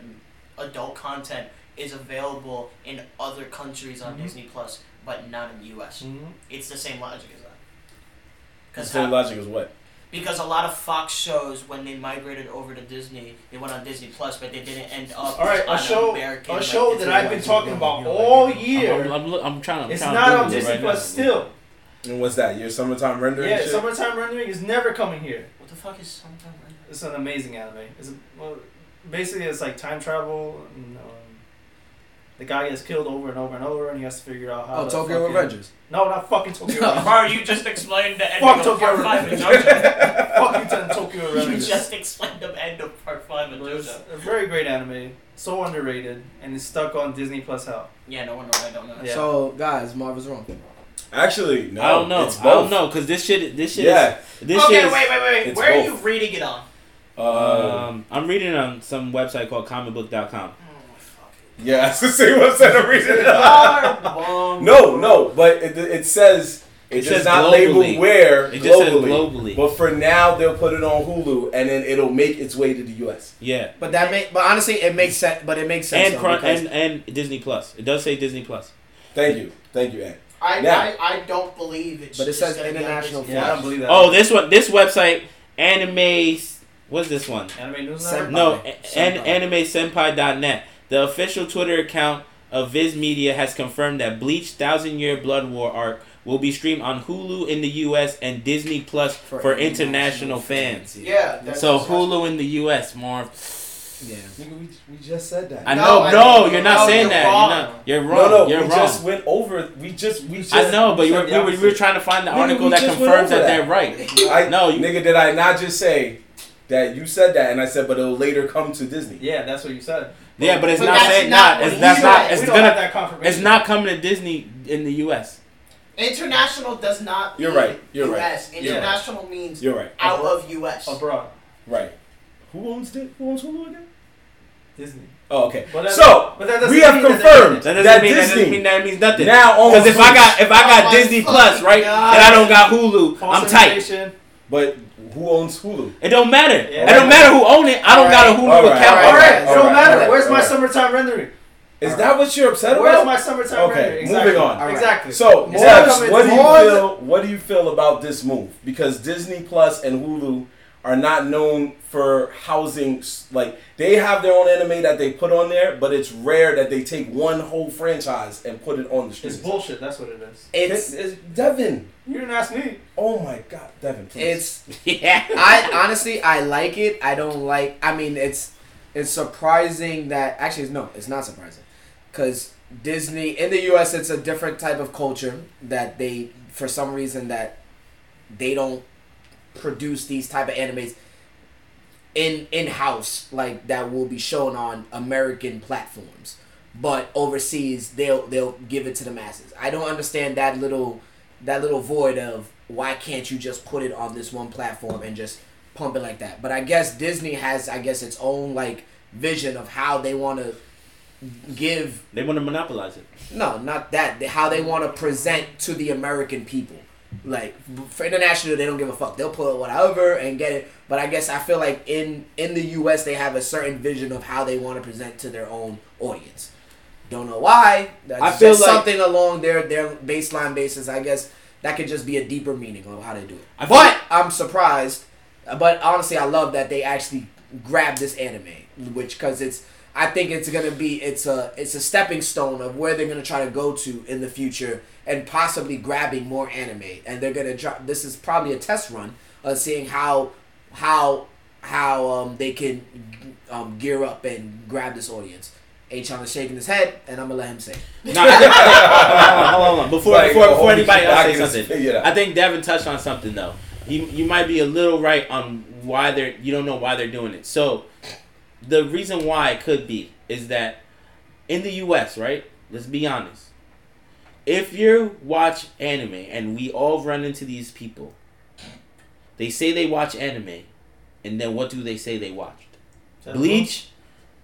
Speaker 2: adult content is available in other countries on
Speaker 5: Mhm.
Speaker 2: Disney Plus, but not in the U.S. It's the same logic as that.
Speaker 1: The
Speaker 2: Because
Speaker 1: same logic is what?
Speaker 2: because a lot of Fox shows when they migrated over to Disney, they went on Disney Plus, but they didn't end up.
Speaker 5: All right, a
Speaker 2: on
Speaker 5: show,
Speaker 2: American,
Speaker 5: a
Speaker 2: like,
Speaker 5: show that
Speaker 2: Disney
Speaker 5: I've
Speaker 2: Plus.
Speaker 5: been talking about
Speaker 6: know, like,
Speaker 5: all
Speaker 6: you know,
Speaker 5: year.
Speaker 4: I'm, I'm, I'm trying to.
Speaker 5: it's
Speaker 4: trying
Speaker 5: not
Speaker 4: to
Speaker 5: on
Speaker 4: Google it
Speaker 5: Disney
Speaker 4: right
Speaker 5: Plus
Speaker 4: now.
Speaker 5: still.
Speaker 1: And what's that? Your summertime rendering?
Speaker 5: Yeah,
Speaker 1: shit?
Speaker 5: Summertime Rendering is never coming here.
Speaker 2: What the fuck is sometime?
Speaker 5: It's an amazing anime. It's a, well, basically it's like time travel. And, um, the guy gets killed over and over and over, and he has to figure out how.
Speaker 3: Oh,
Speaker 5: to
Speaker 3: Tokyo
Speaker 5: fucking-
Speaker 3: Revengers.
Speaker 5: No, not fucking
Speaker 2: *laughs*
Speaker 5: Tokyo
Speaker 3: No.
Speaker 5: Revengers.
Speaker 2: Bro, you just explained the end
Speaker 5: Fuck
Speaker 2: of
Speaker 5: Tokyo
Speaker 2: part five of
Speaker 5: Revenge.
Speaker 2: JoJo.
Speaker 5: Fuck you, ten Tokyo *laughs*
Speaker 2: You
Speaker 5: Revengers.
Speaker 2: just explained the end of part five of
Speaker 5: It was
Speaker 2: JoJo.
Speaker 5: a very great anime, so underrated, and it's stuck on Disney Plus Hell.
Speaker 2: Yeah, no wonder I don't know.
Speaker 5: Yeah.
Speaker 3: So guys, Marv is wrong.
Speaker 1: Actually, no.
Speaker 4: I don't know.
Speaker 1: It's both.
Speaker 4: I don't know because this shit. This shit.
Speaker 1: Yeah.
Speaker 4: Is, this
Speaker 2: okay,
Speaker 4: shit. Is,
Speaker 2: wait, wait, wait.
Speaker 1: it's
Speaker 2: Where
Speaker 1: both.
Speaker 2: are you reading it on?
Speaker 5: Oh,
Speaker 1: Uh,
Speaker 4: Um, I'm reading on some website called comicbook.com.
Speaker 2: Oh, fuck.
Speaker 1: yeah, *laughs* it's the same website I'm reading.
Speaker 5: *laughs*
Speaker 2: Garbage.
Speaker 1: No, no, but it, it says it,
Speaker 4: It
Speaker 1: does
Speaker 4: says
Speaker 1: not
Speaker 4: globally.
Speaker 1: label where
Speaker 4: It just says
Speaker 1: globally.
Speaker 4: globally.
Speaker 1: But for now, they'll put it on Hulu, and then it'll make its way to the U.S.
Speaker 4: Yeah,
Speaker 6: But that make, but honestly, it makes sense. But it makes sense.
Speaker 4: and
Speaker 6: though,
Speaker 4: Cron-
Speaker 6: because-
Speaker 4: and and Disney Plus. It does say Disney Plus.
Speaker 1: Thank you, thank you, Ed.
Speaker 2: I,
Speaker 1: Now.
Speaker 2: I, I don't believe it's.
Speaker 6: But it
Speaker 2: just
Speaker 6: says
Speaker 2: gonna be on
Speaker 6: international
Speaker 2: Disney
Speaker 5: Yeah, I don't believe that.
Speaker 4: Oh, this one. This website, anime. What's this one?
Speaker 5: anime news
Speaker 6: Sen-
Speaker 5: network.
Speaker 4: No, eh,
Speaker 6: Senpai.
Speaker 4: and animesenpai.net. The official Twitter account of Viz Media has confirmed that Bleach Thousand Year Blood War arc will be streamed on Hulu in the US and Disney Plus for, international fans.
Speaker 2: Yeah. that's
Speaker 4: So
Speaker 2: disgusting.
Speaker 4: Hulu in the US, more.
Speaker 6: Yeah.
Speaker 1: Nigga, we, we just said that.
Speaker 4: I
Speaker 2: No,
Speaker 4: know,
Speaker 2: I
Speaker 4: no,
Speaker 2: think-
Speaker 4: you're not
Speaker 2: no,
Speaker 4: saying
Speaker 2: you're
Speaker 4: that.
Speaker 2: wrong.
Speaker 4: You're not. You're
Speaker 1: no,
Speaker 4: wrong.
Speaker 1: no,
Speaker 4: you're
Speaker 1: we
Speaker 4: wrong.
Speaker 1: just went over. We just, we just.
Speaker 4: I know, but
Speaker 5: you
Speaker 4: you were,
Speaker 5: said
Speaker 4: we
Speaker 5: the
Speaker 4: were, we were
Speaker 5: opposite.
Speaker 4: trying to find the
Speaker 1: Nigga, we
Speaker 4: article that
Speaker 1: just went
Speaker 4: confirms
Speaker 1: over
Speaker 4: that
Speaker 1: that.
Speaker 4: they're right.
Speaker 1: I,
Speaker 4: No, you-
Speaker 1: nigga, did I not just say that you said that, and I said, but it'll later come to Disney.
Speaker 5: Yeah, that's what you said.
Speaker 4: Yeah, but it's
Speaker 2: But
Speaker 4: not
Speaker 2: that's
Speaker 4: saying
Speaker 2: not
Speaker 4: not.
Speaker 2: what
Speaker 4: It's
Speaker 2: he
Speaker 4: that's
Speaker 2: said.
Speaker 4: not.
Speaker 5: we
Speaker 4: It's
Speaker 5: don't have
Speaker 4: gonna.
Speaker 5: that confirmation.
Speaker 4: It's not coming to Disney in the U.S.
Speaker 2: International does not.
Speaker 1: You're
Speaker 2: mean
Speaker 1: right, you're right,
Speaker 2: US.
Speaker 5: you're right.
Speaker 2: International means
Speaker 1: You're right.
Speaker 2: out of US.
Speaker 5: abroad.
Speaker 1: Right. Who owns Di- Who owns Hulu again?
Speaker 5: Disney.
Speaker 1: Oh, okay.
Speaker 5: But that
Speaker 1: So,
Speaker 5: but that doesn't
Speaker 1: we have
Speaker 5: mean that-
Speaker 1: confirmed
Speaker 4: That doesn't
Speaker 1: that
Speaker 4: mean that doesn't mean
Speaker 1: Disney
Speaker 4: that means nothing.
Speaker 1: now owns.
Speaker 4: Because if I
Speaker 1: Hulu.
Speaker 4: got if I
Speaker 2: Oh
Speaker 4: got
Speaker 2: my
Speaker 4: Disney Plus,
Speaker 2: fucking
Speaker 4: right,
Speaker 6: Oh
Speaker 2: God.
Speaker 4: and I don't got Hulu,
Speaker 5: False
Speaker 4: I'm tight.
Speaker 5: information.
Speaker 1: But who owns Hulu?
Speaker 4: It don't matter.
Speaker 5: Yeah.
Speaker 4: It don't matter who own it. I don't got a Hulu
Speaker 1: Alright,
Speaker 4: account.
Speaker 1: alright,
Speaker 5: All right, it
Speaker 1: All
Speaker 5: don't
Speaker 1: right,
Speaker 5: matter.
Speaker 1: all
Speaker 5: Where's my
Speaker 1: right.
Speaker 5: summertime rendering?
Speaker 1: Is that what you're upset
Speaker 5: Where's
Speaker 1: about?
Speaker 5: my summertime
Speaker 1: Okay,
Speaker 5: record? Exactly.
Speaker 1: moving on.
Speaker 6: All right.
Speaker 5: Exactly.
Speaker 1: so,
Speaker 5: Is that
Speaker 1: Morris,
Speaker 5: coming
Speaker 1: what do you
Speaker 5: tomorrow?
Speaker 1: feel? What do you feel about this move? Because Disney Plus and Hulu are not known for housing. s- Like they have their own anime that they put on there, but it's rare that they take one whole franchise and put it on the
Speaker 5: It's
Speaker 1: streets.
Speaker 5: bullshit. That's what it is.
Speaker 1: It's, it's Devin.
Speaker 5: You didn't ask me.
Speaker 1: Oh my God, Devin. Please. *laughs*
Speaker 6: It's
Speaker 4: *laughs* Yeah.
Speaker 6: I honestly I like it. I don't like. I mean, it's it's surprising that actually it's- no, it's not surprising, because Disney in the U.S. it's a different type of culture that they for some reason that they don't produce these type of animes in in house like that will be shown on American platforms, but overseas they'll they'll give it to the masses. I don't understand that little that little void of why can't you just put it on this one platform and just pump it like that. But I guess Disney has I guess its own like vision of how they want to give
Speaker 4: They want to monopolize it.
Speaker 6: no, not that. How they want to present to the American people. Like for international, they don't give a fuck. They'll put whatever and get it. But I guess I feel like in in the U.S. they have a certain vision of how they want to present to their own audience. Don't know why. That's
Speaker 4: I feel
Speaker 6: just
Speaker 4: like-
Speaker 6: something along their their baseline basis. I guess that could just be a deeper meaning of how they do it.
Speaker 4: I feel-
Speaker 6: but I'm surprised. But honestly, I love that they actually grabbed this anime, which because it's I think it's gonna be it's a it's a stepping stone of where they're gonna try to go to in the future and possibly grabbing more anime and they're gonna drop this is probably a test run of seeing how how how um, they can um, gear up and grab this audience. Achan is shaking his head and I'm gonna let him say.
Speaker 4: No,
Speaker 6: it.
Speaker 4: I think, *laughs* hold on, hold on, hold on. Before,
Speaker 1: Like,
Speaker 4: before,
Speaker 1: oh,
Speaker 4: before anybody
Speaker 1: I
Speaker 4: else
Speaker 1: can
Speaker 4: says something,
Speaker 1: figure it out.
Speaker 4: I think Devin touched on something though. You you might be a little right on why they're you don't know why they're doing it. So the reason why it could be is that in the U.S. right? Let's be honest. If you watch anime, and we all run into these people, they say they watch anime, and then what do they say they watched? Bleach,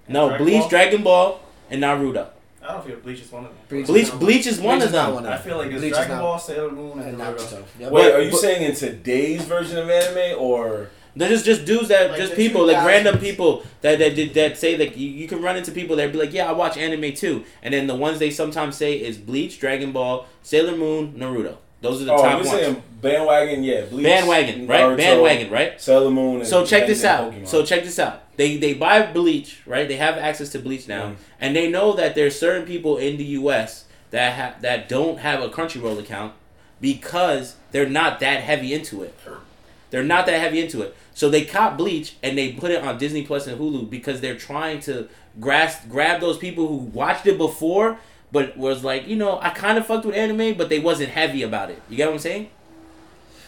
Speaker 4: no
Speaker 5: Dragon
Speaker 4: Bleach,
Speaker 5: Ball?
Speaker 4: Dragon Ball, and Naruto.
Speaker 5: I don't feel Bleach is one of them.
Speaker 6: Bleach
Speaker 4: Bleach, Bleach is one
Speaker 6: Bleach
Speaker 4: of
Speaker 6: is not
Speaker 4: them.
Speaker 6: one
Speaker 5: I feel like it's
Speaker 6: Bleach is
Speaker 5: Dragon
Speaker 6: not-
Speaker 5: Ball, Sailor Moon, and
Speaker 6: And
Speaker 5: Naruto.
Speaker 6: Naruto. Yep.
Speaker 1: Wait, are you
Speaker 4: but-
Speaker 1: saying in today's version of anime or
Speaker 4: They're just just dudes that
Speaker 2: Like
Speaker 4: just
Speaker 2: the
Speaker 4: people like
Speaker 2: 2000s.
Speaker 4: random people that that did that say that you, you can run into people that be like yeah I watch anime too and then the ones they sometimes say is Bleach, Dragon Ball, Sailor Moon, Naruto. Those are the
Speaker 1: oh,
Speaker 4: top
Speaker 1: you're
Speaker 4: ones.
Speaker 1: saying bandwagon? Yeah, Bleach,
Speaker 4: bandwagon, right?
Speaker 1: Naruto,
Speaker 4: Bandwagon, right?
Speaker 1: Sailor Moon. And
Speaker 4: So check
Speaker 1: and-
Speaker 4: this
Speaker 1: and
Speaker 4: out.
Speaker 1: Pokemon.
Speaker 4: So check this out. They they buy Bleach, right? They have access to Bleach now,
Speaker 1: Mhm.
Speaker 4: and they know that there's certain people in the U.S. that have that don't have a Crunchyroll account because they're not that heavy into it. They're not that heavy into it. So they cop Bleach and they put it on Disney Plus and Hulu because they're trying to grasp grab those people who watched it before but was like, you know, I kind of fucked with anime, but they wasn't heavy about it. You get what I'm saying?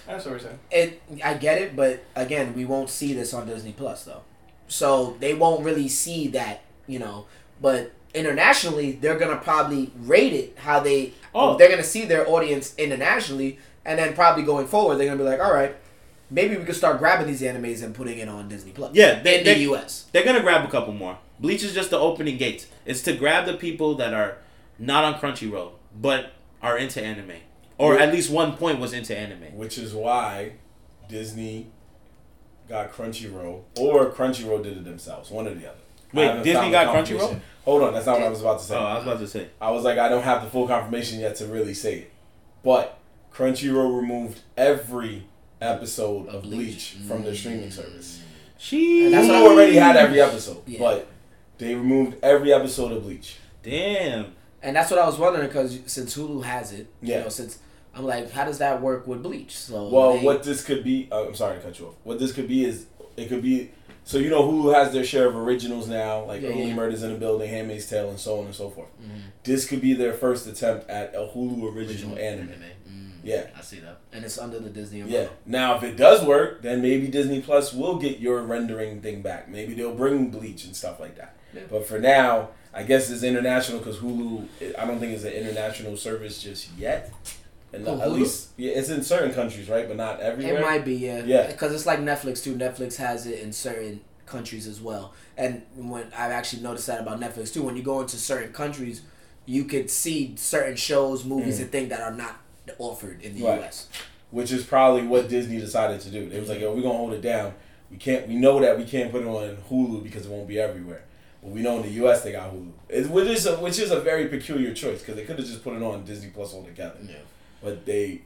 Speaker 5: That's what we're saying.
Speaker 6: it I get it, but again, we won't see this on Disney Plus though. So they won't really see that, you know. But internationally, they're gonna probably rate it how they
Speaker 4: Oh.
Speaker 6: they're gonna see their audience internationally, and then probably going forward, they're gonna be like, all right, maybe we could start grabbing these animes and putting it on Disney Plus.
Speaker 4: Yeah, they-
Speaker 6: in
Speaker 4: they-
Speaker 6: the U.S.
Speaker 4: They're gonna grab a couple more. Bleach is just the opening gates. It's to grab the people that are not on Crunchyroll but are into anime, or at least one point was into anime.
Speaker 1: which is why Disney got Crunchyroll, or Crunchyroll did it themselves. One or the other. I
Speaker 4: Wait,
Speaker 1: haven't
Speaker 4: Disney
Speaker 1: found the
Speaker 4: got
Speaker 1: confirmation.
Speaker 4: Crunchyroll?
Speaker 1: Hold on, that's not what I was about to say.
Speaker 4: Oh, I was about to say.
Speaker 1: I was like, I don't have the full confirmation yet to really say it, but Crunchyroll removed every episode of Bleach from their streaming service.
Speaker 4: She.
Speaker 1: That's
Speaker 6: That's what I-
Speaker 1: Hulu already had every episode,
Speaker 6: Yeah.
Speaker 1: but they removed every episode of Bleach.
Speaker 4: Damn.
Speaker 6: And that's what I was wondering because since Hulu has it,
Speaker 1: Yeah.
Speaker 6: you know, since I'm like, how does that work with Bleach? So
Speaker 1: Well,
Speaker 6: they-
Speaker 1: what this could be, uh, I'm sorry to cut you off. What this could be is it could be so you know Hulu has their share of originals now, like
Speaker 6: Yeah, Mm-hmm.
Speaker 1: Only
Speaker 6: yeah.
Speaker 1: Murders in the Building, Handmaid's Tale, and so on and so forth. This could be their first attempt at a Hulu original, anime.
Speaker 6: Mm,
Speaker 1: Yeah,
Speaker 6: I see that, and it's under the Disney.
Speaker 1: yeah.
Speaker 6: umbrella.
Speaker 1: Now, if it does work, then maybe Disney Plus will get your rendering thing back. Maybe they'll bring Bleach and stuff like that.
Speaker 6: Yeah.
Speaker 1: But for now, I guess it's international because Hulu. I don't think it's an international service just yet. And
Speaker 6: Oh,
Speaker 1: at
Speaker 6: Hulu?
Speaker 1: least yeah, it's in certain countries, right? But not everywhere.
Speaker 6: It might be, yeah.
Speaker 1: Yeah.
Speaker 6: Because it's like Netflix too. Netflix has it in certain countries as well. And when I've actually noticed that about Netflix too, when you go into certain countries, you could see certain shows, movies, and things that are not offered in the
Speaker 1: Mm. Right.
Speaker 6: U.S.
Speaker 1: which is probably what Disney decided to do. They was like, "Yo, we're gonna hold it down. We can't. We know that we can't put it on Hulu because it won't be everywhere. But we know in the U.S. they got Hulu, It's which is a, which is a very peculiar choice because they could have just put it on Disney Plus altogether.
Speaker 6: Yeah.
Speaker 1: But they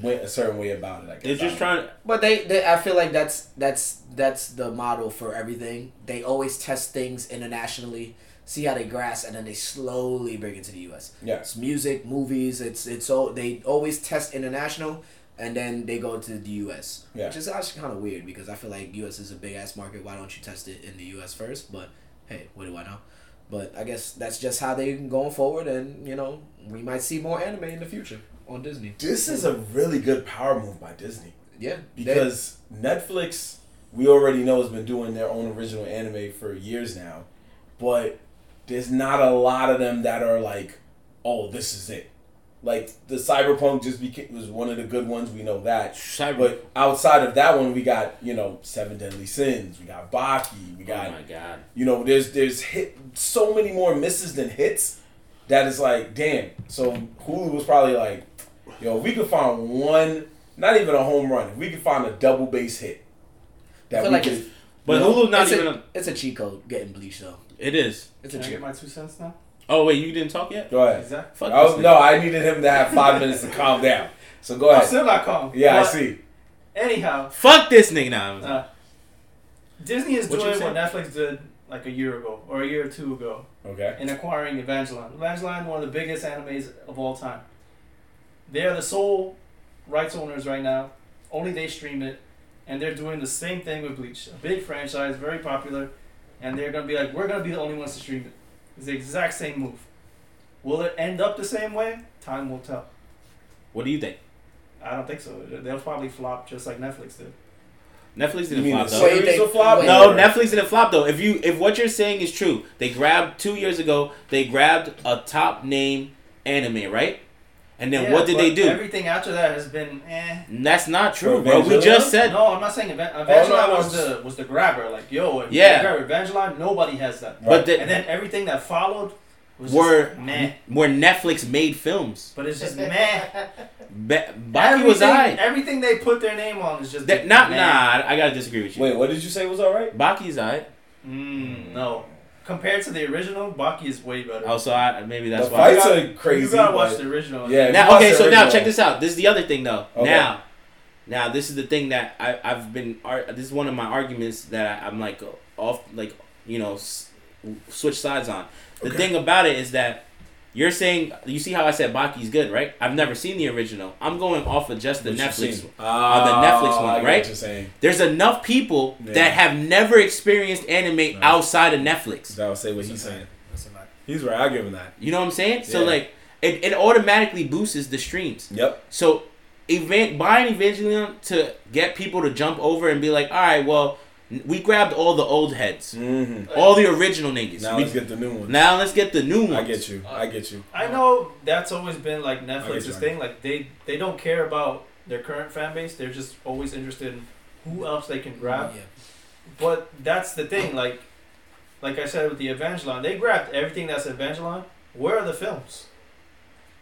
Speaker 1: went a certain way about it. I guess.
Speaker 4: They're just
Speaker 1: I don't
Speaker 4: trying.
Speaker 6: But they, they, I feel like that's that's that's the model for everything. They always test things internationally, see how they grasp, and then they slowly bring it to the U.S.
Speaker 1: know. Yeah.
Speaker 6: It's music, movies. It's it's all they always test international, and then they go to the U.S.
Speaker 1: Yeah.
Speaker 6: Which is actually kind of weird because I feel like U.S. is a big ass market. Why don't you test it in the U.S. first? But hey, what do I know? But I guess that's just how they going forward, and you know we might see more anime in the future on Disney.
Speaker 1: This is a really good power move by Disney
Speaker 6: Yeah, they-
Speaker 1: because Netflix, we already know, has been doing their own original anime for years now, but there's not a lot of them that are like, oh, this is it. Like the Cyberpunk just became was one of the good ones. We know that.
Speaker 4: Cyber.
Speaker 1: But outside of that one, we got you know Seven Deadly Sins. We got Baki. We
Speaker 4: Oh
Speaker 1: got
Speaker 4: my god.
Speaker 1: you know there's there's hit so many more misses than hits that is like damn. So Hulu was probably like, yo, if we could find one, not even a home run. If we could find a double base hit,
Speaker 6: I
Speaker 1: that
Speaker 6: feel
Speaker 1: we
Speaker 6: like
Speaker 1: could.
Speaker 6: it's-
Speaker 4: But
Speaker 6: No,
Speaker 4: Hulu's not
Speaker 6: it's a-
Speaker 4: even. A,
Speaker 6: It's a cheat code getting bleached though.
Speaker 4: it is.
Speaker 6: It's a
Speaker 5: Can I
Speaker 6: cheat.
Speaker 5: get my two cents now?
Speaker 4: Oh wait, you didn't talk yet.
Speaker 1: Go ahead.
Speaker 5: Exactly.
Speaker 4: Fuck
Speaker 1: I was-
Speaker 4: this nigga.
Speaker 1: Oh, no, I needed him to have five minutes to calm down. So go
Speaker 5: I'm
Speaker 1: ahead.
Speaker 5: still not calm.
Speaker 1: Yeah, I
Speaker 5: But
Speaker 1: see.
Speaker 5: Anyhow,
Speaker 4: Fuck this nigga. Nah, I'm-
Speaker 5: uh, Disney is
Speaker 4: What you
Speaker 5: doing
Speaker 4: saying?
Speaker 5: what Netflix did like a year ago or a year or two ago
Speaker 1: Okay.
Speaker 5: in acquiring Evangelion. Evangelion, one of the biggest animes of all time. They are the sole rights owners right now. Only they stream it, and they're doing the same thing with Bleach, a big franchise, very popular, and they're gonna be like, we're gonna be the only ones to stream it. It's the exact same move. Will it end up the same way? Time will tell.
Speaker 4: What do you think?
Speaker 5: I don't think so. They'll probably flop just like Netflix did.
Speaker 4: Netflix
Speaker 1: You
Speaker 4: didn't
Speaker 1: mean
Speaker 4: flop
Speaker 1: the
Speaker 4: though.
Speaker 6: Wait,
Speaker 1: series
Speaker 6: they-
Speaker 1: will flop?
Speaker 6: wait.
Speaker 4: No, Netflix didn't flop though. If you if what you're saying is true, they grabbed two years ago. They grabbed a top name anime, right? And then
Speaker 5: Yeah,
Speaker 4: what did
Speaker 5: but
Speaker 4: they do?
Speaker 5: Everything after that has been eh.
Speaker 4: That's not true,
Speaker 1: For
Speaker 4: bro. We
Speaker 1: Evangelion?
Speaker 4: just said
Speaker 5: No, I'm not saying
Speaker 4: Oh,
Speaker 5: Evan- Evangelion
Speaker 1: no,
Speaker 5: was
Speaker 1: it's-
Speaker 5: the was the grabber. Like yo, if
Speaker 4: Yeah.
Speaker 5: yeah, grabber, Evangelion. Nobody has that.
Speaker 4: But the-
Speaker 5: and then everything that followed was
Speaker 4: were
Speaker 5: just meh.
Speaker 4: were Netflix made films.
Speaker 5: But it's just meh.
Speaker 4: *laughs* Be- Baki was
Speaker 5: Everything-
Speaker 4: I.
Speaker 5: Everything they put their name on is just
Speaker 4: That, not
Speaker 5: meh.
Speaker 4: nah. I gotta disagree with you.
Speaker 1: Wait, what did you say was all right?
Speaker 4: Baki's I.
Speaker 5: Mm, no, compared to the original, Baki is way better.
Speaker 4: Oh, so I maybe that's
Speaker 1: the
Speaker 4: why.
Speaker 1: fights
Speaker 5: You
Speaker 1: are crazy.
Speaker 5: you gotta watch
Speaker 1: but-
Speaker 5: the original.
Speaker 1: yeah. if you
Speaker 4: Now
Speaker 1: watch
Speaker 4: okay,
Speaker 1: the
Speaker 4: so now
Speaker 1: original-
Speaker 4: check this out. This is the other thing though.
Speaker 1: Okay.
Speaker 4: Now, now this is the thing that I I've been. ar- This is one of my arguments that I, I'm like off like you know s- switch sides on. The
Speaker 1: Okay.
Speaker 4: thing about it is that. You're saying you see how I said Baki's good, right? I've never seen the original. I'm going off of just the
Speaker 1: What you
Speaker 4: Netflix
Speaker 1: seen.
Speaker 4: the Netflix
Speaker 1: Ah,
Speaker 4: one,
Speaker 1: I get
Speaker 4: right?
Speaker 1: What you're saying.
Speaker 4: There's enough people
Speaker 1: Yeah.
Speaker 4: that have never experienced anime outside of Netflix.
Speaker 1: That'll say what he's saying. He's right. I'll give him that.
Speaker 4: You know what I'm saying? So
Speaker 1: Yeah.
Speaker 4: like it, it automatically boosts the streams.
Speaker 1: Yep.
Speaker 4: So event buying Evangelion to get people to jump over and be like, all right, well, n- we grabbed all the old heads,
Speaker 1: Mm-hmm.
Speaker 4: all the original niggas.
Speaker 1: Now
Speaker 4: We-
Speaker 1: let's get the new one.
Speaker 4: now let's get the new ones.
Speaker 1: I get you. I get you.
Speaker 5: I know that's always been
Speaker 4: Oh,
Speaker 5: like
Speaker 1: get you.
Speaker 5: Netflix's thing. Like they they don't care about their current fan base. They're just always interested in who else they can grab.
Speaker 6: Yeah.
Speaker 5: But that's the thing. Like like I said with the Evangelion, they grabbed everything that's Evangelion. Where are the films?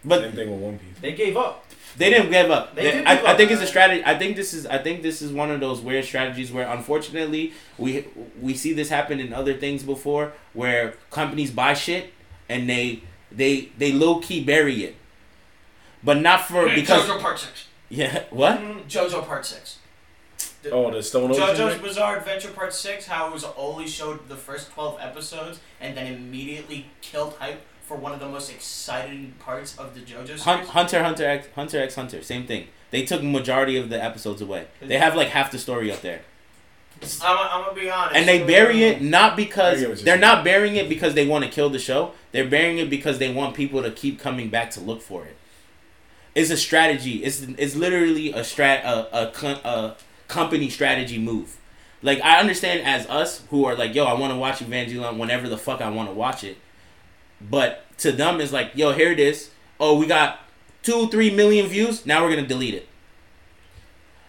Speaker 4: But
Speaker 1: Same thing with One Piece.
Speaker 5: They gave up.
Speaker 4: they didn't give up.
Speaker 5: They
Speaker 4: They-
Speaker 5: didn't
Speaker 4: I,
Speaker 5: give
Speaker 4: I
Speaker 5: up.
Speaker 4: think it's a strategy. I think this is. I think this is one of those weird strategies where, unfortunately, we we see this happen in other things before, where companies buy shit and they they they low key bury it, but not for because
Speaker 2: JoJo Part Six.
Speaker 4: *laughs* yeah what
Speaker 2: JoJo Part Six.
Speaker 1: Oh, the Stone Ocean.
Speaker 2: JoJo's
Speaker 1: thing?
Speaker 2: Bizarre Adventure Part Six. How it was only showed the first twelve episodes and then immediately killed hype for one of the most exciting parts of the JoJo
Speaker 4: Hun-
Speaker 2: series.
Speaker 4: Hunter Hunter X Hunter X Hunter same thing. They took majority of the episodes away. They have like half the story up there,
Speaker 2: I'm, I'm gonna be honest.
Speaker 4: and they bury it not because
Speaker 1: I get what you're
Speaker 4: they're
Speaker 1: saying.
Speaker 4: not burying it because they want to kill the show. They're burying it because they want people to keep coming back to look for it. It's a strategy. It's it's literally a strat a a, co- a company strategy move. Like I understand as us who are like, yo, I want to watch Evangelion whenever the fuck I want to watch it. But to them it's like, yo, here it is. Oh, we got two, three million views. Now we're gonna delete it.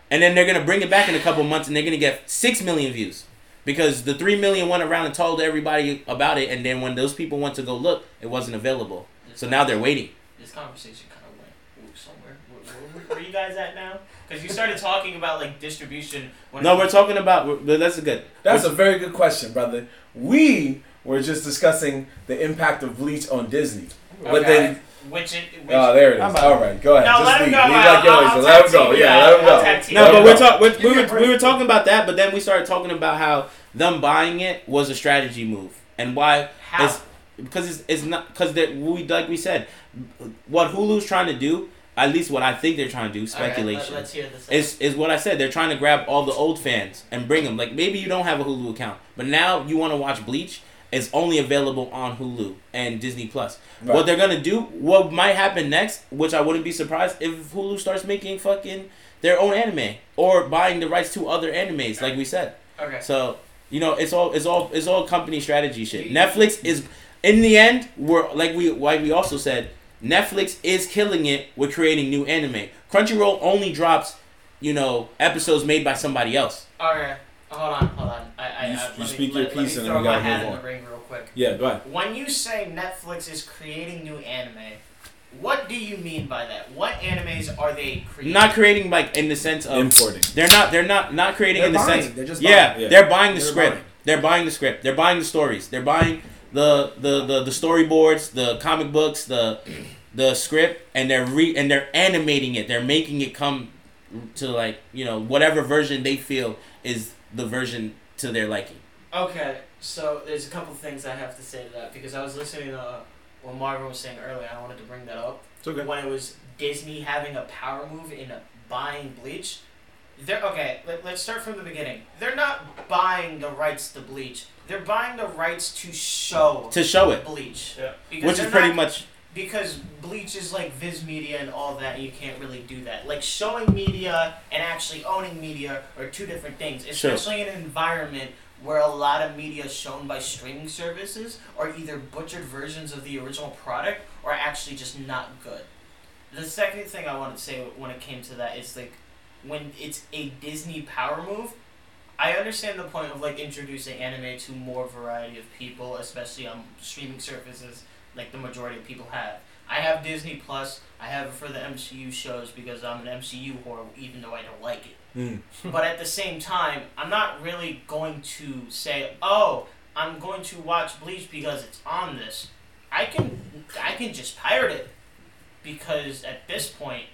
Speaker 4: And then they're gonna bring it back in a couple months and they're gonna get six million views. Because the three million went around and told everybody about it, and then when those people went to go look, it wasn't available. So now they're waiting.
Speaker 2: This conversation kind of went ooh, somewhere. Where, where, where you guys at now? Because you started talking about like distribution. When
Speaker 4: No, we're talking about. But that's good.
Speaker 1: That's a very good question, brother. We we're just discussing the impact of Bleach on Disney. But
Speaker 2: Okay.
Speaker 1: then,
Speaker 2: which it, which
Speaker 4: Uh,
Speaker 1: oh, there it
Speaker 5: I'm
Speaker 1: is.
Speaker 5: out.
Speaker 1: All right, go ahead.
Speaker 2: No,
Speaker 1: just
Speaker 2: let him
Speaker 1: leave.
Speaker 2: go.
Speaker 1: Leave
Speaker 2: I'll-
Speaker 1: like you always
Speaker 2: I'll
Speaker 1: do. Let him
Speaker 2: tag
Speaker 1: go.
Speaker 2: team
Speaker 1: Yeah,
Speaker 2: you.
Speaker 1: let him
Speaker 2: I'll
Speaker 1: go.
Speaker 2: tag team
Speaker 4: No,
Speaker 1: Let
Speaker 4: but
Speaker 1: him
Speaker 4: we're
Speaker 1: go.
Speaker 4: talk, we're, we,
Speaker 5: me a
Speaker 4: were,
Speaker 5: break.
Speaker 4: we were talking about that, but then we started talking about how them buying it was a strategy move and why
Speaker 2: How?
Speaker 4: it's because it's, it's not because that we like we said what Hulu's trying to do at least what I think they're trying to do
Speaker 2: All right, let-
Speaker 4: speculation
Speaker 2: let's hear this.
Speaker 4: is is what I said. They're trying to grab all the old fans and bring them. Like maybe you don't have a Hulu account, but now you want to watch Bleach. It's only available on Hulu and Disney Plus. What
Speaker 1: Right.
Speaker 4: they're gonna do, what might happen next, which I wouldn't be surprised if Hulu starts making fucking their own anime or buying the rights to other animes, like we said.
Speaker 2: okay.
Speaker 4: So you know, it's all it's all it's all company strategy shit.
Speaker 2: You-
Speaker 4: Netflix is in the end, we're like we like we also said, Netflix is killing it with creating new anime. Crunchyroll only drops, you know, episodes made by somebody else.
Speaker 2: All right. Hold on. Hold on. I, I,
Speaker 1: You-
Speaker 2: I,
Speaker 1: you
Speaker 2: let
Speaker 1: speak
Speaker 2: me,
Speaker 1: your
Speaker 2: let, let me
Speaker 1: piece and
Speaker 2: throw
Speaker 1: then we
Speaker 2: my
Speaker 1: gotta
Speaker 2: hat
Speaker 1: move
Speaker 2: in
Speaker 1: on.
Speaker 2: the ring real quick.
Speaker 1: Yeah, go ahead.
Speaker 2: When you say Netflix is creating new anime, what do you mean by that? What animes are they creating?
Speaker 4: Not creating like in the sense of
Speaker 1: Importing.
Speaker 4: They're not they're not not creating
Speaker 3: They're
Speaker 4: in the
Speaker 3: buying.
Speaker 4: sense
Speaker 3: They're just
Speaker 4: yeah,
Speaker 1: buying. Yeah.
Speaker 4: they're buying the
Speaker 3: They're
Speaker 4: script.
Speaker 3: buying.
Speaker 4: They're buying the script. They're buying the stories. They're buying the the the, the storyboards, the comic books, the the script, and they're re and they're animating it. They're making it come to like you know whatever version they feel is the version to their liking.
Speaker 2: Okay, so there's a couple things I have to say to that because I was listening to what Marvin was saying earlier. I wanted to bring that up.
Speaker 1: It's okay.
Speaker 2: When it was Disney having a power move in buying Bleach, they're okay. Let, let's start from the beginning. They're not buying the rights to Bleach. They're buying the rights to show
Speaker 4: To show it,
Speaker 2: Bleach,
Speaker 5: Yeah.
Speaker 2: Because
Speaker 4: which is
Speaker 2: they're
Speaker 4: pretty
Speaker 2: not-
Speaker 4: much
Speaker 2: because Bleach is like Viz Media and all that, and you can't really do that. Like showing media and actually owning media are two different things,
Speaker 4: Sure.
Speaker 2: especially in an environment where a lot of media shown by streaming services are either butchered versions of the original product or actually just not good. The second thing I wanted to say when it came to that is like when it's a Disney power move, I understand the point of like introducing anime to more variety of people, especially on streaming services like the majority of people have. I have Disney Plus. I have it for the MCU shows because I'm an MCU whore, even though I don't like
Speaker 4: *laughs*
Speaker 2: it.
Speaker 1: Mm.
Speaker 2: but at the same time, I'm not really going to say, "Oh, I'm going to watch Bleach because it's on this." I can, I can just pirate it because at this point,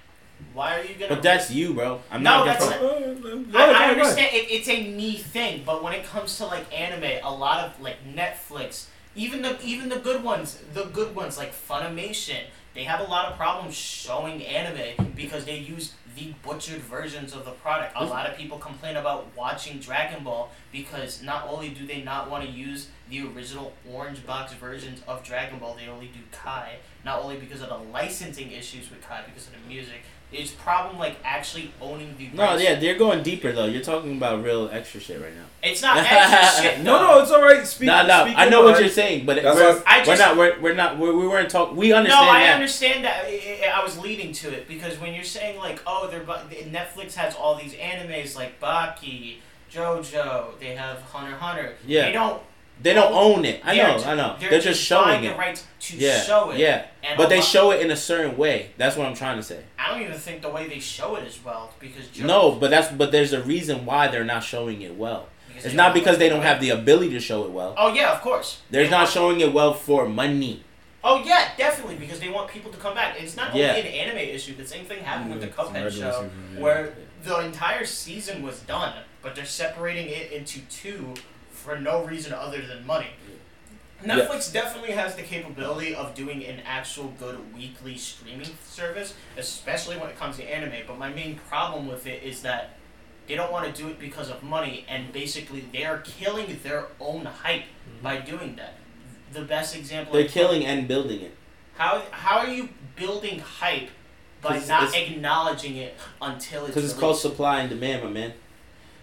Speaker 2: why are you gonna?
Speaker 4: but that's you, bro. I'm
Speaker 2: No,
Speaker 4: not
Speaker 2: that's
Speaker 4: gonna.
Speaker 2: I, I understand it, it's a me thing, but when it comes to like anime, a lot of like Netflix, even the even the good ones, the good ones like Funimation, they have a lot of problems showing anime because they use the butchered versions of the product. A lot of people complain about watching Dragon Ball because not only do they not want to use the original orange box versions of Dragon Ball, they only do Kai. Not only because of the licensing issues with Kai, because of the music. It's problem like actually owning the
Speaker 4: No,
Speaker 2: rights
Speaker 4: yeah, they're going deeper though. You're talking about real extra shit right now.
Speaker 2: it's
Speaker 4: *laughs*
Speaker 2: not extra shit.
Speaker 1: No,
Speaker 2: though.
Speaker 1: no, it's all right. Speak.
Speaker 4: No, no,
Speaker 1: speak
Speaker 4: I
Speaker 1: your
Speaker 4: know what
Speaker 1: mind.
Speaker 4: you're saying, but
Speaker 1: That's
Speaker 4: we're,
Speaker 1: what
Speaker 2: I
Speaker 4: we're
Speaker 2: just-
Speaker 4: not. We're, we're not. We're, we weren't talking. We
Speaker 2: No,
Speaker 4: understand
Speaker 2: I
Speaker 4: that.
Speaker 2: understand that. I- I I was leading to it because when you're saying like, oh, they're bu- Netflix has all these animes like Baki, JoJo. They have Hunter x Hunter.
Speaker 4: Yeah.
Speaker 2: They don't.
Speaker 4: They don't own it. I
Speaker 2: they're
Speaker 4: know,
Speaker 2: ju-
Speaker 4: I know. They're, just
Speaker 2: buying
Speaker 4: showing
Speaker 2: the
Speaker 4: it.
Speaker 2: rights to
Speaker 4: Yeah,
Speaker 2: show it.
Speaker 4: yeah.
Speaker 2: And
Speaker 4: But
Speaker 2: a
Speaker 4: they
Speaker 2: lot-
Speaker 4: show it in a certain way. That's what I'm trying to say.
Speaker 2: I don't even think the way they show it is well because JoJo,
Speaker 4: No, but that's but there's a reason why they're not showing it well.
Speaker 2: because
Speaker 4: It's
Speaker 2: they
Speaker 4: not
Speaker 2: don't-
Speaker 4: because they don't have the ability to show it well.
Speaker 2: Oh yeah, of course.
Speaker 4: They're
Speaker 2: They
Speaker 4: not
Speaker 2: want-
Speaker 4: showing it well for money.
Speaker 2: Oh yeah, definitely because they want people to come back. It's not
Speaker 4: Yeah.
Speaker 2: only an anime issue. The same thing happened with the
Speaker 1: It's a regular
Speaker 2: Cuphead show.
Speaker 1: season, yeah.
Speaker 2: where the entire season was done, but they're separating it into two for no reason other than money. Netflix definitely has the capability of doing an actual good weekly streaming service, especially when it comes to anime. But my main problem with it is that they don't want to do it because of money, and basically they are killing their own hype by doing that. The best example I
Speaker 4: They're
Speaker 2: can-
Speaker 4: killing and building it.
Speaker 2: How how are you building hype by
Speaker 4: 'Cause
Speaker 2: not
Speaker 4: it's-
Speaker 2: acknowledging it until it's
Speaker 4: Because it's
Speaker 2: released?
Speaker 4: called supply and demand, my man.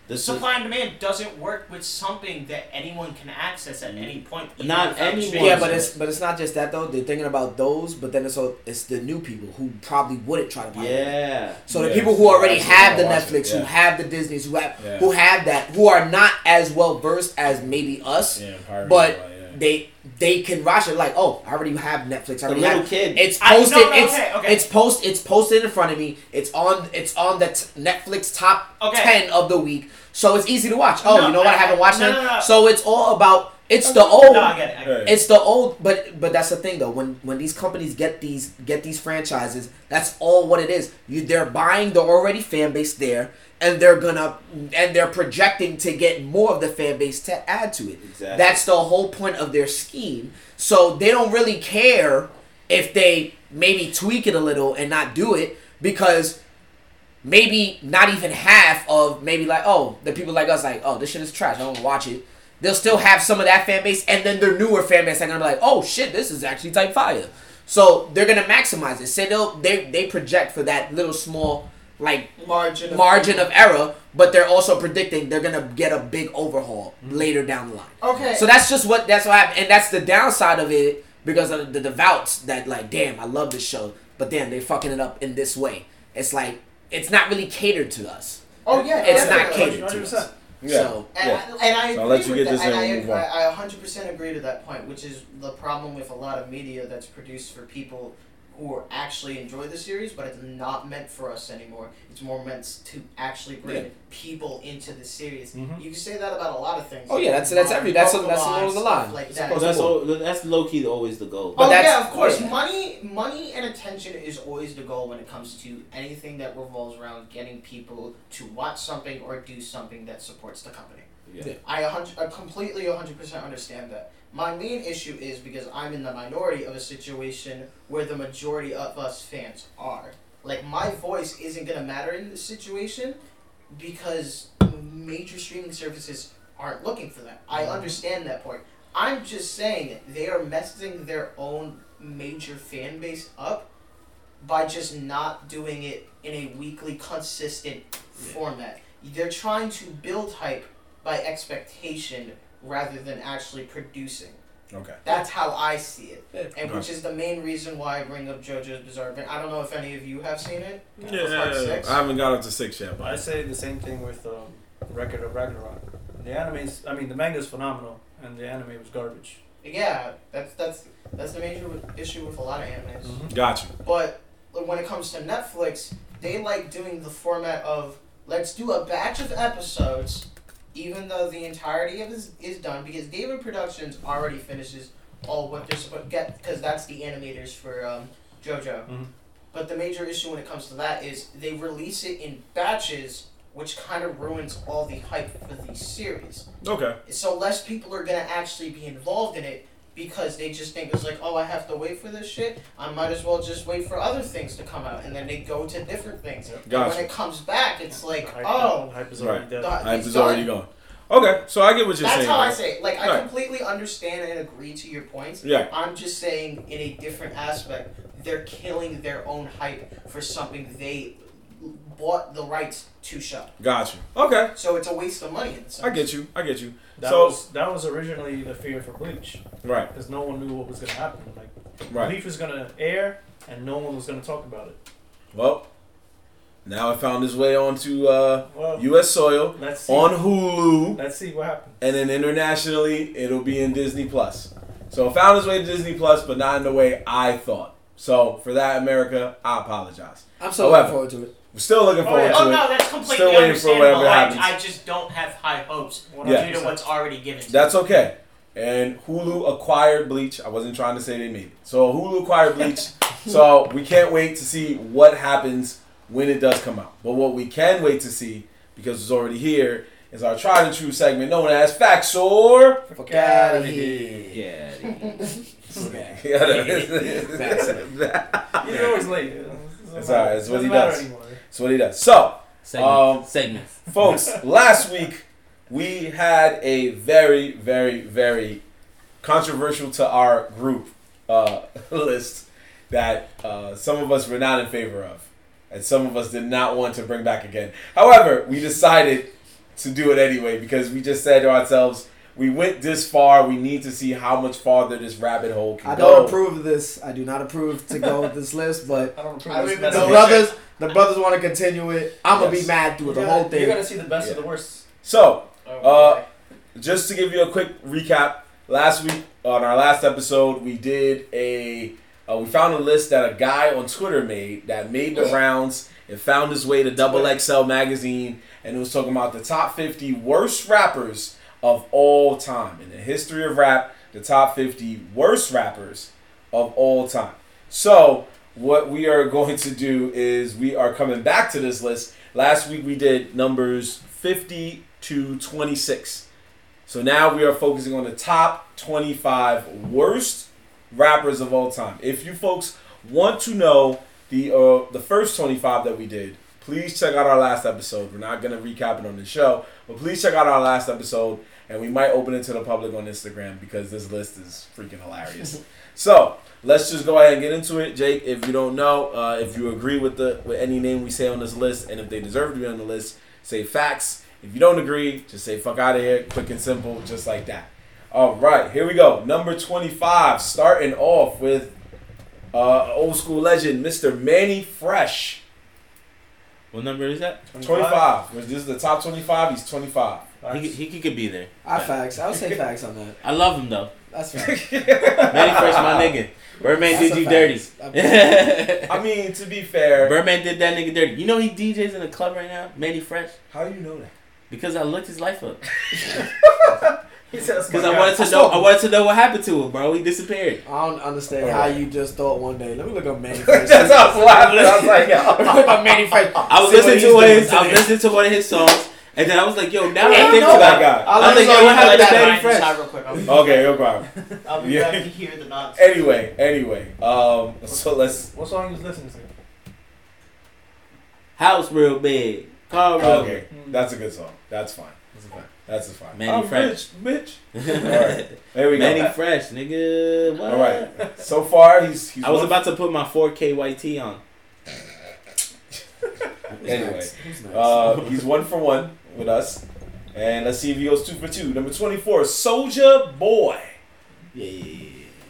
Speaker 4: This is
Speaker 2: Supply and demand doesn't work with something that anyone can access at any point. even
Speaker 4: Not
Speaker 2: without
Speaker 4: anyone.
Speaker 2: streaming.
Speaker 6: Yeah, but it's but it's not just that though. They're thinking about those, but then it's all, it's the new people who probably wouldn't try to buy. it.
Speaker 4: Yeah.
Speaker 6: So the
Speaker 1: Yeah,
Speaker 6: people who already
Speaker 1: watch it,
Speaker 6: have the
Speaker 1: watch it,
Speaker 6: Netflix,
Speaker 1: yeah.
Speaker 6: who have the Disney's, who have
Speaker 1: Yeah.
Speaker 6: who have that, who are not as well versed as maybe us,
Speaker 1: Yeah, pirate
Speaker 6: but
Speaker 1: Bay, yeah.
Speaker 6: they they can watch it like, oh, I already have Netflix.
Speaker 4: The
Speaker 6: I already
Speaker 4: little
Speaker 6: have-
Speaker 4: kid.
Speaker 6: It's
Speaker 2: I- no,
Speaker 6: posted.
Speaker 2: no,
Speaker 6: it's
Speaker 2: okay, okay.
Speaker 6: it's post. It's posted in front of me. It's on. It's on the t- Netflix top
Speaker 2: Okay.
Speaker 6: ten of the week. So it's easy to watch. Oh,
Speaker 2: No,
Speaker 6: you know what? I,
Speaker 2: I-
Speaker 6: haven't watched
Speaker 2: no,
Speaker 6: it.
Speaker 2: no, no.
Speaker 6: So it's all about. It's the old.
Speaker 2: No, I get it. I get it.
Speaker 1: Right.
Speaker 6: It's the old, but but that's the thing though. When when these companies get these get these franchises, that's all what it is. You they're buying the already fan base there, and they're gonna and they're projecting to get more of the fan base to add to it.
Speaker 1: Exactly.
Speaker 6: That's the whole point of their scheme. So they don't really care if they maybe tweak it a little and not do it because maybe not even half of maybe like oh the people like us like oh this shit is trash I don't wanna watch it. They'll still have some of that fan base, and then their newer fan base are gonna be like oh shit this is actually type fire. So they're gonna maximize it. Say they'll they they project for that little small like
Speaker 2: Margin. Of-
Speaker 6: margin of error, but they're also predicting they're gonna get a big overhaul later down the line.
Speaker 2: Okay.
Speaker 6: So that's just what that's what happened, and that's the downside of it because of the devouts that like, damn, I love this show, but damn, they fucking it up in this way. It's like it's not really catered to us.
Speaker 2: oh yeah.
Speaker 6: It's not
Speaker 2: definitely.
Speaker 6: catered to us.
Speaker 5: 100%.
Speaker 1: Yeah.
Speaker 6: So
Speaker 2: And,
Speaker 1: Yeah.
Speaker 2: I, and I agree
Speaker 1: So I'll let you
Speaker 2: with
Speaker 1: get
Speaker 2: that,
Speaker 1: this
Speaker 2: and
Speaker 1: in
Speaker 2: I,
Speaker 1: and move on.
Speaker 2: I 100% agree to that point, which is the problem with a lot of media that's produced for people who are actually enjoy the series, but it's not meant for us anymore. It's more meant to actually bring
Speaker 1: Yeah.
Speaker 2: people into the series.
Speaker 5: Mhm.
Speaker 2: You can say that about a lot of things.
Speaker 6: Oh, yeah, that's- that's every- that's-
Speaker 2: Pokemon,
Speaker 6: that's along the
Speaker 2: stuff
Speaker 6: line.
Speaker 2: Like
Speaker 4: Oh,
Speaker 2: that.
Speaker 4: that's all, that's low key always the goal.
Speaker 6: But
Speaker 2: oh
Speaker 6: that's-
Speaker 2: yeah, of course.
Speaker 6: yeah.
Speaker 2: Money, money, and attention is always the goal when it comes to anything that revolves around getting people to watch something or do something that supports the company.
Speaker 1: Yeah.
Speaker 6: Yeah.
Speaker 2: I, a hundred, I completely 100% understand that. My main issue is because I'm in the minority of a situation where the majority of us fans are. Like my voice isn't gonna matter in this situation because major streaming services aren't looking for that. I understand that point. I'm just saying they are messing their own major fan base up by just not doing it in a weekly consistent format. They're trying to build hype by expectation rather than actually producing.
Speaker 1: Okay.
Speaker 2: That's how I see it, and
Speaker 1: Okay.
Speaker 2: which is the main reason why I bring up JoJo's Bizarre Adventure. I don't know if any of you have seen it. For part six.
Speaker 1: I haven't got up to six yet,
Speaker 5: I
Speaker 1: but
Speaker 5: say the same thing with um, Record of Ragnarok. The anime's, I mean, the manga's phenomenal, and the anime was garbage.
Speaker 2: Yeah, that's that's that's the major issue with a lot of animes.
Speaker 1: got you.
Speaker 2: But when it comes to Netflix, they like doing the format of let's do a batch of episodes, even though the entirety of it is, is done because David Productions already finishes all what they're supposed to get because that's the animators for um, JoJo.
Speaker 5: Mhm.
Speaker 2: But the major issue when it comes to that is they release it in batches, which kind of ruins all the hype for the series
Speaker 1: Okay.
Speaker 2: so less people are gonna actually be involved in it because they just think it's like, oh, I have to wait for this shit. I might as well just wait for other things to come out, and then they go to different things. And when
Speaker 1: Gotcha.
Speaker 2: it comes back, it's
Speaker 5: The
Speaker 2: like,
Speaker 5: hype- the
Speaker 2: oh,
Speaker 5: hype is already
Speaker 1: Right.
Speaker 5: dead.
Speaker 2: God,
Speaker 1: I
Speaker 2: it's
Speaker 1: was already
Speaker 2: done.
Speaker 1: gone. Okay, so I get what you're
Speaker 2: That's
Speaker 1: saying.
Speaker 2: how I
Speaker 1: right?
Speaker 2: say. It. Like, I
Speaker 1: Right.
Speaker 2: completely understand and agree to your points.
Speaker 1: Yeah.
Speaker 2: I'm just saying, in a different aspect, they're killing their own hype for something they bought the rights to show.
Speaker 1: Got you. Okay,
Speaker 2: So it's a waste of money. In some
Speaker 1: I get you. I get you.
Speaker 5: That
Speaker 1: so
Speaker 5: was that was originally the fear for Bleach
Speaker 1: right,
Speaker 5: because no one knew what was gonna happen. Like
Speaker 1: right.
Speaker 5: Bleach was gonna air and no one was gonna talk about it.
Speaker 1: Well, now I found his way onto uh,
Speaker 5: Well,
Speaker 1: U.S. soil
Speaker 5: let's see.
Speaker 1: on Hulu,
Speaker 5: let's see what happens.
Speaker 1: and then internationally it'll be in Disney Plus. So it found his way to Disney Plus, but not in the way I thought. So for that, America, I apologize.
Speaker 6: I'm so
Speaker 1: However-
Speaker 6: looking forward to it.
Speaker 1: We're still looking
Speaker 5: Oh,
Speaker 1: forward
Speaker 5: yeah.
Speaker 1: to
Speaker 2: Oh
Speaker 1: it.
Speaker 2: no, that's completely
Speaker 1: Still waiting for whatever
Speaker 2: understandable. I,
Speaker 1: happens.
Speaker 2: I just don't have high hopes
Speaker 1: Yeah.
Speaker 2: due to what's already given. To
Speaker 1: That's okay. And Hulu acquired Bleach. I wasn't trying to say they made it. So Hulu acquired Bleach. so we can't wait to see what happens when it does come out. But what we can wait to see, because it's already here, is our tried and true segment known as Facts or.
Speaker 6: Fuck
Speaker 5: outta
Speaker 6: out of here.
Speaker 4: Yeah.
Speaker 6: Um,
Speaker 1: *laughs*
Speaker 5: You're always late. It doesn't
Speaker 1: It's
Speaker 5: matter.
Speaker 1: alright, it's what
Speaker 5: Doesn't
Speaker 1: he
Speaker 5: matter
Speaker 1: does.
Speaker 5: Anymore.
Speaker 1: That's what he does. So, Um,
Speaker 4: Segments. segments.
Speaker 1: folks, last week we had a very, very, very controversial to our group uh, *laughs* list that uh, some of us were not in favor of, and some of us did not want to bring back again. However, we decided to do it anyway because we just said to ourselves, we went this far, we need to see how much farther this rabbit hole can
Speaker 6: I
Speaker 1: go.
Speaker 6: don't approve of this. I do not approve to go with this list, but
Speaker 5: *laughs* I don't approve
Speaker 2: I
Speaker 5: of this
Speaker 2: don't even
Speaker 5: mess.
Speaker 6: the
Speaker 2: No, know
Speaker 6: brothers, the brothers want to continue it. I'm gonna
Speaker 1: Yes.
Speaker 6: be mad through
Speaker 5: You're
Speaker 6: the
Speaker 5: gonna-
Speaker 6: whole
Speaker 5: You're
Speaker 6: thing.
Speaker 5: gonna see the best
Speaker 1: Yeah.
Speaker 5: of the worst.
Speaker 1: So,
Speaker 2: Oh,
Speaker 1: Uh, just to give you a quick recap, last week on our last episode, we did a uh, we found a list that a guy on Twitter made that made the rounds and found his way to Double XL magazine, and it was talking about the top fifty worst rappers of all time in the history of rap, the top 50 worst rappers of all time. So, what we are going to do is we are coming back to this list. Last week we did numbers 50 to 26. So now we are focusing on the top 25 worst rappers of all time. If you folks want to know the uh, the first 25 that we did, please check out our last episode. We're not going to recap it on the show, but please check out our last episode and we might open it to the public on Instagram because this list is freaking hilarious. so, let's just go ahead and get into it, Jake. If you don't know, uh, if you agree with the with any name we say on this list and if they deserve to be on the list, say facts. If you don't agree, just say fuck out of here, quick and simple, just like that. All right, here we go. Number 25, starting off with uh, old school legend, Mr. Manny Fresh.
Speaker 4: What number is that?
Speaker 1: 25. This is the top 25. He's *laughs* 25.
Speaker 4: He, could- he, could- could be there.
Speaker 6: I facts. I would say facts on that.
Speaker 4: I love him though.
Speaker 6: That's facts.
Speaker 4: Manny Fresh, my nigga. Birdman
Speaker 6: That's
Speaker 4: did you
Speaker 6: a fact.
Speaker 4: dirty. *laughs*
Speaker 1: I mean, to be fair,
Speaker 4: Birdman did that nigga dirty. You know he DJs in a club right now, Manny Fresh,
Speaker 1: how do you know that? *laughs*
Speaker 4: because I looked his life up.
Speaker 5: He said, that's my
Speaker 4: Because I
Speaker 5: guy.
Speaker 4: wanted to know. I wanted to know what happened to him, bro. He disappeared.
Speaker 6: I don't understand how you just thought one day. Let me look up
Speaker 1: *laughs*
Speaker 6: Manny Fresh.
Speaker 1: That's how I was laughing. *laughs* I was like,
Speaker 6: Let
Speaker 1: yo.
Speaker 6: me look up Manny Fresh.
Speaker 4: *laughs* I was
Speaker 6: See what
Speaker 4: listening
Speaker 6: he's
Speaker 4: to
Speaker 6: doing
Speaker 4: his. I was listening to one of his songs, and then I was like, "Yo, now that I
Speaker 1: I
Speaker 4: think
Speaker 1: know that
Speaker 4: about it,
Speaker 1: guy.
Speaker 4: I think
Speaker 2: I'll
Speaker 4: everyone had
Speaker 2: let
Speaker 4: to
Speaker 2: that
Speaker 4: Manny
Speaker 2: line
Speaker 4: Fresh.
Speaker 2: decide real quick. I'll be,
Speaker 1: Okay, no problem.
Speaker 2: I'll be
Speaker 1: Yeah.
Speaker 2: back to hear the nonsense.
Speaker 1: Anyway, anyway, um, so let's.
Speaker 5: What song you was listening to?
Speaker 4: House real big, car real.
Speaker 1: Okay, that's a good song. That's fine. That's fine. That's a fine. Um,
Speaker 4: Manny
Speaker 1: I'm
Speaker 4: Fresh.
Speaker 1: rich, bitch. All right, there we go.
Speaker 4: Manny Fresh, nigga. What?
Speaker 1: All right. So far, he's. he's
Speaker 4: I was
Speaker 1: one-
Speaker 4: about to put my 4K white tee on.
Speaker 1: Anyway,
Speaker 6: Who's next?
Speaker 1: uh, he's one for one with us, and let's see if he goes two for two. Number twenty-four, Soldier Boy.
Speaker 4: Yeah, yeah,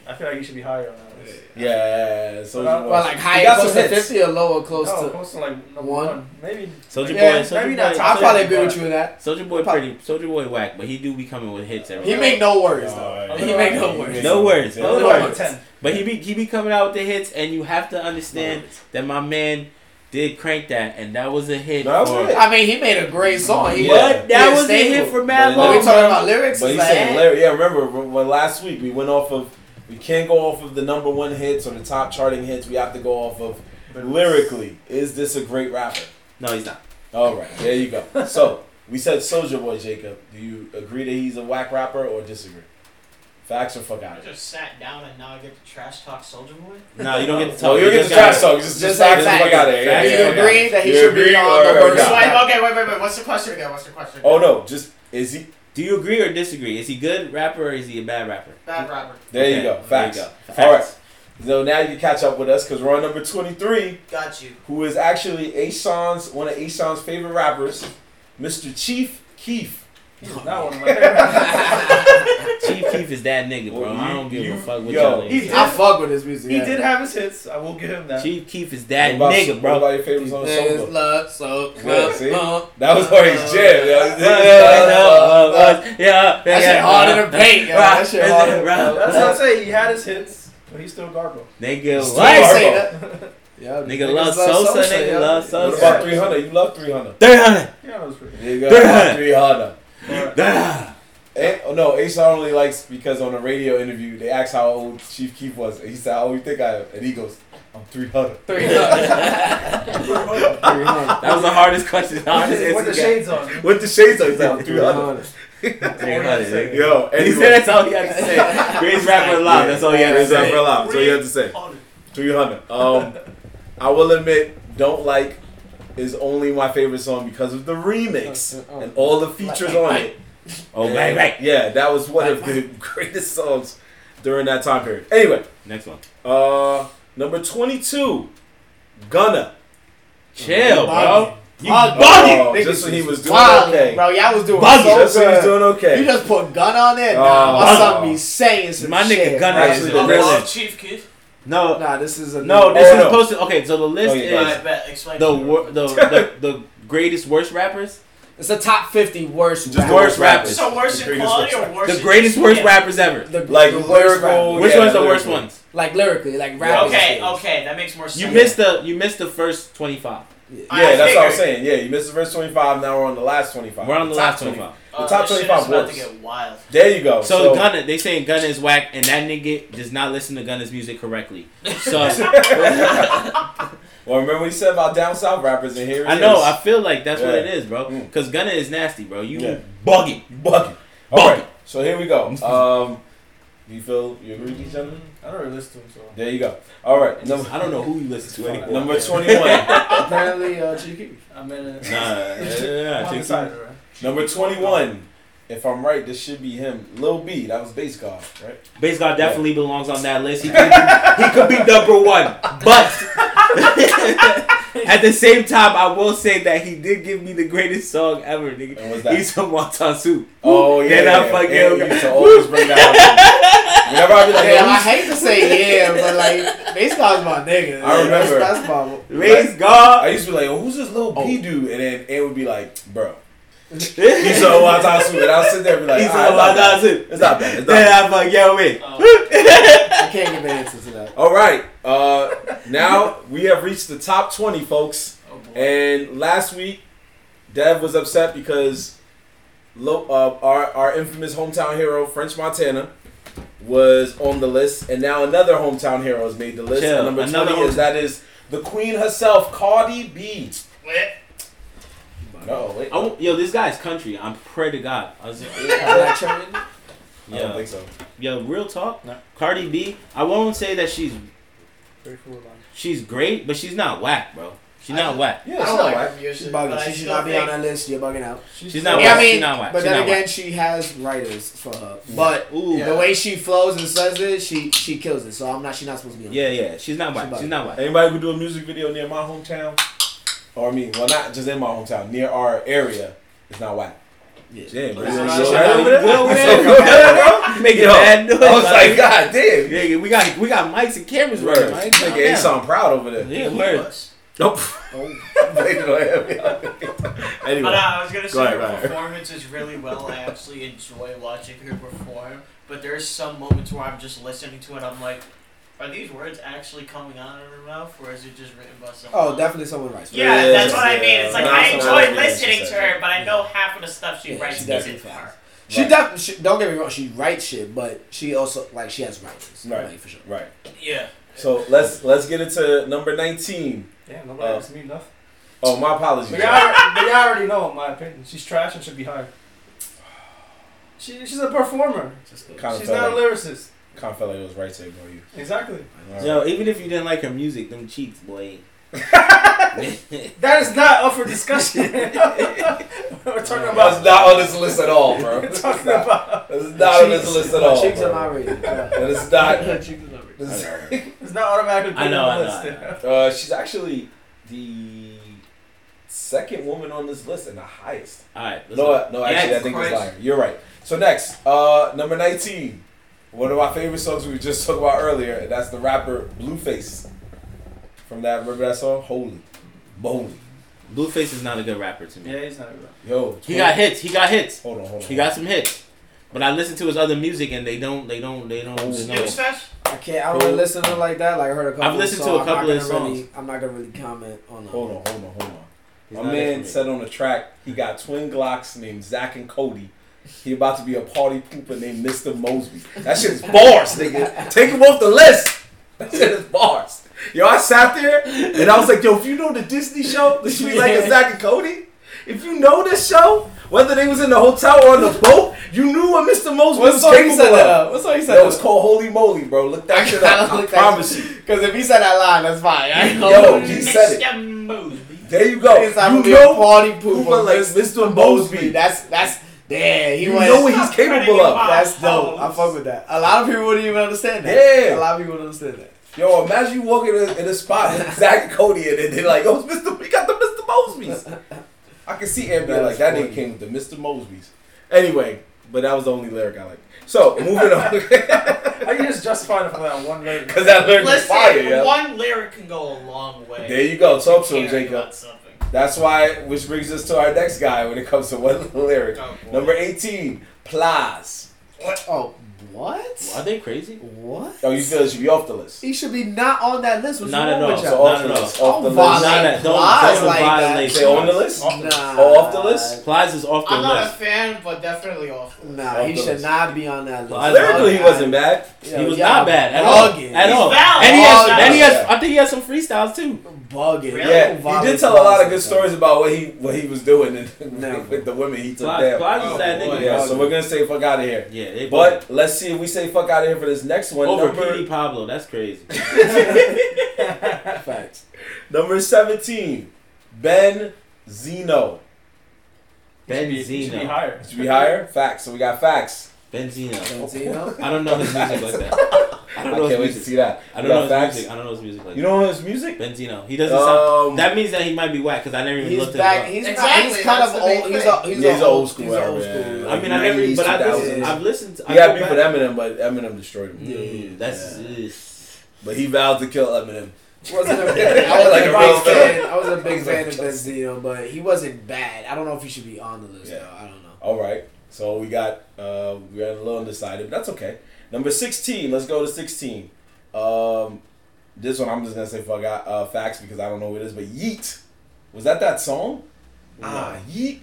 Speaker 4: yeah.
Speaker 5: I feel like you should be higher on that list.
Speaker 1: Yeah, Soldier Boy.
Speaker 6: well, like
Speaker 1: He
Speaker 6: higher
Speaker 1: got
Speaker 6: close
Speaker 1: some
Speaker 6: to
Speaker 1: hits.
Speaker 6: fifty or lower close
Speaker 5: no,
Speaker 6: to.
Speaker 5: Oh, close to like number
Speaker 6: one.
Speaker 5: one. Maybe.
Speaker 4: Soldier
Speaker 6: Yeah,
Speaker 4: boy, soldier
Speaker 5: maybe not
Speaker 4: boy,
Speaker 5: top
Speaker 6: I
Speaker 4: soldier,
Speaker 6: probably agree with you in that.
Speaker 4: soldier boy, pretty, soldier boy, whack, but he do be coming with hits every.
Speaker 6: He
Speaker 4: He
Speaker 6: make no words though.
Speaker 1: Oh,
Speaker 5: He
Speaker 1: yeah.
Speaker 5: make no
Speaker 1: He
Speaker 6: words.
Speaker 1: made
Speaker 4: No words.
Speaker 1: Yeah.
Speaker 4: No
Speaker 5: Number
Speaker 4: words.
Speaker 5: ten.
Speaker 4: but he be he be coming out with the hits, and you have to understand that my man did crank that, and that was a hit.
Speaker 1: That was
Speaker 4: for-
Speaker 1: a hit.
Speaker 6: I mean, he made a great song. He
Speaker 1: Yeah.
Speaker 4: What? That was a hit for
Speaker 1: But
Speaker 4: Mad
Speaker 1: it
Speaker 6: When we
Speaker 4: Long.
Speaker 1: never-
Speaker 6: talking about lyrics,
Speaker 1: But
Speaker 6: it's
Speaker 1: he's
Speaker 6: like,
Speaker 1: saying Larry. Yeah, remember when when last week we went off of we can't go off of the number one hits or the top charting hits. We have to go off of lyrically. Is this a great rapper?
Speaker 4: No, he's not.
Speaker 1: All right, there you go. So we said Soldier Boy Jacob. Do you agree that he's a whack rapper or disagree? Facts or fuck
Speaker 2: I
Speaker 1: out.
Speaker 2: just sat down and now I get to trash talk Soldier Boy.
Speaker 4: No, you don't get to talk.
Speaker 1: So you
Speaker 4: you
Speaker 1: get
Speaker 4: just
Speaker 1: the trash
Speaker 4: gotta-
Speaker 1: talk. Just just
Speaker 6: Just
Speaker 1: facts and
Speaker 6: facts.
Speaker 1: fuck out of here. Yeah,
Speaker 6: Do you
Speaker 1: yeah, yeah.
Speaker 6: agree that he
Speaker 1: You
Speaker 6: should be
Speaker 1: agree
Speaker 6: on the
Speaker 1: or-
Speaker 6: worst
Speaker 1: Yeah.
Speaker 2: So, *laughs*
Speaker 6: side?
Speaker 2: like, okay, wait, wait, wait. What's the question again? What's the question?
Speaker 1: Oh no, just is he?
Speaker 4: Do you agree or disagree? Is he good rapper or is he a bad rapper?
Speaker 2: Bad rapper.
Speaker 1: There you
Speaker 4: Okay,
Speaker 1: go. Facts.
Speaker 4: There you go.
Speaker 1: All right.
Speaker 4: Facts.
Speaker 1: So now you can catch up with us because we're on number twenty-three.
Speaker 2: Got you.
Speaker 1: who is actually Ashawn's one of Ashawn's favorite rappers, Mr. Chief Keef.
Speaker 5: He's not one of my
Speaker 4: *laughs*
Speaker 5: favorite.
Speaker 4: Chief Keef is that nigga, bro.
Speaker 1: Well,
Speaker 4: I
Speaker 1: you-
Speaker 4: don't give
Speaker 1: you-
Speaker 4: a fuck what
Speaker 1: yo,
Speaker 4: y'all
Speaker 5: he
Speaker 4: niggas
Speaker 5: did.
Speaker 6: I fuck with his music.
Speaker 5: He
Speaker 6: yeah.
Speaker 5: did have his hits. I will give him
Speaker 4: say.
Speaker 5: that.
Speaker 4: Chief Keef is that
Speaker 1: What about-
Speaker 4: nigga,
Speaker 1: What
Speaker 4: bro.
Speaker 1: about your favorites on
Speaker 6: There's
Speaker 1: Soulja?
Speaker 6: love, so
Speaker 1: Yeah, see?
Speaker 6: uh,
Speaker 1: That was always jam. That was-
Speaker 4: Yeah, yeah, yeah,
Speaker 6: That shit
Speaker 4: yeah,
Speaker 6: harder
Speaker 4: yeah.
Speaker 6: than paint, yo. That shit harder than
Speaker 4: Right.
Speaker 5: That's what I'm saying. He had his hits, but he's still gargle.
Speaker 4: Nigga,
Speaker 1: What?
Speaker 6: I
Speaker 4: what?
Speaker 6: say that. *laughs* Yeah,
Speaker 4: Nigga
Speaker 6: niggas
Speaker 4: love Sosa, nigga
Speaker 6: yeah.
Speaker 4: love
Speaker 1: What
Speaker 4: Sosa.
Speaker 1: about 300? You love 300.
Speaker 4: Three hundred.
Speaker 5: Yeah, that was *laughs* pretty.
Speaker 1: There you go. about 300.
Speaker 5: But
Speaker 1: Eh, oh, no, Ashawn only likes because on a radio interview, they asked how old Chief Keef was. And he said, How old you think I am? And he goes, I'm 300.
Speaker 6: Three
Speaker 1: *laughs*
Speaker 6: hundred.
Speaker 4: That was the hardest question. Hardest *laughs*
Speaker 5: with the
Speaker 4: answer.
Speaker 5: shades on.
Speaker 1: With the shades on, he said, I'm
Speaker 6: Three hundred.
Speaker 4: Three hundred.
Speaker 1: *laughs*
Speaker 4: nigga.
Speaker 1: Yo,
Speaker 4: And he said that's all he had to say. Greatest rapper alive. That's all he had to
Speaker 1: That's
Speaker 4: say.
Speaker 1: all you had to say.
Speaker 2: On
Speaker 1: 300. Um, I will admit, Don't Like is only my favorite song because of the remix and all the features on it.
Speaker 4: Oh,
Speaker 1: And,
Speaker 4: bang, bang.
Speaker 1: Yeah, that was one of the *laughs* greatest songs during that time period. Anyway,
Speaker 4: Next one.
Speaker 1: uh, number 22, Gunna.
Speaker 4: Chill, bro. You
Speaker 6: Boggy.
Speaker 4: bugging.
Speaker 1: Oh,
Speaker 6: Niggas
Speaker 1: just when he was doing
Speaker 6: Wow,
Speaker 1: okay.
Speaker 6: bro, y'all was doing
Speaker 4: Buggy.
Speaker 6: so
Speaker 1: Just when he was
Speaker 6: good.
Speaker 1: doing
Speaker 6: You
Speaker 1: okay.
Speaker 6: just put gun on it.
Speaker 1: Oh.
Speaker 6: Nah, my son
Speaker 1: Buggy.
Speaker 6: be saying some
Speaker 4: My nigga
Speaker 6: shit.
Speaker 4: Gunna
Speaker 6: bro.
Speaker 1: is
Speaker 2: I
Speaker 1: Really?
Speaker 2: love Chief Keef.
Speaker 4: No,
Speaker 6: Nah, this is a
Speaker 4: No,
Speaker 6: new-
Speaker 4: this
Speaker 1: Oh,
Speaker 4: is
Speaker 1: no.
Speaker 4: posted. Okay, so the list
Speaker 1: Oh, yeah,
Speaker 4: is
Speaker 1: guys.
Speaker 2: I bet. Explain.
Speaker 4: the,
Speaker 2: to me.
Speaker 4: wor-
Speaker 1: *laughs*
Speaker 4: the the the greatest worst rappers,
Speaker 6: It's a top fifty worst.
Speaker 1: Just
Speaker 6: rap.
Speaker 4: worst rappers,
Speaker 2: So worse
Speaker 1: The
Speaker 2: in
Speaker 1: greatest
Speaker 2: quality
Speaker 1: worst
Speaker 2: or worse?
Speaker 4: the
Speaker 2: in-
Speaker 4: greatest worst
Speaker 2: Yeah.
Speaker 4: rappers ever.
Speaker 6: The,
Speaker 1: Like
Speaker 6: the worst
Speaker 1: lyrical.
Speaker 6: rap.
Speaker 4: Which
Speaker 1: yeah,
Speaker 4: one's the worst
Speaker 1: lyrical.
Speaker 4: ones?
Speaker 6: like lyrically, like rap.
Speaker 2: Okay, okay, that makes more sense.
Speaker 4: You missed the you missed the first twenty five.
Speaker 1: Yeah, that's what I'm
Speaker 2: figured.
Speaker 1: saying. Yeah, you missed the first 25. Now we're on the last 25.
Speaker 4: We're on the
Speaker 1: Top
Speaker 4: last twenty five.
Speaker 1: The top
Speaker 2: Uh, this shit
Speaker 1: 25
Speaker 2: is about
Speaker 1: works.
Speaker 2: to get wild.
Speaker 1: There you go.
Speaker 4: So, Gunna, they saying Gunna is whack, and that nigga does not listen to Gunna's music correctly.
Speaker 1: *laughs*
Speaker 4: So
Speaker 1: well, remember what he said about down south rappers, and here it
Speaker 4: I know.
Speaker 1: is.
Speaker 4: I feel like that's what
Speaker 1: Yeah.
Speaker 4: it is, bro.
Speaker 1: Mm.
Speaker 4: Because Gunna is nasty, bro. You
Speaker 1: Yeah.
Speaker 4: bugging.
Speaker 1: You bugging. All right. So here we
Speaker 4: *laughs*
Speaker 1: go. Um, you feel you agree with these gentlemen?
Speaker 5: I don't really listen to him, so.
Speaker 1: There you go. All right. Number
Speaker 4: *laughs* I don't know who you listen to
Speaker 5: Twenty-
Speaker 4: anymore.
Speaker 1: number twenty
Speaker 4: *laughs*
Speaker 1: one.
Speaker 5: Apparently, uh, Cheeky. I mean, uh, *laughs*
Speaker 4: Nah, yeah,
Speaker 5: one
Speaker 4: I think
Speaker 5: decided, right?
Speaker 1: number twenty one. If I'm right, this should be him. Lil B. That was base guard, right?
Speaker 4: Base God definitely belongs on that list. He could, be, he could be number one, but *laughs* at the same time, I will say that he did give me the greatest song ever, nigga.
Speaker 1: And what's that?
Speaker 4: He's from Watan Soup.
Speaker 1: oh yeah.
Speaker 4: Then I fucking-
Speaker 1: Yeah,
Speaker 4: *laughs*
Speaker 1: you used to always bring that. Up. Whenever I be like,
Speaker 6: Yeah,
Speaker 1: yo,
Speaker 6: I
Speaker 1: who's-
Speaker 6: hate to say yeah, but like baseball's my nigga.
Speaker 1: I remember.
Speaker 6: That's, that's my.
Speaker 4: Raise
Speaker 1: I
Speaker 4: God.
Speaker 1: used to be like, yo, who's this Lil
Speaker 4: Oh.
Speaker 1: B dude? And then it would be like, bro, he's
Speaker 4: *laughs* He's
Speaker 1: a *laughs* Watan Sue, and I'll sit there and be like,
Speaker 4: from
Speaker 1: "All right, it's not
Speaker 4: Watan
Speaker 1: bad.
Speaker 4: Soup.
Speaker 1: It's not bad. It's not
Speaker 4: Then
Speaker 1: bad.
Speaker 4: I fuck yo wait.
Speaker 6: I can't give an answer to that.
Speaker 1: All right. Uh, now we have reached the top twenty, folks.
Speaker 2: Oh boy.
Speaker 1: And last week, Dev was upset because Lo- uh, our, our infamous hometown hero, French Montana, was on the list. And now another hometown hero has made the list.
Speaker 4: Chill,
Speaker 1: And number 20
Speaker 4: another
Speaker 1: is
Speaker 4: hometown-
Speaker 1: that is the queen herself, Cardi B. No, wait.
Speaker 4: I won't- yo, this guy's country. I'm pray to God. I was like,
Speaker 6: Black Children?
Speaker 1: I don't
Speaker 4: yo,
Speaker 1: think so.
Speaker 4: yo, real talk.
Speaker 5: No.
Speaker 4: Cardi B. I won't say that she's
Speaker 5: Very cool. man.
Speaker 4: she's great, but she's not whack, bro. She's not whack.
Speaker 1: Yeah,
Speaker 2: I
Speaker 1: it's
Speaker 2: don't
Speaker 1: not
Speaker 2: like
Speaker 1: whack.
Speaker 2: her music,
Speaker 6: She's
Speaker 2: but
Speaker 6: bugging.
Speaker 2: I
Speaker 6: She should
Speaker 2: still
Speaker 6: not be
Speaker 2: think-
Speaker 6: on that list. You're bugging out.
Speaker 4: She's not
Speaker 6: Yeah,
Speaker 4: whack.
Speaker 6: I
Speaker 4: she's
Speaker 6: mean,
Speaker 4: not whack.
Speaker 6: but
Speaker 4: she's
Speaker 6: then
Speaker 4: not
Speaker 6: again,
Speaker 4: whack.
Speaker 6: she has writers for her. But
Speaker 4: Ooh,
Speaker 6: the way she flows and says it, she she kills it. So I'm not. She's not supposed to be on.
Speaker 4: yeah, yeah. She's not whack.
Speaker 6: She
Speaker 4: She's not whack.
Speaker 1: Anybody who do a music video near my hometown, or I mean, well, not just in my hometown, near our area, it's not whack.
Speaker 6: Yeah.
Speaker 1: Damn, bro.
Speaker 2: That's
Speaker 1: You
Speaker 2: what I
Speaker 1: know
Speaker 2: said.
Speaker 1: right over there?
Speaker 4: Will
Speaker 1: You
Speaker 4: Will.
Speaker 1: so good,
Speaker 4: *laughs*
Speaker 1: bro?
Speaker 4: Making
Speaker 1: Yo,
Speaker 4: bad noise.
Speaker 1: I was like, God damn.
Speaker 4: nigga, we got we got mics and cameras
Speaker 1: Right.
Speaker 4: right, Mike.
Speaker 1: Nigga, he sound proud over there. *laughs*
Speaker 4: Yeah,
Speaker 2: He
Speaker 4: word.
Speaker 2: was.
Speaker 1: Nope.
Speaker 2: But
Speaker 1: *laughs* anyway,
Speaker 2: uh, I was gonna
Speaker 1: Go ahead,
Speaker 2: say her
Speaker 1: go ahead.
Speaker 2: performance is really well. I actually enjoy watching her perform. But there's some moments where I'm just listening to it. I'm like, are these words actually coming out of her mouth, or is it just written by someone?
Speaker 6: Oh, definitely someone writes.
Speaker 2: Yeah,
Speaker 1: Yeah,
Speaker 2: that's what I
Speaker 1: yeah,
Speaker 2: mean. It's like
Speaker 1: not
Speaker 2: I
Speaker 1: so
Speaker 2: enjoy
Speaker 1: much, yeah,
Speaker 2: listening
Speaker 1: she
Speaker 2: to
Speaker 1: said.
Speaker 2: her, but I know half of the stuff she
Speaker 6: Yeah,
Speaker 2: writes
Speaker 6: she
Speaker 2: isn't
Speaker 6: definitely
Speaker 2: for her.
Speaker 6: fast. She
Speaker 1: Right.
Speaker 6: definitely. She, don't get me wrong. She writes shit, but she also like she has writers.
Speaker 1: Right.
Speaker 6: Like, for sure.
Speaker 1: right.
Speaker 2: Yeah.
Speaker 1: So let's let's get into number nineteen.
Speaker 5: Damn, nobody
Speaker 1: Oh.
Speaker 5: asked me nothing.
Speaker 1: Oh, my apologies.
Speaker 5: But uh, y'all, but y'all already know my opinion. She's trash and should be hired. She, she's a performer.
Speaker 1: Kind of
Speaker 5: she's
Speaker 1: felt
Speaker 5: not a
Speaker 1: like,
Speaker 5: lyricist.
Speaker 1: kind of felt like it was right to ignore you.
Speaker 5: Exactly.
Speaker 1: Alright.
Speaker 4: Yo, even if you didn't like her music, them
Speaker 1: *laughs*
Speaker 4: cheeks, boy.
Speaker 5: That is not up for
Speaker 1: *laughs*
Speaker 5: discussion. We're talking
Speaker 1: That's
Speaker 5: about.
Speaker 1: not on this list at all, bro.
Speaker 5: We're
Speaker 1: That's
Speaker 5: talking about.
Speaker 1: not on this list at
Speaker 6: My
Speaker 1: all.
Speaker 6: cheeks
Speaker 1: bro.
Speaker 6: are not
Speaker 1: *laughs*
Speaker 6: rated.
Speaker 1: That is not. this-
Speaker 4: Alright.
Speaker 5: It's not automatically.
Speaker 4: I know,
Speaker 5: on the
Speaker 4: I know, I
Speaker 5: list.
Speaker 4: know.
Speaker 1: Uh, she's actually the second woman on this list and the highest.
Speaker 4: All right.
Speaker 1: No,
Speaker 4: let's go.
Speaker 1: uh, no, actually, I
Speaker 2: Yes,
Speaker 1: think
Speaker 2: Christ.
Speaker 1: it's liar. You're right. So next, uh, number nineteen, one of my favorite songs we just *laughs* talked about earlier, and that's the rapper Blueface from that. Remember that song, Holy Moly,
Speaker 4: Blueface is not a good rapper to me.
Speaker 5: Yeah, he's not a rapper.
Speaker 1: yo.
Speaker 4: He got hits. He got hits.
Speaker 1: Hold on, hold on.
Speaker 4: He got some hits. But I listen to his other music and they don't. They don't. They don't.
Speaker 1: Ooh.
Speaker 4: no.
Speaker 2: Snooze Fest?
Speaker 6: I can't. I don't really
Speaker 1: Who?
Speaker 6: listen to her like that. Like I heard a couple.
Speaker 4: I've listened
Speaker 6: of
Speaker 4: to
Speaker 6: songs.
Speaker 4: a couple
Speaker 6: I'm
Speaker 4: of
Speaker 6: not
Speaker 4: his
Speaker 6: gonna Really, I'm not gonna really comment on.
Speaker 1: Hold on, hold on, hold on.
Speaker 4: He's
Speaker 1: My
Speaker 4: not
Speaker 1: man
Speaker 4: it for me.
Speaker 1: said on the track he got twin Glocks named Zach and Cody. He about to be a party pooper named Mr. Mosby. That shit is bars, nigga. Take him off the list. That shit is bars. Yo, I sat there and I was like, yo, if you know the Disney show, the Sweet Life of Zach and Cody, if you know this show, whether they was in the hotel or on the boat, you knew what Mr. Mosby
Speaker 6: What
Speaker 1: was
Speaker 6: song he
Speaker 1: capable
Speaker 6: said that
Speaker 1: of.
Speaker 6: up? What song he said
Speaker 1: That was
Speaker 6: *laughs* that up?
Speaker 1: called Holy Moly, bro. Look
Speaker 6: *laughs*
Speaker 1: that shit up. I promise you.
Speaker 6: Because if he said that line, that's fine. I know.
Speaker 1: Yo, he said it.
Speaker 2: Mr. Mosby.
Speaker 1: There you go.
Speaker 6: *laughs* It's not
Speaker 1: You
Speaker 6: gonna be a
Speaker 1: know
Speaker 6: party
Speaker 1: Pooper
Speaker 6: pooper
Speaker 1: like
Speaker 6: Mr.
Speaker 1: Mr. Mosby.
Speaker 6: That's that's damn. He
Speaker 1: You
Speaker 6: went.
Speaker 1: know what he's capable of.
Speaker 6: *laughs*
Speaker 1: *laughs*
Speaker 6: That's dope. I fuck with that. A lot of people wouldn't even understand that.
Speaker 1: Yeah.
Speaker 6: A lot of people wouldn't understand that.
Speaker 1: Yo, imagine you walking in, in a spot with Zach and Cody and then they're like, oh, it's Mr. We got the Mr. Mosby's. I can see Ed being like, that nigga came with the Mr. Mosby's. Anyway, but that was the only lyric I like. So, moving on. *laughs* Because
Speaker 5: *laughs* I can just justify it for that
Speaker 1: *laughs*
Speaker 5: one lyric.
Speaker 1: that lyric was
Speaker 2: Listen,
Speaker 1: fire, yeah.
Speaker 2: one lyric can go a long way.
Speaker 1: There you go. Talk to him,
Speaker 2: Caring
Speaker 1: Jacob.
Speaker 2: about something.
Speaker 1: That's why, which brings us to our *laughs* next guy when it comes to one lyric.
Speaker 2: Oh, boy.
Speaker 1: Number 18, Plaz.
Speaker 6: Oh, What?
Speaker 4: Are they crazy?
Speaker 6: What?
Speaker 1: Oh, you feel it should be off the list.
Speaker 6: He should be not on that list. What's
Speaker 4: Not
Speaker 6: wrong
Speaker 4: at
Speaker 6: with
Speaker 4: all.
Speaker 1: So
Speaker 6: y'all?
Speaker 1: off the list. Off
Speaker 4: Not at all.
Speaker 1: the
Speaker 6: Don't
Speaker 1: list.
Speaker 4: Not at- don't-
Speaker 6: Lies
Speaker 4: don't
Speaker 6: like
Speaker 4: violate
Speaker 6: that.
Speaker 1: Say on the list.
Speaker 5: Off the list.
Speaker 6: Nah.
Speaker 1: Oh, off the list?
Speaker 4: Plies is off the
Speaker 2: I'm not a
Speaker 4: list.
Speaker 2: fan, but definitely off. the list.
Speaker 6: Nah, he
Speaker 1: Off the
Speaker 6: should
Speaker 1: list.
Speaker 6: not be on that
Speaker 4: Lies.
Speaker 6: list.
Speaker 1: Lyrically, he wasn't bad.
Speaker 4: he was not bad at all.
Speaker 6: bugging.
Speaker 4: At
Speaker 2: He's
Speaker 4: all.
Speaker 2: valid.
Speaker 4: And he has, and he has.
Speaker 1: Valid.
Speaker 4: I think he has some freestyles too.
Speaker 6: Bugging.
Speaker 2: Really?
Speaker 1: Yeah, he did tell a lot of good stories about what he what he was doing and *laughs*
Speaker 6: Never.
Speaker 1: with the women he took
Speaker 4: Plies,
Speaker 1: down.
Speaker 4: Plies is a sad
Speaker 2: Oh, boy.
Speaker 4: nigga.
Speaker 1: Yeah, so we're gonna say fuck out of here.
Speaker 4: Yeah, they
Speaker 1: But let's see if we say fuck out of here for this next one.
Speaker 4: over
Speaker 1: number,
Speaker 4: P.D. Pablo. That's crazy.
Speaker 6: Facts.
Speaker 1: number seventeen, Ben Zeno.
Speaker 5: He should be- he should be
Speaker 4: Benzino.
Speaker 5: higher.
Speaker 1: Should we hire? Facts. So we got facts.
Speaker 4: Benzino.
Speaker 1: *laughs*
Speaker 6: Benzino?
Speaker 4: I don't know his music like that. I
Speaker 1: I,
Speaker 4: don't know his
Speaker 1: can't wait to
Speaker 4: music.
Speaker 1: see that.
Speaker 4: I
Speaker 1: We
Speaker 4: don't know
Speaker 1: got
Speaker 4: his
Speaker 1: facts.
Speaker 4: music. I don't know his music
Speaker 1: You
Speaker 4: like that.
Speaker 1: don't know his music?
Speaker 4: Benzino. He doesn't sound.
Speaker 1: Um,
Speaker 4: That means that he might be whack because I never even
Speaker 6: He's
Speaker 4: looked
Speaker 6: back.
Speaker 4: at
Speaker 6: He's,
Speaker 2: Exactly,
Speaker 6: not, he's kind
Speaker 2: that's
Speaker 6: of
Speaker 2: the main
Speaker 6: old. He's
Speaker 2: thing.
Speaker 6: a he's,
Speaker 1: Yeah,
Speaker 6: a
Speaker 1: he's an old school
Speaker 6: He's a
Speaker 1: rapper,
Speaker 6: old
Speaker 1: yeah.
Speaker 6: school.
Speaker 4: it.
Speaker 1: like
Speaker 4: I mean, I never.
Speaker 1: 90s,
Speaker 4: But I
Speaker 1: 2000s.
Speaker 4: listened. I've listened. To,
Speaker 1: he got
Speaker 4: I
Speaker 1: beef with Eminem, but Eminem destroyed him.
Speaker 4: Dude, that's.
Speaker 1: But he vowed to kill Eminem.
Speaker 6: *laughs* Wasn't
Speaker 1: *laughs*
Speaker 6: a, I was
Speaker 1: Like
Speaker 6: a
Speaker 1: a real
Speaker 6: big
Speaker 1: fan.
Speaker 6: fan. I was a big fan of Benzino, but he wasn't bad. I don't know if he should be on the list
Speaker 1: Yeah.
Speaker 6: though. I don't know.
Speaker 1: All right. So we got uh, we got a little undecided, but that's okay. Number sixteen. Let's go to sixteen. Um, this one I'm just gonna say fuck out uh, facts because I don't know what it is. But Yeet, was that that song? Ah, Yeet.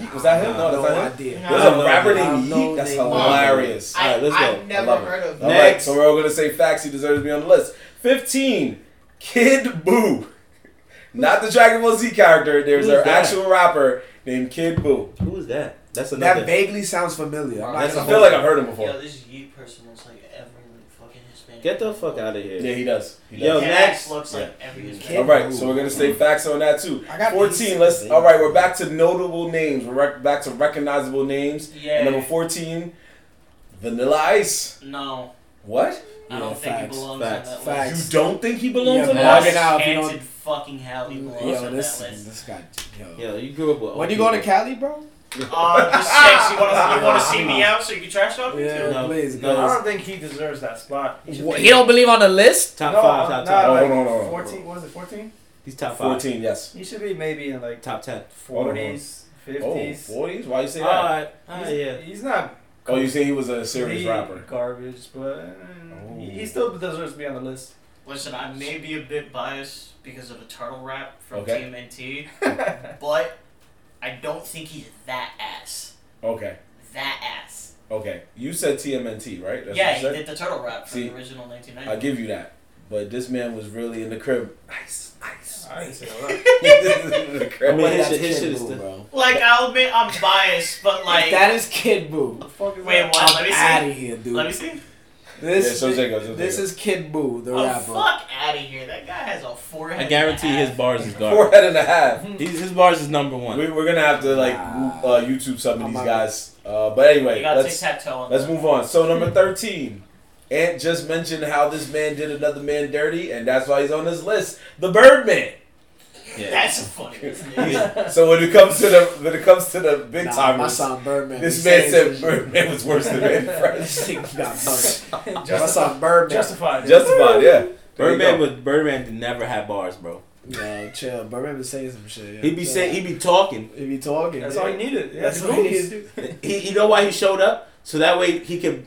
Speaker 1: Yeet. Was that him? No, that's
Speaker 6: no
Speaker 1: not him.
Speaker 6: idea.
Speaker 2: No.
Speaker 1: There's a rapper
Speaker 6: I
Speaker 1: named
Speaker 6: don't know
Speaker 1: Yeet. That's
Speaker 6: name.
Speaker 1: hilarious.
Speaker 2: I,
Speaker 4: Alright, let's go.
Speaker 2: I've never
Speaker 1: love it.
Speaker 2: heard of
Speaker 1: All
Speaker 2: him.
Speaker 1: right.
Speaker 4: Next.
Speaker 1: So we're all gonna say facts. He deserves to be on the list. Fifteen. Kid Boo. *laughs* Not the Dragon Ball Z character. There's
Speaker 4: Who's
Speaker 1: an
Speaker 4: that?
Speaker 1: actual rapper named Kid Boo.
Speaker 4: Who is that? That's another.
Speaker 6: That vaguely sounds familiar. I'm not
Speaker 4: That's
Speaker 1: I
Speaker 6: gonna
Speaker 1: feel
Speaker 6: hold
Speaker 1: like
Speaker 6: you.
Speaker 1: I've heard him before.
Speaker 2: Yo, this Yeet person looks like every fucking Hispanic.
Speaker 4: Get the fuck out of here.
Speaker 1: Yeah, he does. He does.
Speaker 4: Yo,
Speaker 2: Yo,
Speaker 4: next.
Speaker 2: next looks like every
Speaker 1: All
Speaker 2: Hispanic.
Speaker 1: right, so we're gonna stay facts on that too.
Speaker 6: I got
Speaker 1: Fourteen.
Speaker 6: these.
Speaker 1: Let's. All right, we're back to notable names. We're rec- back to recognizable names.
Speaker 2: Yeah.
Speaker 1: And number fourteen, Vanilla Ice.
Speaker 2: No,
Speaker 1: What?
Speaker 2: I don't
Speaker 6: Yeah,
Speaker 2: think
Speaker 6: facts,
Speaker 2: he belongs
Speaker 4: facts,
Speaker 2: on that
Speaker 6: facts.
Speaker 1: You don't think he belongs
Speaker 6: Yeah,
Speaker 1: on that?
Speaker 2: list.
Speaker 6: Bugging out if you
Speaker 2: Can't
Speaker 6: don't-
Speaker 2: fucking hell he belongs
Speaker 6: Yo,
Speaker 2: on
Speaker 6: this
Speaker 2: that list.
Speaker 6: this guy. Yo.
Speaker 4: Yo, you grew up with.
Speaker 6: When
Speaker 4: old
Speaker 6: you going to
Speaker 4: people.
Speaker 6: Cali, bro?
Speaker 2: Uh, just six. You want to you want to see me out so you can trash talk me
Speaker 6: *laughs* Yeah,
Speaker 2: too?
Speaker 4: No,
Speaker 6: please
Speaker 4: no.
Speaker 5: I
Speaker 6: go.
Speaker 5: don't think he deserves that spot. should be-
Speaker 6: He don't believe on the list.
Speaker 4: Top
Speaker 5: No,
Speaker 4: five, top
Speaker 5: no,
Speaker 4: ten.
Speaker 1: Oh,
Speaker 5: like
Speaker 1: hold on, hold on.
Speaker 5: 14, what is it, 14?
Speaker 4: He's top five.
Speaker 1: Fourteen. Yes.
Speaker 5: He should be maybe in like
Speaker 4: Top ten.
Speaker 1: Hold on, hold on.
Speaker 5: 40s,
Speaker 1: Oh,
Speaker 5: 50s.
Speaker 1: forties. Why you say
Speaker 4: All
Speaker 1: that?
Speaker 4: right. Ah,
Speaker 5: He's-
Speaker 4: yeah.
Speaker 5: He's not
Speaker 1: Oh, you saying he was a serious
Speaker 5: complete
Speaker 1: rapper?
Speaker 5: Garbage, but mm,
Speaker 1: Oh.
Speaker 5: he he still deserves to be on the list.
Speaker 2: Listen, I may be a bit biased because of the turtle rap from
Speaker 1: Okay.
Speaker 2: TMNT, but I don't think he's that ass.
Speaker 1: Okay.
Speaker 2: That ass.
Speaker 1: Okay. You said TMNT, right? That's what
Speaker 2: yeah,
Speaker 1: you
Speaker 2: he
Speaker 1: said?
Speaker 2: did the turtle rap from
Speaker 1: See,
Speaker 2: the original 1990.
Speaker 1: I give you that, but this man was really in the crib. *laughs* Ice, ice.
Speaker 5: I didn't say all that.
Speaker 1: In the crib.
Speaker 4: I
Speaker 1: *laughs*
Speaker 4: mean,
Speaker 6: But
Speaker 4: his
Speaker 6: that's
Speaker 4: shit- his
Speaker 6: Kid
Speaker 4: shit is
Speaker 6: Boo,
Speaker 4: still-
Speaker 6: bro.
Speaker 2: Like, I'll admit I'm biased, but like,
Speaker 6: If that is Kid Boo.
Speaker 5: The fuck is
Speaker 2: wait,
Speaker 5: that?
Speaker 2: what? let me
Speaker 6: I'm
Speaker 2: see.
Speaker 6: out of here,
Speaker 2: Let
Speaker 6: dude.
Speaker 2: me see.
Speaker 1: Yeah,
Speaker 6: This
Speaker 1: so Jacob, so
Speaker 6: this
Speaker 1: Jacob.
Speaker 6: is Kid Boo, the
Speaker 2: Oh,
Speaker 6: rapper.
Speaker 2: fuck out of here. That guy has a forehead.
Speaker 4: I guarantee
Speaker 2: and a
Speaker 4: his
Speaker 2: half.
Speaker 4: bars is garbage.
Speaker 1: forehead and a half.
Speaker 4: He's, his bars is number one.
Speaker 1: We, we're gonna have to like
Speaker 6: Ah.
Speaker 1: uh, YouTube some of
Speaker 6: I'm
Speaker 1: these
Speaker 6: not-
Speaker 1: guys. Uh, but
Speaker 2: You
Speaker 1: anyway,
Speaker 2: got
Speaker 1: let's
Speaker 2: tic tac toe on
Speaker 1: let's
Speaker 2: that.
Speaker 1: move on. So number thirteen, Ant just mentioned how this man did another man dirty, and that's why he's on this list. The Birdman.
Speaker 2: *laughs*
Speaker 4: Yeah.
Speaker 2: That's a funny business.
Speaker 4: *laughs* Yeah.
Speaker 1: So when it comes to the when it comes to the big
Speaker 6: Nah, my
Speaker 1: timers,
Speaker 6: son Birdman.
Speaker 1: this
Speaker 6: be
Speaker 1: man
Speaker 6: saying
Speaker 1: said Birdman was worse than
Speaker 6: *laughs*
Speaker 1: Manny Fresh.
Speaker 6: This
Speaker 1: *laughs*
Speaker 6: nigga got punched.
Speaker 5: *laughs*
Speaker 6: My
Speaker 5: Justified.
Speaker 6: son Birdman.
Speaker 5: Justified.
Speaker 1: Justified, yeah. There you
Speaker 4: Birdman
Speaker 1: go.
Speaker 4: would Birdman did never have bars, bro.
Speaker 6: Yo, chill. Birdman be saying some shit. yeah.
Speaker 4: He'd be saying he'd be talking.
Speaker 6: He be talking.
Speaker 5: That's
Speaker 6: yeah.
Speaker 5: all he needed. Yeah,
Speaker 6: That's
Speaker 5: the
Speaker 6: all he
Speaker 5: rules.
Speaker 6: needed.
Speaker 4: He, you know why he showed up? So that way he could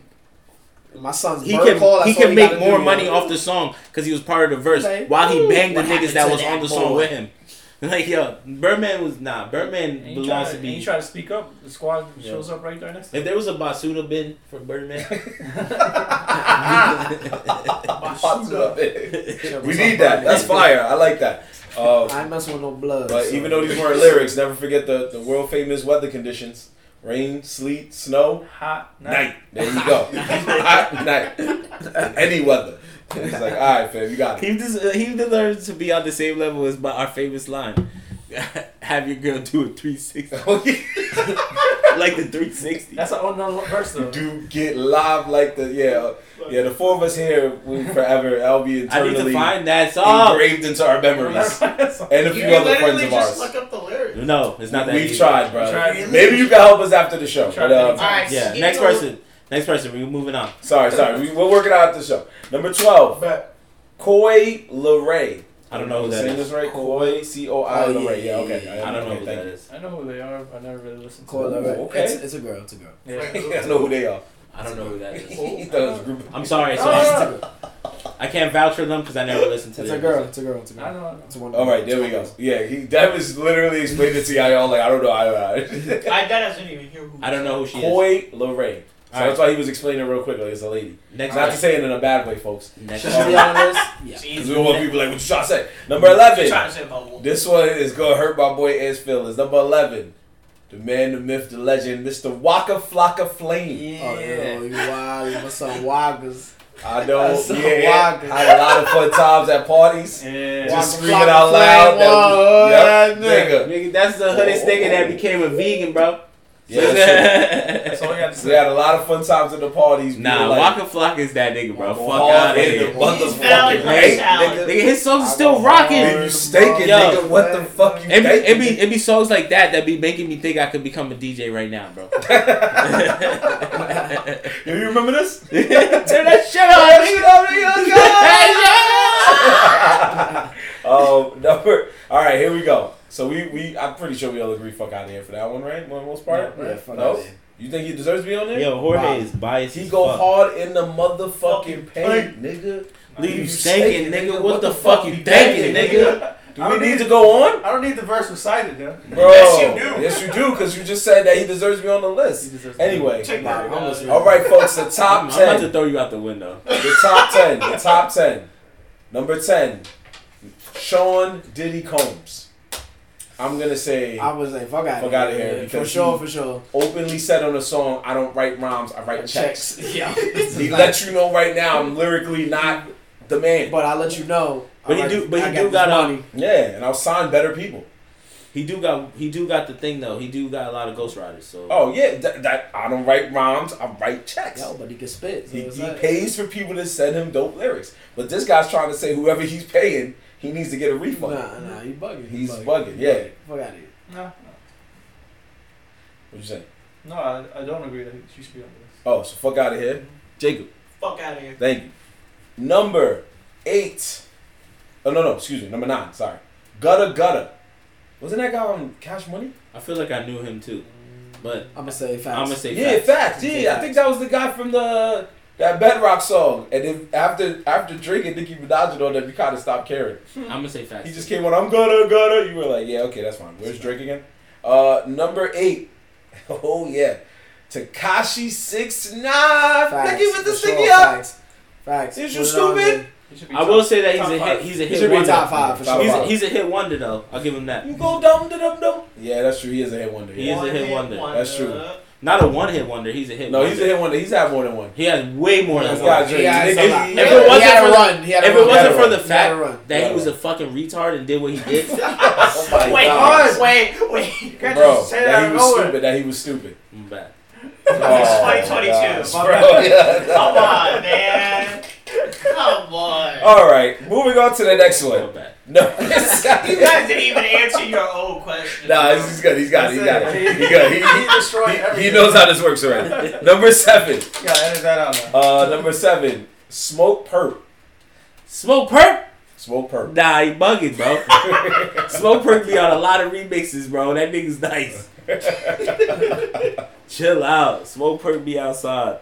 Speaker 6: My son's
Speaker 4: he
Speaker 6: bird
Speaker 4: can
Speaker 6: call. That's
Speaker 4: he
Speaker 6: all
Speaker 4: can
Speaker 6: gotta
Speaker 4: make
Speaker 6: do,
Speaker 4: more
Speaker 6: yeah.
Speaker 4: money off the song because he was part of the verse
Speaker 6: Like,
Speaker 4: while he banged the
Speaker 2: what happened
Speaker 4: niggas that
Speaker 2: to
Speaker 4: was
Speaker 2: that
Speaker 4: on the song
Speaker 2: boy?
Speaker 4: with him. *laughs* Like yo, Birdman was nah.
Speaker 5: And
Speaker 4: Birdman
Speaker 5: you
Speaker 4: belongs
Speaker 5: try
Speaker 4: to
Speaker 5: to, and you
Speaker 4: be.
Speaker 5: try to speak up, the squad
Speaker 4: Yeah.
Speaker 5: shows up right there
Speaker 1: *laughs*
Speaker 5: next to
Speaker 4: If there was a Basuda bin for *laughs*
Speaker 6: *laughs*
Speaker 4: Birdman,
Speaker 6: Chill, my
Speaker 1: we
Speaker 6: son
Speaker 1: need that.
Speaker 6: Birdman.
Speaker 1: That's fire. I like
Speaker 6: *laughs*
Speaker 1: that. Uh,
Speaker 6: I ain't mess with no blood.
Speaker 1: But
Speaker 6: so.
Speaker 1: even though these weren't lyrics, never forget the, the world famous weather conditions: rain, sleet, snow,
Speaker 5: him. Hot
Speaker 1: night. There you go, hot night, any weather. And he's like, all right, fam, you got it.
Speaker 4: he des- uh, he deserves to be on the same level as by our famous line. *laughs* Have your girl do a
Speaker 1: *laughs*
Speaker 4: three sixty, like the three sixty.
Speaker 5: That's an unknown verse though. *laughs*
Speaker 1: Do get live like the yeah yeah. The four of us here will forever. I'll be
Speaker 4: I need to
Speaker 1: internally
Speaker 4: find that song.
Speaker 1: engraved into our memories and a
Speaker 2: You
Speaker 1: few
Speaker 2: can
Speaker 1: other
Speaker 2: literally
Speaker 1: friends of
Speaker 2: just
Speaker 1: ours.
Speaker 2: look up the lyrics.
Speaker 4: No, it's not that.
Speaker 1: We've
Speaker 4: easy.
Speaker 1: tried, bro.
Speaker 5: Tried.
Speaker 1: Maybe you can help us after the show.
Speaker 5: Tried
Speaker 1: But, uh,
Speaker 5: many
Speaker 2: Alright,
Speaker 4: Yeah.
Speaker 2: skip
Speaker 4: Next
Speaker 2: over-
Speaker 4: person. Next person. We're moving on.
Speaker 1: sorry, sorry. We, we'll work it out after the show. Number twelve,
Speaker 2: Bet.
Speaker 1: Koi Leray.
Speaker 4: I don't know who that
Speaker 1: Saying this
Speaker 4: is.
Speaker 1: right? Koi, C O I
Speaker 6: Oh,
Speaker 1: L A.
Speaker 6: yeah,
Speaker 1: Yeah,
Speaker 6: yeah,
Speaker 1: okay.
Speaker 6: yeah,
Speaker 4: I don't know
Speaker 1: okay,
Speaker 4: who
Speaker 1: thank
Speaker 4: that is.
Speaker 5: I know who they are. but I never really listened to
Speaker 6: Call
Speaker 1: Cool.
Speaker 5: them.
Speaker 6: her.
Speaker 1: Ooh, okay.
Speaker 6: It's, it's a girl. It's a girl.
Speaker 5: Yeah.
Speaker 1: you. *laughs* I know who they are.
Speaker 4: I don't know who
Speaker 1: *laughs*
Speaker 4: that is.
Speaker 1: He thought it was group.
Speaker 4: I'm sorry, so
Speaker 1: Ah!
Speaker 5: Oh,
Speaker 4: I can't vouch for them because I never listened to
Speaker 6: It's
Speaker 4: them.
Speaker 6: a girl. It's a girl. It's a
Speaker 5: no, no. I *laughs*
Speaker 6: girl.
Speaker 5: don't know.
Speaker 6: It's a one.
Speaker 1: All right, there we go. Yeah, he, that was literally explained it to y'all. Y'all like, I don't know, I don't know.
Speaker 2: I that doesn't even hear who.
Speaker 4: I don't know who she is.
Speaker 1: *laughs* Koi Lorraine. So
Speaker 4: All right.
Speaker 1: that's why he was explaining it real quick. Like, it's a lady.
Speaker 4: Next
Speaker 1: Not to
Speaker 4: up.
Speaker 1: say it in a bad way, folks.
Speaker 4: Next
Speaker 6: Should
Speaker 4: up.
Speaker 6: be on this.
Speaker 1: Because
Speaker 2: *laughs* See,
Speaker 1: we don't want people like, what you trying to say? Number 11.
Speaker 2: trying to say about Wolf.
Speaker 1: This one is going to hurt my boy Ed's feelings. Number 11. The man, the myth, the legend, Mr. Waka Flocka Flame.
Speaker 6: Oh, yo, you wild. What's up, Waggers?
Speaker 1: I know,
Speaker 6: That's so
Speaker 1: yeah,
Speaker 6: Waka.
Speaker 1: had a lot of fun times at parties.
Speaker 5: Yeah.
Speaker 1: Just
Speaker 6: Waka
Speaker 1: screaming
Speaker 6: Flocka
Speaker 1: out loud.
Speaker 6: Flame,
Speaker 1: that
Speaker 6: whoa,
Speaker 1: was-
Speaker 6: that
Speaker 1: yep, nigga.
Speaker 4: Nigga, that's the hoodest nigga that became a vegan, bro.
Speaker 1: Yeah, that's
Speaker 4: *laughs*
Speaker 5: That's all you have to
Speaker 1: it. we
Speaker 5: say.
Speaker 1: had a lot of fun times at the parties. We
Speaker 4: Nah,
Speaker 1: were like,
Speaker 4: Waka Flock is that nigga, bro. Fuck
Speaker 1: hard
Speaker 4: out of
Speaker 1: in the
Speaker 4: here.
Speaker 2: He's valid
Speaker 1: motherfucking
Speaker 2: like
Speaker 1: bank,
Speaker 2: salad.
Speaker 1: nigga.
Speaker 4: Nigga, his songs are
Speaker 6: I
Speaker 4: still
Speaker 6: got
Speaker 4: rocking.
Speaker 6: hard.
Speaker 1: Nigga, you staking,
Speaker 4: Yo.
Speaker 1: nigga. What the fuck you
Speaker 4: It be, it, be,
Speaker 1: thinking?
Speaker 4: it be songs like that that be making me think I could become a DJ right now, bro. Turn
Speaker 1: Do you remember
Speaker 4: *laughs*
Speaker 1: this?
Speaker 4: that shit on, nigga. *laughs*
Speaker 1: *laughs* um, number. All right, here we go. So we, we I'm pretty sure we all agree. Fuck out of here for that one, right? For the most part.
Speaker 6: Yeah,
Speaker 1: right?
Speaker 6: fuck
Speaker 1: no?
Speaker 6: outta here.
Speaker 1: You think he deserves to be on there?
Speaker 4: Yo, Jorge
Speaker 6: Wow.
Speaker 4: is biased.
Speaker 1: He
Speaker 4: as
Speaker 1: go
Speaker 4: fuck.
Speaker 1: hard in the motherfucking paint, nigga.
Speaker 4: Leave you
Speaker 1: stankin',
Speaker 4: stinking, nigga. What the fuck you thinking, nigga?
Speaker 1: Do we need to go on,
Speaker 5: I don't need the verse recited, though.
Speaker 1: bro?
Speaker 2: Yes, you do.
Speaker 1: Yes, you do, because you just said that he deserves to be on the list.
Speaker 5: deserves to be
Speaker 1: Anyway,
Speaker 2: Check
Speaker 6: Nah,
Speaker 2: that
Speaker 6: I'm
Speaker 2: out.
Speaker 6: listening.
Speaker 1: all right, folks. The
Speaker 4: I'm, I'm
Speaker 1: top
Speaker 4: about to
Speaker 1: ten.
Speaker 4: throw you out the window.
Speaker 1: The top ten. The top ten. Number ten, Sean Diddy Combs. I'm gonna say
Speaker 6: I was like, fuck out.
Speaker 1: Fuck outta here,
Speaker 6: For
Speaker 1: because
Speaker 6: sure.
Speaker 1: you-
Speaker 6: For sure.
Speaker 1: openly said on a song, I don't write rhymes, I write checks.
Speaker 4: *laughs*
Speaker 6: *laughs* Yeah.
Speaker 1: He let you know right now, I'm lyrically not the man.
Speaker 6: But I let you know.
Speaker 4: But he
Speaker 6: I
Speaker 4: do-
Speaker 6: got-
Speaker 4: but he
Speaker 6: I
Speaker 4: do
Speaker 6: this
Speaker 4: got, um,
Speaker 6: money.
Speaker 1: Yeah, and I'll sign better people.
Speaker 4: He do got he do got the thing though. He do got a lot of Ghost Riders. So
Speaker 1: Oh yeah, that, that I don't write rhymes, I write checks.
Speaker 6: Yo, but he can spit. So
Speaker 1: He,
Speaker 6: it's
Speaker 1: he
Speaker 6: like-
Speaker 1: pays for people to send him dope lyrics, but this guy's trying to say whoever he's paying, he needs to get a refund.
Speaker 6: Nah, nah, he bugging. he
Speaker 1: He's bugging, yeah.
Speaker 6: Fuck out of here.
Speaker 5: No,
Speaker 1: What you saying?
Speaker 5: no, I, I don't agree that she should be on this.
Speaker 1: Oh, so fuck out of here.
Speaker 4: Jacob,
Speaker 2: Fuck out of here.
Speaker 1: Thank you. Number eight. Oh no no, excuse me. Number nine. Sorry. Gutta Gutta. Wasn't that guy on Cash Money?
Speaker 4: I feel like I knew him too, but
Speaker 6: I'm gonna say facts.
Speaker 4: I'm gonna say
Speaker 1: Yeah,
Speaker 4: facts.
Speaker 1: facts.
Speaker 6: Say
Speaker 1: Yeah, I
Speaker 6: facts.
Speaker 1: think that was the guy from the that Bedrock song. And then after after drinking Nicki Minaj and all that, you kind of stopped caring.
Speaker 4: I'm gonna say facts.
Speaker 1: He just came on. I'm gonna gonna. You were like, yeah, okay, that's fine. Where's Drake again? Uh, number eight. *laughs* Oh yeah, Takashi six nine.
Speaker 6: Facts,
Speaker 1: Nicki with the
Speaker 6: for
Speaker 1: sticky
Speaker 6: sure,
Speaker 1: up.
Speaker 6: Facts. Facts.
Speaker 1: Is you
Speaker 6: Put it
Speaker 1: stupid?
Speaker 6: on there.
Speaker 5: He should be
Speaker 4: I will
Speaker 5: top-
Speaker 4: say that he's
Speaker 5: top
Speaker 4: a hit.
Speaker 5: five.
Speaker 4: He's a
Speaker 6: He
Speaker 4: hit
Speaker 6: should be
Speaker 4: wonder.
Speaker 6: top five for
Speaker 1: Top
Speaker 6: sure.
Speaker 4: He's a,
Speaker 1: five.
Speaker 4: he's a hit wonder though. I'll give him that.
Speaker 1: You go dum da dum dum. Yeah, that's true. He is a hit wonder.
Speaker 4: He is a hit wonder.
Speaker 1: That's true.
Speaker 4: Not a one hit wonder. He's a hit.
Speaker 1: No,
Speaker 4: wonder.
Speaker 1: he's a hit wonder. He's had more than one.
Speaker 4: He has way more than
Speaker 1: That's
Speaker 4: one.
Speaker 1: why
Speaker 6: He had
Speaker 1: Drake-
Speaker 6: a lot.
Speaker 1: Nicki-
Speaker 6: He
Speaker 4: If
Speaker 6: had-
Speaker 4: it wasn't
Speaker 6: he had
Speaker 4: for
Speaker 6: a
Speaker 4: the-
Speaker 6: run. He had a
Speaker 4: If
Speaker 6: run.
Speaker 4: it wasn't for
Speaker 1: run.
Speaker 4: the
Speaker 6: He had a
Speaker 4: fact
Speaker 6: run.
Speaker 4: that he was a fucking retard and did what he did,
Speaker 6: *laughs*
Speaker 1: Oh my
Speaker 2: Wait,
Speaker 1: God.
Speaker 2: wait, wait. *laughs* You can't
Speaker 1: Bro,
Speaker 2: just say
Speaker 1: that he
Speaker 2: out of
Speaker 1: was
Speaker 2: nowhere.
Speaker 1: stupid. That he was
Speaker 2: *laughs*
Speaker 1: stupid. Oh
Speaker 4: I'm back.
Speaker 1: my
Speaker 2: 2022.
Speaker 1: gosh,
Speaker 5: My
Speaker 1: bro.
Speaker 5: bad.
Speaker 1: Yeah, nah.
Speaker 2: Come on, man. Come on.
Speaker 1: All right, moving on to the next
Speaker 4: I'm
Speaker 1: one.
Speaker 4: back.
Speaker 1: No, *laughs*
Speaker 2: You guys didn't even answer your own question.
Speaker 1: nah, he's he's good. He's got it. He got it. He got it.
Speaker 5: He destroyed
Speaker 1: He- He,
Speaker 5: everything.
Speaker 1: he knows how this works
Speaker 6: *laughs*
Speaker 1: already. Number seven.
Speaker 5: You gotta edit that out now.
Speaker 1: Uh, number seven. Smoke perp.
Speaker 4: Smoke perp?
Speaker 1: Smoke perp.
Speaker 4: Nah, he bugging,
Speaker 1: *laughs*
Speaker 4: bro. Smoke perp be on a lot of remixes, bro. That nigga's nice. Chill out. Smoke perp be outside.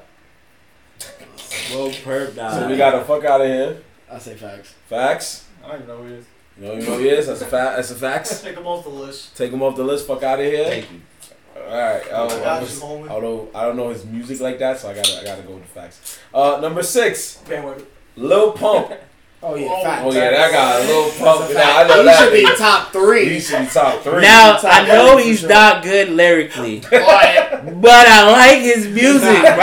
Speaker 4: Smoke perp, nah.
Speaker 1: So we got to fuck out of here.
Speaker 6: I say facts.
Speaker 1: Facts.
Speaker 5: I don't even know who he is.
Speaker 1: You know, you know who he is. That's a fact. That's a facts.
Speaker 2: Take them off the list.
Speaker 1: Take him off the list. Fuck out of here.
Speaker 4: Thank you.
Speaker 1: All right. I don't, I,
Speaker 2: Josh
Speaker 1: was, I
Speaker 2: Holman.
Speaker 1: don't know. I don't know his music like that, so I gotta. I gotta go with the facts. Uh, number six.
Speaker 2: Bandwagon.
Speaker 1: Lil
Speaker 6: *laughs*
Speaker 1: Pump.
Speaker 6: Oh yeah,
Speaker 2: Oh,
Speaker 6: facts.
Speaker 1: Oh yeah, that got a little pump.
Speaker 6: That's a
Speaker 1: Now I
Speaker 6: fact.
Speaker 1: know
Speaker 6: he
Speaker 1: that.
Speaker 6: should be
Speaker 1: nigga.
Speaker 6: top three.
Speaker 1: He should be top three.
Speaker 4: Now,
Speaker 6: Top
Speaker 4: I know
Speaker 6: three for
Speaker 4: he's
Speaker 6: sure.
Speaker 4: not good lyrically,
Speaker 1: *laughs*
Speaker 2: All right.
Speaker 4: but I like his music, bro.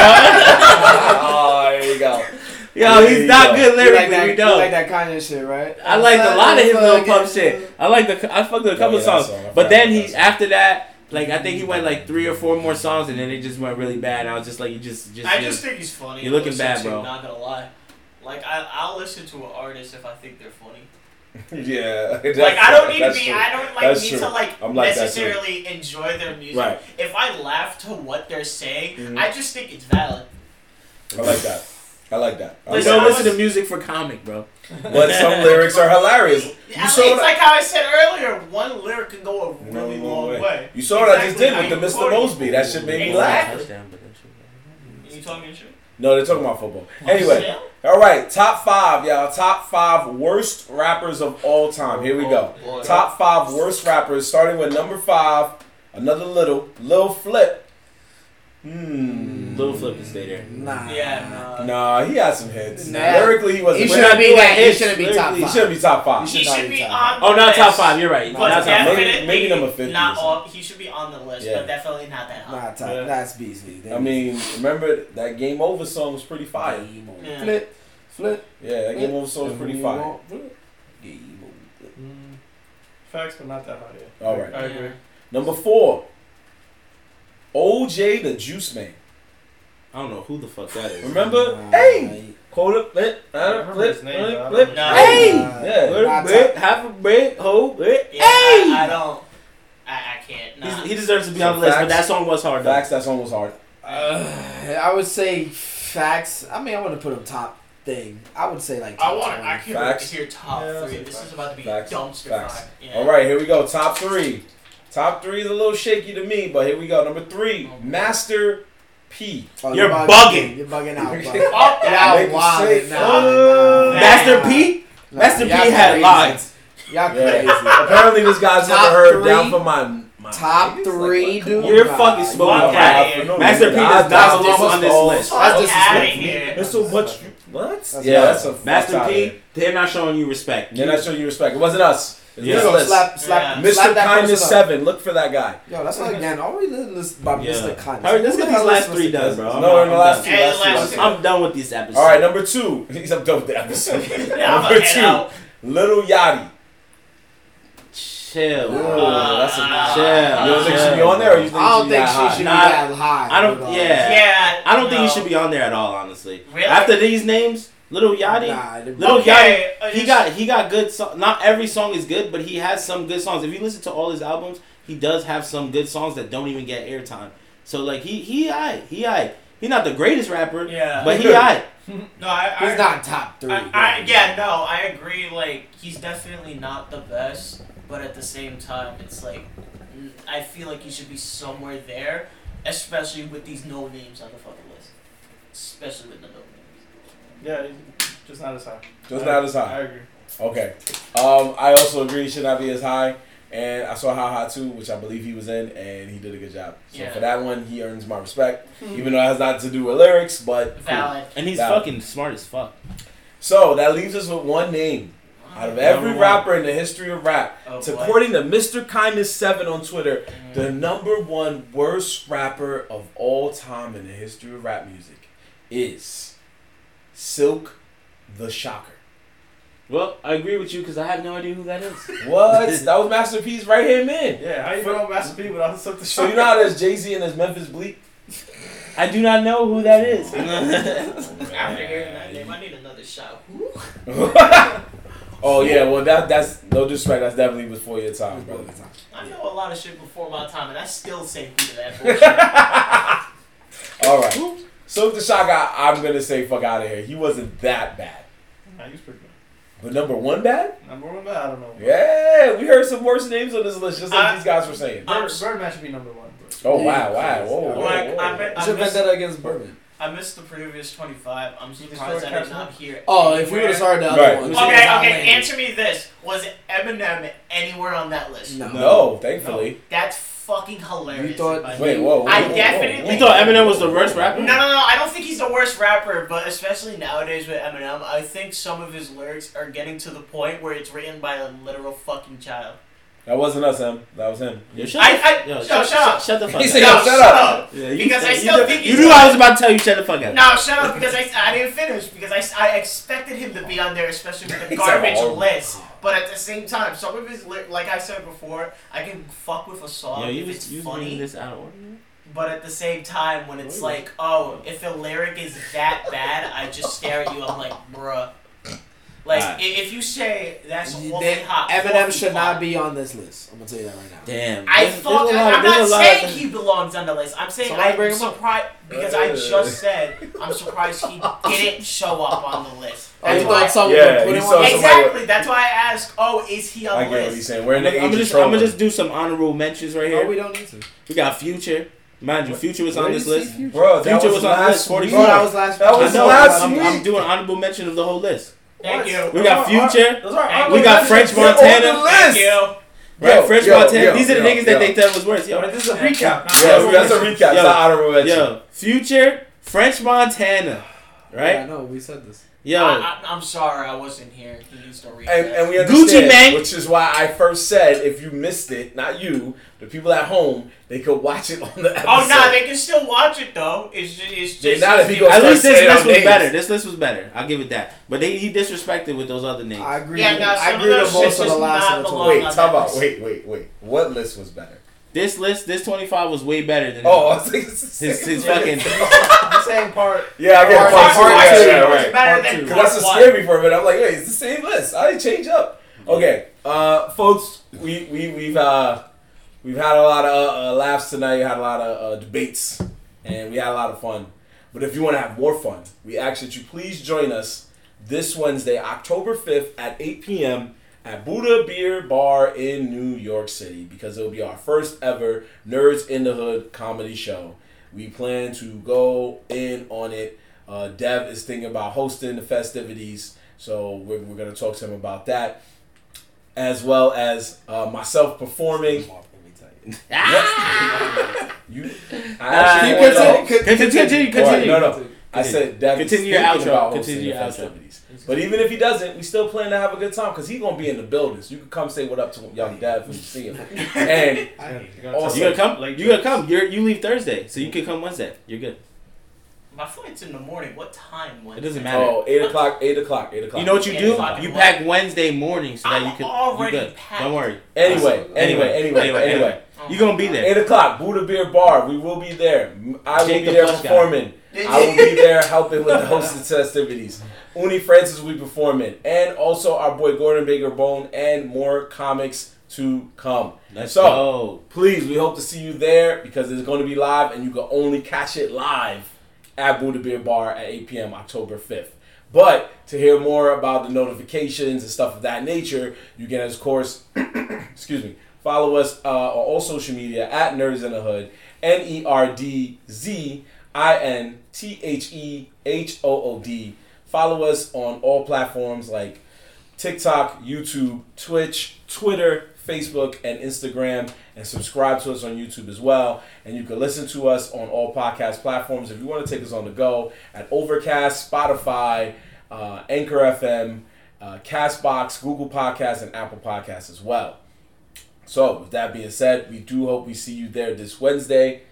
Speaker 1: oh, there you go.
Speaker 4: *laughs* Yo, he's not
Speaker 1: There you
Speaker 4: good
Speaker 6: You
Speaker 4: lyrically.
Speaker 6: like that,
Speaker 4: we
Speaker 6: you
Speaker 4: know.
Speaker 6: like that Kanye shit, right?
Speaker 4: I liked a lot of his little pump shit. I like the I fucked with a couple
Speaker 1: Oh, yeah, that
Speaker 4: songs,
Speaker 1: song. I
Speaker 4: but
Speaker 1: forgot
Speaker 4: then
Speaker 1: about
Speaker 4: he
Speaker 1: that song.
Speaker 4: after that, like I think he went like three or four more songs, and then it just went really bad. And I was just like, you just just.
Speaker 2: I
Speaker 4: you-
Speaker 2: just think he's funny.
Speaker 4: You're looking
Speaker 2: to listen
Speaker 4: bad,
Speaker 2: to,
Speaker 4: bro.
Speaker 2: Not gonna lie. Like I, I'll listen to an artist if I think they're funny.
Speaker 1: Yeah. *laughs*
Speaker 2: like
Speaker 1: that's-
Speaker 2: I don't need to
Speaker 1: that's
Speaker 2: be.
Speaker 1: true.
Speaker 2: I don't like
Speaker 1: That's
Speaker 2: need
Speaker 1: true.
Speaker 2: to like,
Speaker 1: I'm like that, too.
Speaker 2: necessarily enjoy their music.
Speaker 1: Right.
Speaker 2: If I laugh to what they're saying,
Speaker 1: Mhm.
Speaker 2: I just think it's valid.
Speaker 1: I like that. I like that. I like
Speaker 4: you
Speaker 2: Listen,
Speaker 4: don't
Speaker 1: that.
Speaker 2: I was-
Speaker 4: listen to music for comic, bro.
Speaker 1: But some lyrics are hilarious.
Speaker 2: I-
Speaker 1: saw
Speaker 2: it's
Speaker 1: that-
Speaker 2: like how I said earlier. One lyric can go a really
Speaker 1: No
Speaker 2: long
Speaker 1: way.
Speaker 2: way.
Speaker 1: You saw what I just
Speaker 2: Exactly
Speaker 1: did with the
Speaker 2: how you
Speaker 1: Mr.
Speaker 2: quoted it.
Speaker 1: Mosby. That shit made me laugh.
Speaker 4: Touchdown, but that shit-
Speaker 2: You You talking shit?
Speaker 1: No, they're talking about football. Anyway, all right, top five, y'all. Top five worst rappers of all time. um, Here we go.
Speaker 5: Oh,
Speaker 2: Boy.
Speaker 1: Top five worst rappers, starting with number five. Another little, Lil Flip. Hmm.
Speaker 4: Little flip is stay there.
Speaker 3: Nah.
Speaker 2: Yeah, nah.
Speaker 1: Nah, he had some hits.
Speaker 3: Nah.
Speaker 1: Lyrically, he wasn't.
Speaker 6: He
Speaker 1: great.
Speaker 6: shouldn't be that. He
Speaker 4: It's
Speaker 6: shouldn't be top
Speaker 4: literally-
Speaker 1: He
Speaker 6: five.
Speaker 1: shouldn't be top five.
Speaker 2: He should be on.
Speaker 4: Oh,
Speaker 2: the
Speaker 4: not top
Speaker 2: list,
Speaker 4: five. You're right.
Speaker 2: But
Speaker 4: Not top five.
Speaker 1: maybe-
Speaker 2: definitely
Speaker 1: maybe number 50
Speaker 2: Not
Speaker 1: or
Speaker 2: all. He should be on the list,
Speaker 1: Yeah.
Speaker 2: but definitely not that high.
Speaker 3: Nah, top.
Speaker 4: Yeah.
Speaker 3: That's Beasley. They-
Speaker 1: I mean, remember that Game Over song was pretty fire.
Speaker 3: Game over.
Speaker 2: Yeah.
Speaker 6: Flip, flip.
Speaker 1: Yeah, that Game Over song was pretty fire.
Speaker 3: Game over.
Speaker 5: Facts, but not that high. Yeah.
Speaker 1: All right.
Speaker 5: I agree.
Speaker 1: Number four, OJ the Juice Man.
Speaker 4: I don't know who the fuck that is.
Speaker 1: Remember?
Speaker 3: Nah,
Speaker 1: hey,
Speaker 3: mate.
Speaker 1: hold up, flip,
Speaker 5: I
Speaker 1: uh,
Speaker 5: remember
Speaker 1: flip,
Speaker 5: his name, but I
Speaker 1: flip, flip.
Speaker 5: don't
Speaker 2: Nah.
Speaker 3: Hey!
Speaker 1: Yeah.
Speaker 4: Little
Speaker 3: Nah,
Speaker 4: bit,
Speaker 3: top-
Speaker 4: half a bit, whole bit.
Speaker 2: Yeah, I, I don't. I, I can't. Nah.
Speaker 4: He's- He deserves to be on the list, but
Speaker 1: Facts.
Speaker 4: that song was hard. though.
Speaker 1: Facts, that's almost hard.
Speaker 6: Uh, I would say facts. I mean, I want to put him top thing. I would say like.
Speaker 2: I
Speaker 6: top
Speaker 2: want.
Speaker 6: 20.
Speaker 2: I can't wait
Speaker 1: Facts.
Speaker 2: to hear top
Speaker 5: Yeah,
Speaker 2: three.
Speaker 5: that's
Speaker 2: This
Speaker 5: facts.
Speaker 2: is about to be
Speaker 1: Facts.
Speaker 2: dumpster
Speaker 1: Facts.
Speaker 2: fire. Yeah.
Speaker 1: All right, here we go. Top three. Top three is a little shaky to me, but here we go. Number three, Master P.
Speaker 6: Oh,
Speaker 4: You're bugging.
Speaker 6: You're
Speaker 4: *laughs*
Speaker 6: bugging out. bro.
Speaker 2: Fuck that.
Speaker 1: Make
Speaker 6: Y'all
Speaker 1: me say
Speaker 6: wild. Nah,
Speaker 1: fuck.
Speaker 6: nah.
Speaker 4: Master P.
Speaker 6: Nah,
Speaker 4: Master P
Speaker 6: y'all
Speaker 4: had
Speaker 6: crazy.
Speaker 4: lines.
Speaker 6: Y'all
Speaker 1: Yeah.
Speaker 6: crazy.
Speaker 1: *laughs* Apparently, this guy's
Speaker 6: Top
Speaker 1: never heard
Speaker 6: three.
Speaker 1: down for my, my
Speaker 6: Top
Speaker 1: niggas.
Speaker 6: three,
Speaker 1: Like,
Speaker 6: dude.
Speaker 4: You're
Speaker 6: Nah,
Speaker 4: fucking
Speaker 6: you
Speaker 4: smoking
Speaker 1: what?
Speaker 2: Fuck
Speaker 4: crack.
Speaker 2: outta here.
Speaker 1: No,
Speaker 4: Master P
Speaker 1: God,
Speaker 4: does not
Speaker 1: that's
Speaker 4: belong on
Speaker 1: disrespectful.
Speaker 4: this list.
Speaker 6: That's
Speaker 2: Fuck
Speaker 6: disrespectful.
Speaker 2: outta here.
Speaker 1: There's so much. What?
Speaker 6: That's
Speaker 1: yeah,
Speaker 6: not-
Speaker 1: that's a
Speaker 4: Master
Speaker 1: fuck
Speaker 4: P,
Speaker 1: outta
Speaker 4: they're not showing you respect.
Speaker 1: They're not showing you respect. It wasn't us. It was
Speaker 4: Yeah.
Speaker 6: Yo,
Speaker 1: this
Speaker 4: So
Speaker 1: list.
Speaker 6: slap, slap,
Speaker 2: Yeah.
Speaker 1: Mr.
Speaker 6: slap that
Speaker 1: Kindness
Speaker 6: person up.
Speaker 1: Seven. Look for that guy.
Speaker 6: Yo, that's not again. I already listened to this by
Speaker 4: Yeah.
Speaker 6: Mr. Kindness.
Speaker 4: Hurry, let's get
Speaker 6: Who the
Speaker 4: these
Speaker 6: hell
Speaker 4: last
Speaker 6: is Mr.
Speaker 4: three done,
Speaker 6: Kindness?
Speaker 4: bro.
Speaker 1: No,
Speaker 4: I'm
Speaker 1: no,
Speaker 4: done.
Speaker 1: the last two.
Speaker 2: And
Speaker 1: Last two.
Speaker 2: the
Speaker 1: Last
Speaker 2: last
Speaker 1: two.
Speaker 2: two.
Speaker 4: I'm done with this episode.
Speaker 1: All right, number two. *laughs* He's up done with the episode. *laughs*
Speaker 2: Yeah, I'ma
Speaker 1: number
Speaker 2: head
Speaker 1: two,
Speaker 2: out.
Speaker 1: Little Yachty.
Speaker 6: Uh,
Speaker 4: chill.
Speaker 1: Whoa, Oh, that's a-
Speaker 2: Uh,
Speaker 4: chill.
Speaker 1: You don't think she be on there? Or you think
Speaker 6: I don't
Speaker 1: she
Speaker 6: think
Speaker 1: that
Speaker 6: she
Speaker 1: high?
Speaker 6: should be
Speaker 4: Nah,
Speaker 6: that high.
Speaker 4: I don't-
Speaker 6: bro.
Speaker 4: yeah.
Speaker 2: Yeah.
Speaker 4: I don't think he
Speaker 2: no.
Speaker 4: should be on there at all, honestly.
Speaker 2: Really?
Speaker 4: After these names, Little Yachty,
Speaker 6: Nah, the-
Speaker 4: Little
Speaker 2: Okay,
Speaker 4: Yachty,
Speaker 2: I
Speaker 4: he
Speaker 2: just-
Speaker 4: got he got good. So- not every song is good, but he has some good songs. If you listen to all his albums, he does have some good songs that don't even get airtime. So like he he I he I he not the greatest rapper,
Speaker 2: Yeah.
Speaker 4: but *laughs* he I
Speaker 2: No, I. I
Speaker 6: He's not top three.
Speaker 2: I, I, yeah, no, I agree. Like, he's definitely not the best, but at the same time, it's like, mm, I feel like he should be somewhere there, especially with these no names on the fucking list. Especially with the no names.
Speaker 5: Yeah, he's just not as high.
Speaker 1: Just not as
Speaker 5: I
Speaker 1: high.
Speaker 5: agree.
Speaker 1: Okay. Um, I also agree he should not be as high. And I saw How High 2, which I believe he was in, and he did a good job. So
Speaker 2: Yeah.
Speaker 1: for that one, he earns my respect,
Speaker 6: Hmm.
Speaker 1: even though it has nothing to do with lyrics. But
Speaker 2: Valid.
Speaker 4: and he's
Speaker 1: Nah.
Speaker 4: fucking smart as fuck.
Speaker 1: so that leaves us with one name out of every
Speaker 4: Number one.
Speaker 1: rapper in the history of rap.
Speaker 2: Oh,
Speaker 1: It's
Speaker 2: boy.
Speaker 1: according to Mr. Kindness Seven on Twitter,
Speaker 2: Mm.
Speaker 1: the number one worst rapper of all time in the history of rap music is Silk the Shocker.
Speaker 4: Well, I agree with you because I have no idea who that is.
Speaker 1: What? that was Master P's right hand man.
Speaker 5: Yeah, how you put on Master P without something
Speaker 1: So you know how there's Jay Z and there's Memphis Bleak.
Speaker 4: I do not know who that is.
Speaker 2: After hearing that name, I need another shot. Who?
Speaker 1: Oh yeah, well that that's no disrespect. That's definitely before your time, brother.
Speaker 2: I know a lot of shit before my time, and I still say who to that bullshit.
Speaker 1: All right. Silk the Shocker, I- I'm gonna say fuck out of here. He wasn't that bad,
Speaker 5: Nah, he's pretty good.
Speaker 1: but number one bad.
Speaker 5: Number one, but I don't know.
Speaker 1: Yeah, we heard some worse names on this list, just like
Speaker 2: I-
Speaker 1: these guys were saying.
Speaker 5: Bird,
Speaker 2: I'm-
Speaker 5: Birdman should be number one. Bro.
Speaker 1: Oh wow, wow, whoa, whoa,
Speaker 2: Like,
Speaker 1: whoa.
Speaker 2: I, meant, I,
Speaker 6: Should have
Speaker 2: missed,
Speaker 6: that against Bourbon.
Speaker 2: *laughs* I missed the previous 25. I'm surprised I did not hear
Speaker 6: Oh, if we
Speaker 2: anywhere.
Speaker 6: would have started the other
Speaker 1: Right.
Speaker 2: Okay,
Speaker 6: one. we
Speaker 2: okay.
Speaker 6: would've got Landon.
Speaker 2: Answer me this: Was Eminem anywhere on that list?
Speaker 6: No.
Speaker 1: no, thankfully.
Speaker 2: That's fucking hilarious.
Speaker 6: You thought-
Speaker 2: by the
Speaker 1: Wait,
Speaker 2: way.
Speaker 1: whoa. whoa,
Speaker 2: I
Speaker 1: whoa,
Speaker 2: definitely-
Speaker 1: whoa.
Speaker 4: You thought Eminem was the worst rapper?
Speaker 2: No, no, no. I don't think he's the worst rapper, but especially nowadays with Eminem, I think some of his lyrics are getting to the point where it's written by a literal fucking child.
Speaker 1: That wasn't us, Em. That was him.
Speaker 4: Yo, shut
Speaker 2: I-
Speaker 4: the f-
Speaker 2: I-
Speaker 4: yo,
Speaker 2: yo,
Speaker 4: shut,
Speaker 2: shut up.
Speaker 4: shut, shut the fuck
Speaker 1: He
Speaker 4: up.
Speaker 1: said,
Speaker 2: no,
Speaker 1: yo, shut up.
Speaker 4: Yeah, you
Speaker 2: Because I
Speaker 4: you
Speaker 2: still
Speaker 4: know-
Speaker 2: think
Speaker 4: you
Speaker 2: he's
Speaker 4: knew
Speaker 2: right.
Speaker 4: I was about to tell you shut the fuck up.
Speaker 2: No, shut up, because I, I didn't finish, because I, I expected him to be on there, especially with the
Speaker 1: He's a
Speaker 2: garbage
Speaker 1: horrible-
Speaker 2: list. But at the same time, some of his, ly- like I said before, I can fuck with a song
Speaker 4: Yo, you
Speaker 2: if it's
Speaker 4: was you was reading
Speaker 2: funny.
Speaker 4: this out of order.
Speaker 2: But at the same time, when it's like, oh, if the lyric is that bad, I just stare at you. I'm like, bruh. Like,
Speaker 4: Alright.
Speaker 2: i- if you say that's
Speaker 6: You
Speaker 2: awfully
Speaker 6: did-
Speaker 2: hot,
Speaker 6: Eminem
Speaker 2: awfully
Speaker 6: should
Speaker 2: hot,
Speaker 6: not be on this list. I'm gonna tell you that right now.
Speaker 4: Damn.
Speaker 2: I
Speaker 4: There's-
Speaker 2: thought
Speaker 4: there's a
Speaker 2: I,
Speaker 4: lot-
Speaker 2: am
Speaker 4: there's
Speaker 2: not
Speaker 4: a lot of
Speaker 2: saying
Speaker 4: things-
Speaker 2: he belongs on the list. I'm saying
Speaker 6: So why bring
Speaker 2: I'm
Speaker 6: him up?
Speaker 2: surprised because I just said I'm surprised
Speaker 1: *laughs*
Speaker 2: he didn't show up on the list.
Speaker 6: Oh, you
Speaker 2: That's
Speaker 6: thought
Speaker 2: why.
Speaker 6: someone
Speaker 1: Yeah,
Speaker 6: would put
Speaker 1: you
Speaker 6: him
Speaker 1: saw
Speaker 6: on
Speaker 1: somebody-
Speaker 6: exactly.
Speaker 2: Exactly. That's why I asked. Oh, is he on
Speaker 1: I
Speaker 2: the
Speaker 1: get what he's
Speaker 2: list?
Speaker 1: saying. We're in
Speaker 4: I'm
Speaker 1: the age
Speaker 4: gonna
Speaker 1: of
Speaker 4: just, I'm
Speaker 1: trolling.
Speaker 4: gonna just do some honorable mentions right
Speaker 6: No, we
Speaker 4: here.
Speaker 6: don't need to.
Speaker 4: We got Future. Mind you, Future was on
Speaker 1: Where
Speaker 4: this
Speaker 1: you see
Speaker 4: list.
Speaker 1: Future?
Speaker 3: Bro,
Speaker 4: Future
Speaker 3: that was,
Speaker 4: was on
Speaker 3: last
Speaker 4: list, 44.
Speaker 3: week.
Speaker 4: Bro, that was
Speaker 3: last
Speaker 1: That
Speaker 4: I
Speaker 1: was
Speaker 4: know,
Speaker 1: last
Speaker 4: I'm,
Speaker 1: week.
Speaker 4: I'm doing honorable mention of the whole list.
Speaker 2: Thank you.
Speaker 4: We got Future.
Speaker 5: Those are our
Speaker 4: We got French
Speaker 1: They're on
Speaker 4: Montana.
Speaker 1: the
Speaker 2: Thank
Speaker 1: list.
Speaker 2: you.
Speaker 4: Right,
Speaker 1: Yo,
Speaker 4: French
Speaker 1: yo,
Speaker 4: Montana.
Speaker 1: yo,
Speaker 4: These are the
Speaker 1: yo,
Speaker 4: niggas that
Speaker 1: yo.
Speaker 4: they thought was worse.
Speaker 5: Yo,
Speaker 4: Yo,
Speaker 5: this is a recap.
Speaker 2: Not
Speaker 1: Yo,
Speaker 4: Yo,
Speaker 1: that's a recap. That's
Speaker 4: yo.
Speaker 1: an honorable mention.
Speaker 4: yo, Future, French Montana,
Speaker 6: Yeah, I
Speaker 4: right?
Speaker 6: know. We said this.
Speaker 4: Yo,
Speaker 2: I, I, I'm sorry I wasn't here. He needs to read
Speaker 1: And,
Speaker 2: that.
Speaker 1: and we
Speaker 4: Gucci
Speaker 1: understand,
Speaker 4: Mane.
Speaker 1: which is why I first said if you missed it, not you, the people at home, they could watch it on the episode.
Speaker 2: Oh no, they can still watch it though. It's just, it's
Speaker 1: Yeah,
Speaker 2: just
Speaker 1: now that he goes-
Speaker 4: at
Speaker 1: start
Speaker 4: least this
Speaker 1: saying
Speaker 4: list was
Speaker 1: names.
Speaker 4: better. This list was better. I'll give it that. But they, he disrespected with those other names.
Speaker 6: I agree.
Speaker 2: Yeah, no,
Speaker 6: I
Speaker 2: some
Speaker 6: agree
Speaker 2: of
Speaker 6: with
Speaker 2: those
Speaker 6: most of
Speaker 2: shits
Speaker 6: the
Speaker 2: does
Speaker 6: last
Speaker 2: not
Speaker 6: of the
Speaker 2: belong.
Speaker 6: talk.
Speaker 1: wait,
Speaker 2: on
Speaker 1: talk
Speaker 2: that
Speaker 1: about
Speaker 2: list.
Speaker 1: wait, wait, wait. What list was better?
Speaker 4: This list, this twenty five was way better
Speaker 1: *laughs*
Speaker 4: than
Speaker 1: Oh, I was like, it's the
Speaker 4: his
Speaker 1: same
Speaker 4: his
Speaker 1: list.
Speaker 4: *laughs* fucking.
Speaker 5: The same part.
Speaker 1: yeah, I get
Speaker 6: Part-
Speaker 1: it. Part two,
Speaker 6: part
Speaker 1: yeah,
Speaker 6: two.
Speaker 1: yeah,
Speaker 2: It's
Speaker 1: right.
Speaker 2: better
Speaker 5: Part
Speaker 2: than
Speaker 5: two.
Speaker 1: Cause that's
Speaker 2: part
Speaker 1: what
Speaker 2: one.
Speaker 1: scared me for a minute. I'm like, wait, it's the same list. I didn't change up. Okay, uh, folks, we we we've uh, we've had a lot of uh, laughs tonight. Had a lot of uh, debates, and we had a lot of fun. But if you want to have more fun, we ask that you please join us this Wednesday, October fifth at eight p.m. at Buddha Beer Bar in New York City because it'll be our first ever Nerds in the Hood comedy show. We plan to go in on it. Uh, Dev is thinking about hosting the festivities, so we're, we're going to talk to him about that, as well as uh, myself performing.
Speaker 4: Ah!
Speaker 1: You, I actually
Speaker 4: Keep
Speaker 1: wanna know-
Speaker 4: continue, continue, continue,
Speaker 1: All right,
Speaker 4: continue.
Speaker 1: no, no. I said Dev is
Speaker 4: Continue your
Speaker 1: thinking
Speaker 4: outro.
Speaker 1: about hosting
Speaker 4: Continue
Speaker 1: the
Speaker 4: your outro.
Speaker 1: festivities. But even if he doesn't, we still plan to have a good time because he's going to be in the building. So you can come say what up to young Dev when you see him. And
Speaker 4: Oh, You gonna come? You gonna come? You you leave Thursday, so you can come Wednesday. You're good.
Speaker 2: My flight's in the morning. What time? Wednesday?
Speaker 4: It doesn't matter.
Speaker 1: oh, eight o'clock, eight o'clock, eight o'clock.
Speaker 4: You know what you do?
Speaker 2: Yeah,
Speaker 4: You
Speaker 2: fucking
Speaker 4: pack Wednesday morning so that
Speaker 2: I'm
Speaker 4: you can.
Speaker 2: already
Speaker 4: you good.
Speaker 2: packed.
Speaker 4: Don't worry.
Speaker 1: Anyway, anyway,
Speaker 4: Anyway,
Speaker 1: anyway, anyway.
Speaker 4: anyway.
Speaker 2: Oh
Speaker 4: You
Speaker 2: my
Speaker 4: gonna be
Speaker 2: God.
Speaker 4: there.
Speaker 1: Eight o'clock, Buddha Beer Bar. We will be there. I will
Speaker 4: Jake
Speaker 1: be
Speaker 4: the
Speaker 1: there
Speaker 4: plush guy.
Speaker 1: performing. I will be there helping with the hosted festivities. Uni Francis will be performing, and also our boy Gordon Baker Bone, and more comics to come.
Speaker 4: Let's
Speaker 1: so
Speaker 4: go.
Speaker 1: please, we hope to see you there because it's going to be live, and you can only catch it live at Buddha Beer Bar at 8 p.m. October 5th. But to hear more about the notifications and stuff of that nature, you can, of course, *clears throat* excuse me, follow us uh, on all social media at Nerds in the Hood, N E R D Z I N T H E H O O D. Follow us on all platforms like TikTok, YouTube, Twitch, Twitter, Facebook, and Instagram. And subscribe to us on YouTube as well. And you can listen to us on all podcast platforms if you want to take us on the go at Overcast, Spotify, uh, Anchor FM, uh, Castbox, Google Podcasts, and Apple Podcasts as well. So, with that being said, we do hope we see you there this Wednesday.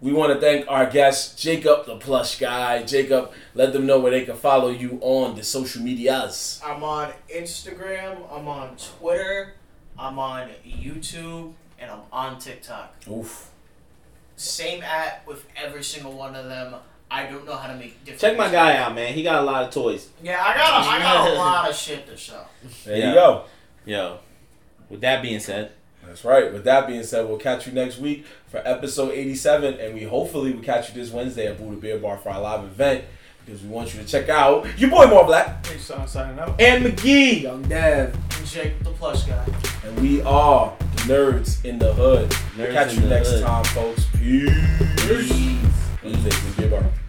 Speaker 1: We want to thank our guest, Jacob the Plush Guy. Jacob, let them know where they can follow you on the social medias.
Speaker 2: I'm on Instagram. I'm on Twitter. I'm on YouTube, and I'm on TikTok.
Speaker 1: Oof.
Speaker 2: Same at with every single one of them. I don't know how to make different.
Speaker 4: Check my guy out, man. He got a lot of toys.
Speaker 2: Yeah, I got a, I got
Speaker 4: *laughs*
Speaker 2: a lot of shit to show.
Speaker 1: There
Speaker 4: Yeah.
Speaker 1: you go.
Speaker 4: Yo. With that being said,
Speaker 1: That's right. With that being said, we'll catch you next week for episode 87, and we hopefully will catch you this Wednesday at Buddha Beer Bar for our live event because we want you to check out your boy More Black
Speaker 5: I'm signing out.
Speaker 4: and McGee.
Speaker 6: Young Dev.
Speaker 2: Jake the plush guy.
Speaker 1: and we are the nerds in the hood. we'll
Speaker 4: Nerds
Speaker 1: catch
Speaker 4: in
Speaker 1: you
Speaker 4: the
Speaker 1: next
Speaker 4: Hood.
Speaker 1: time, folks. Peace. Wednesday, Buddha Beer Bar.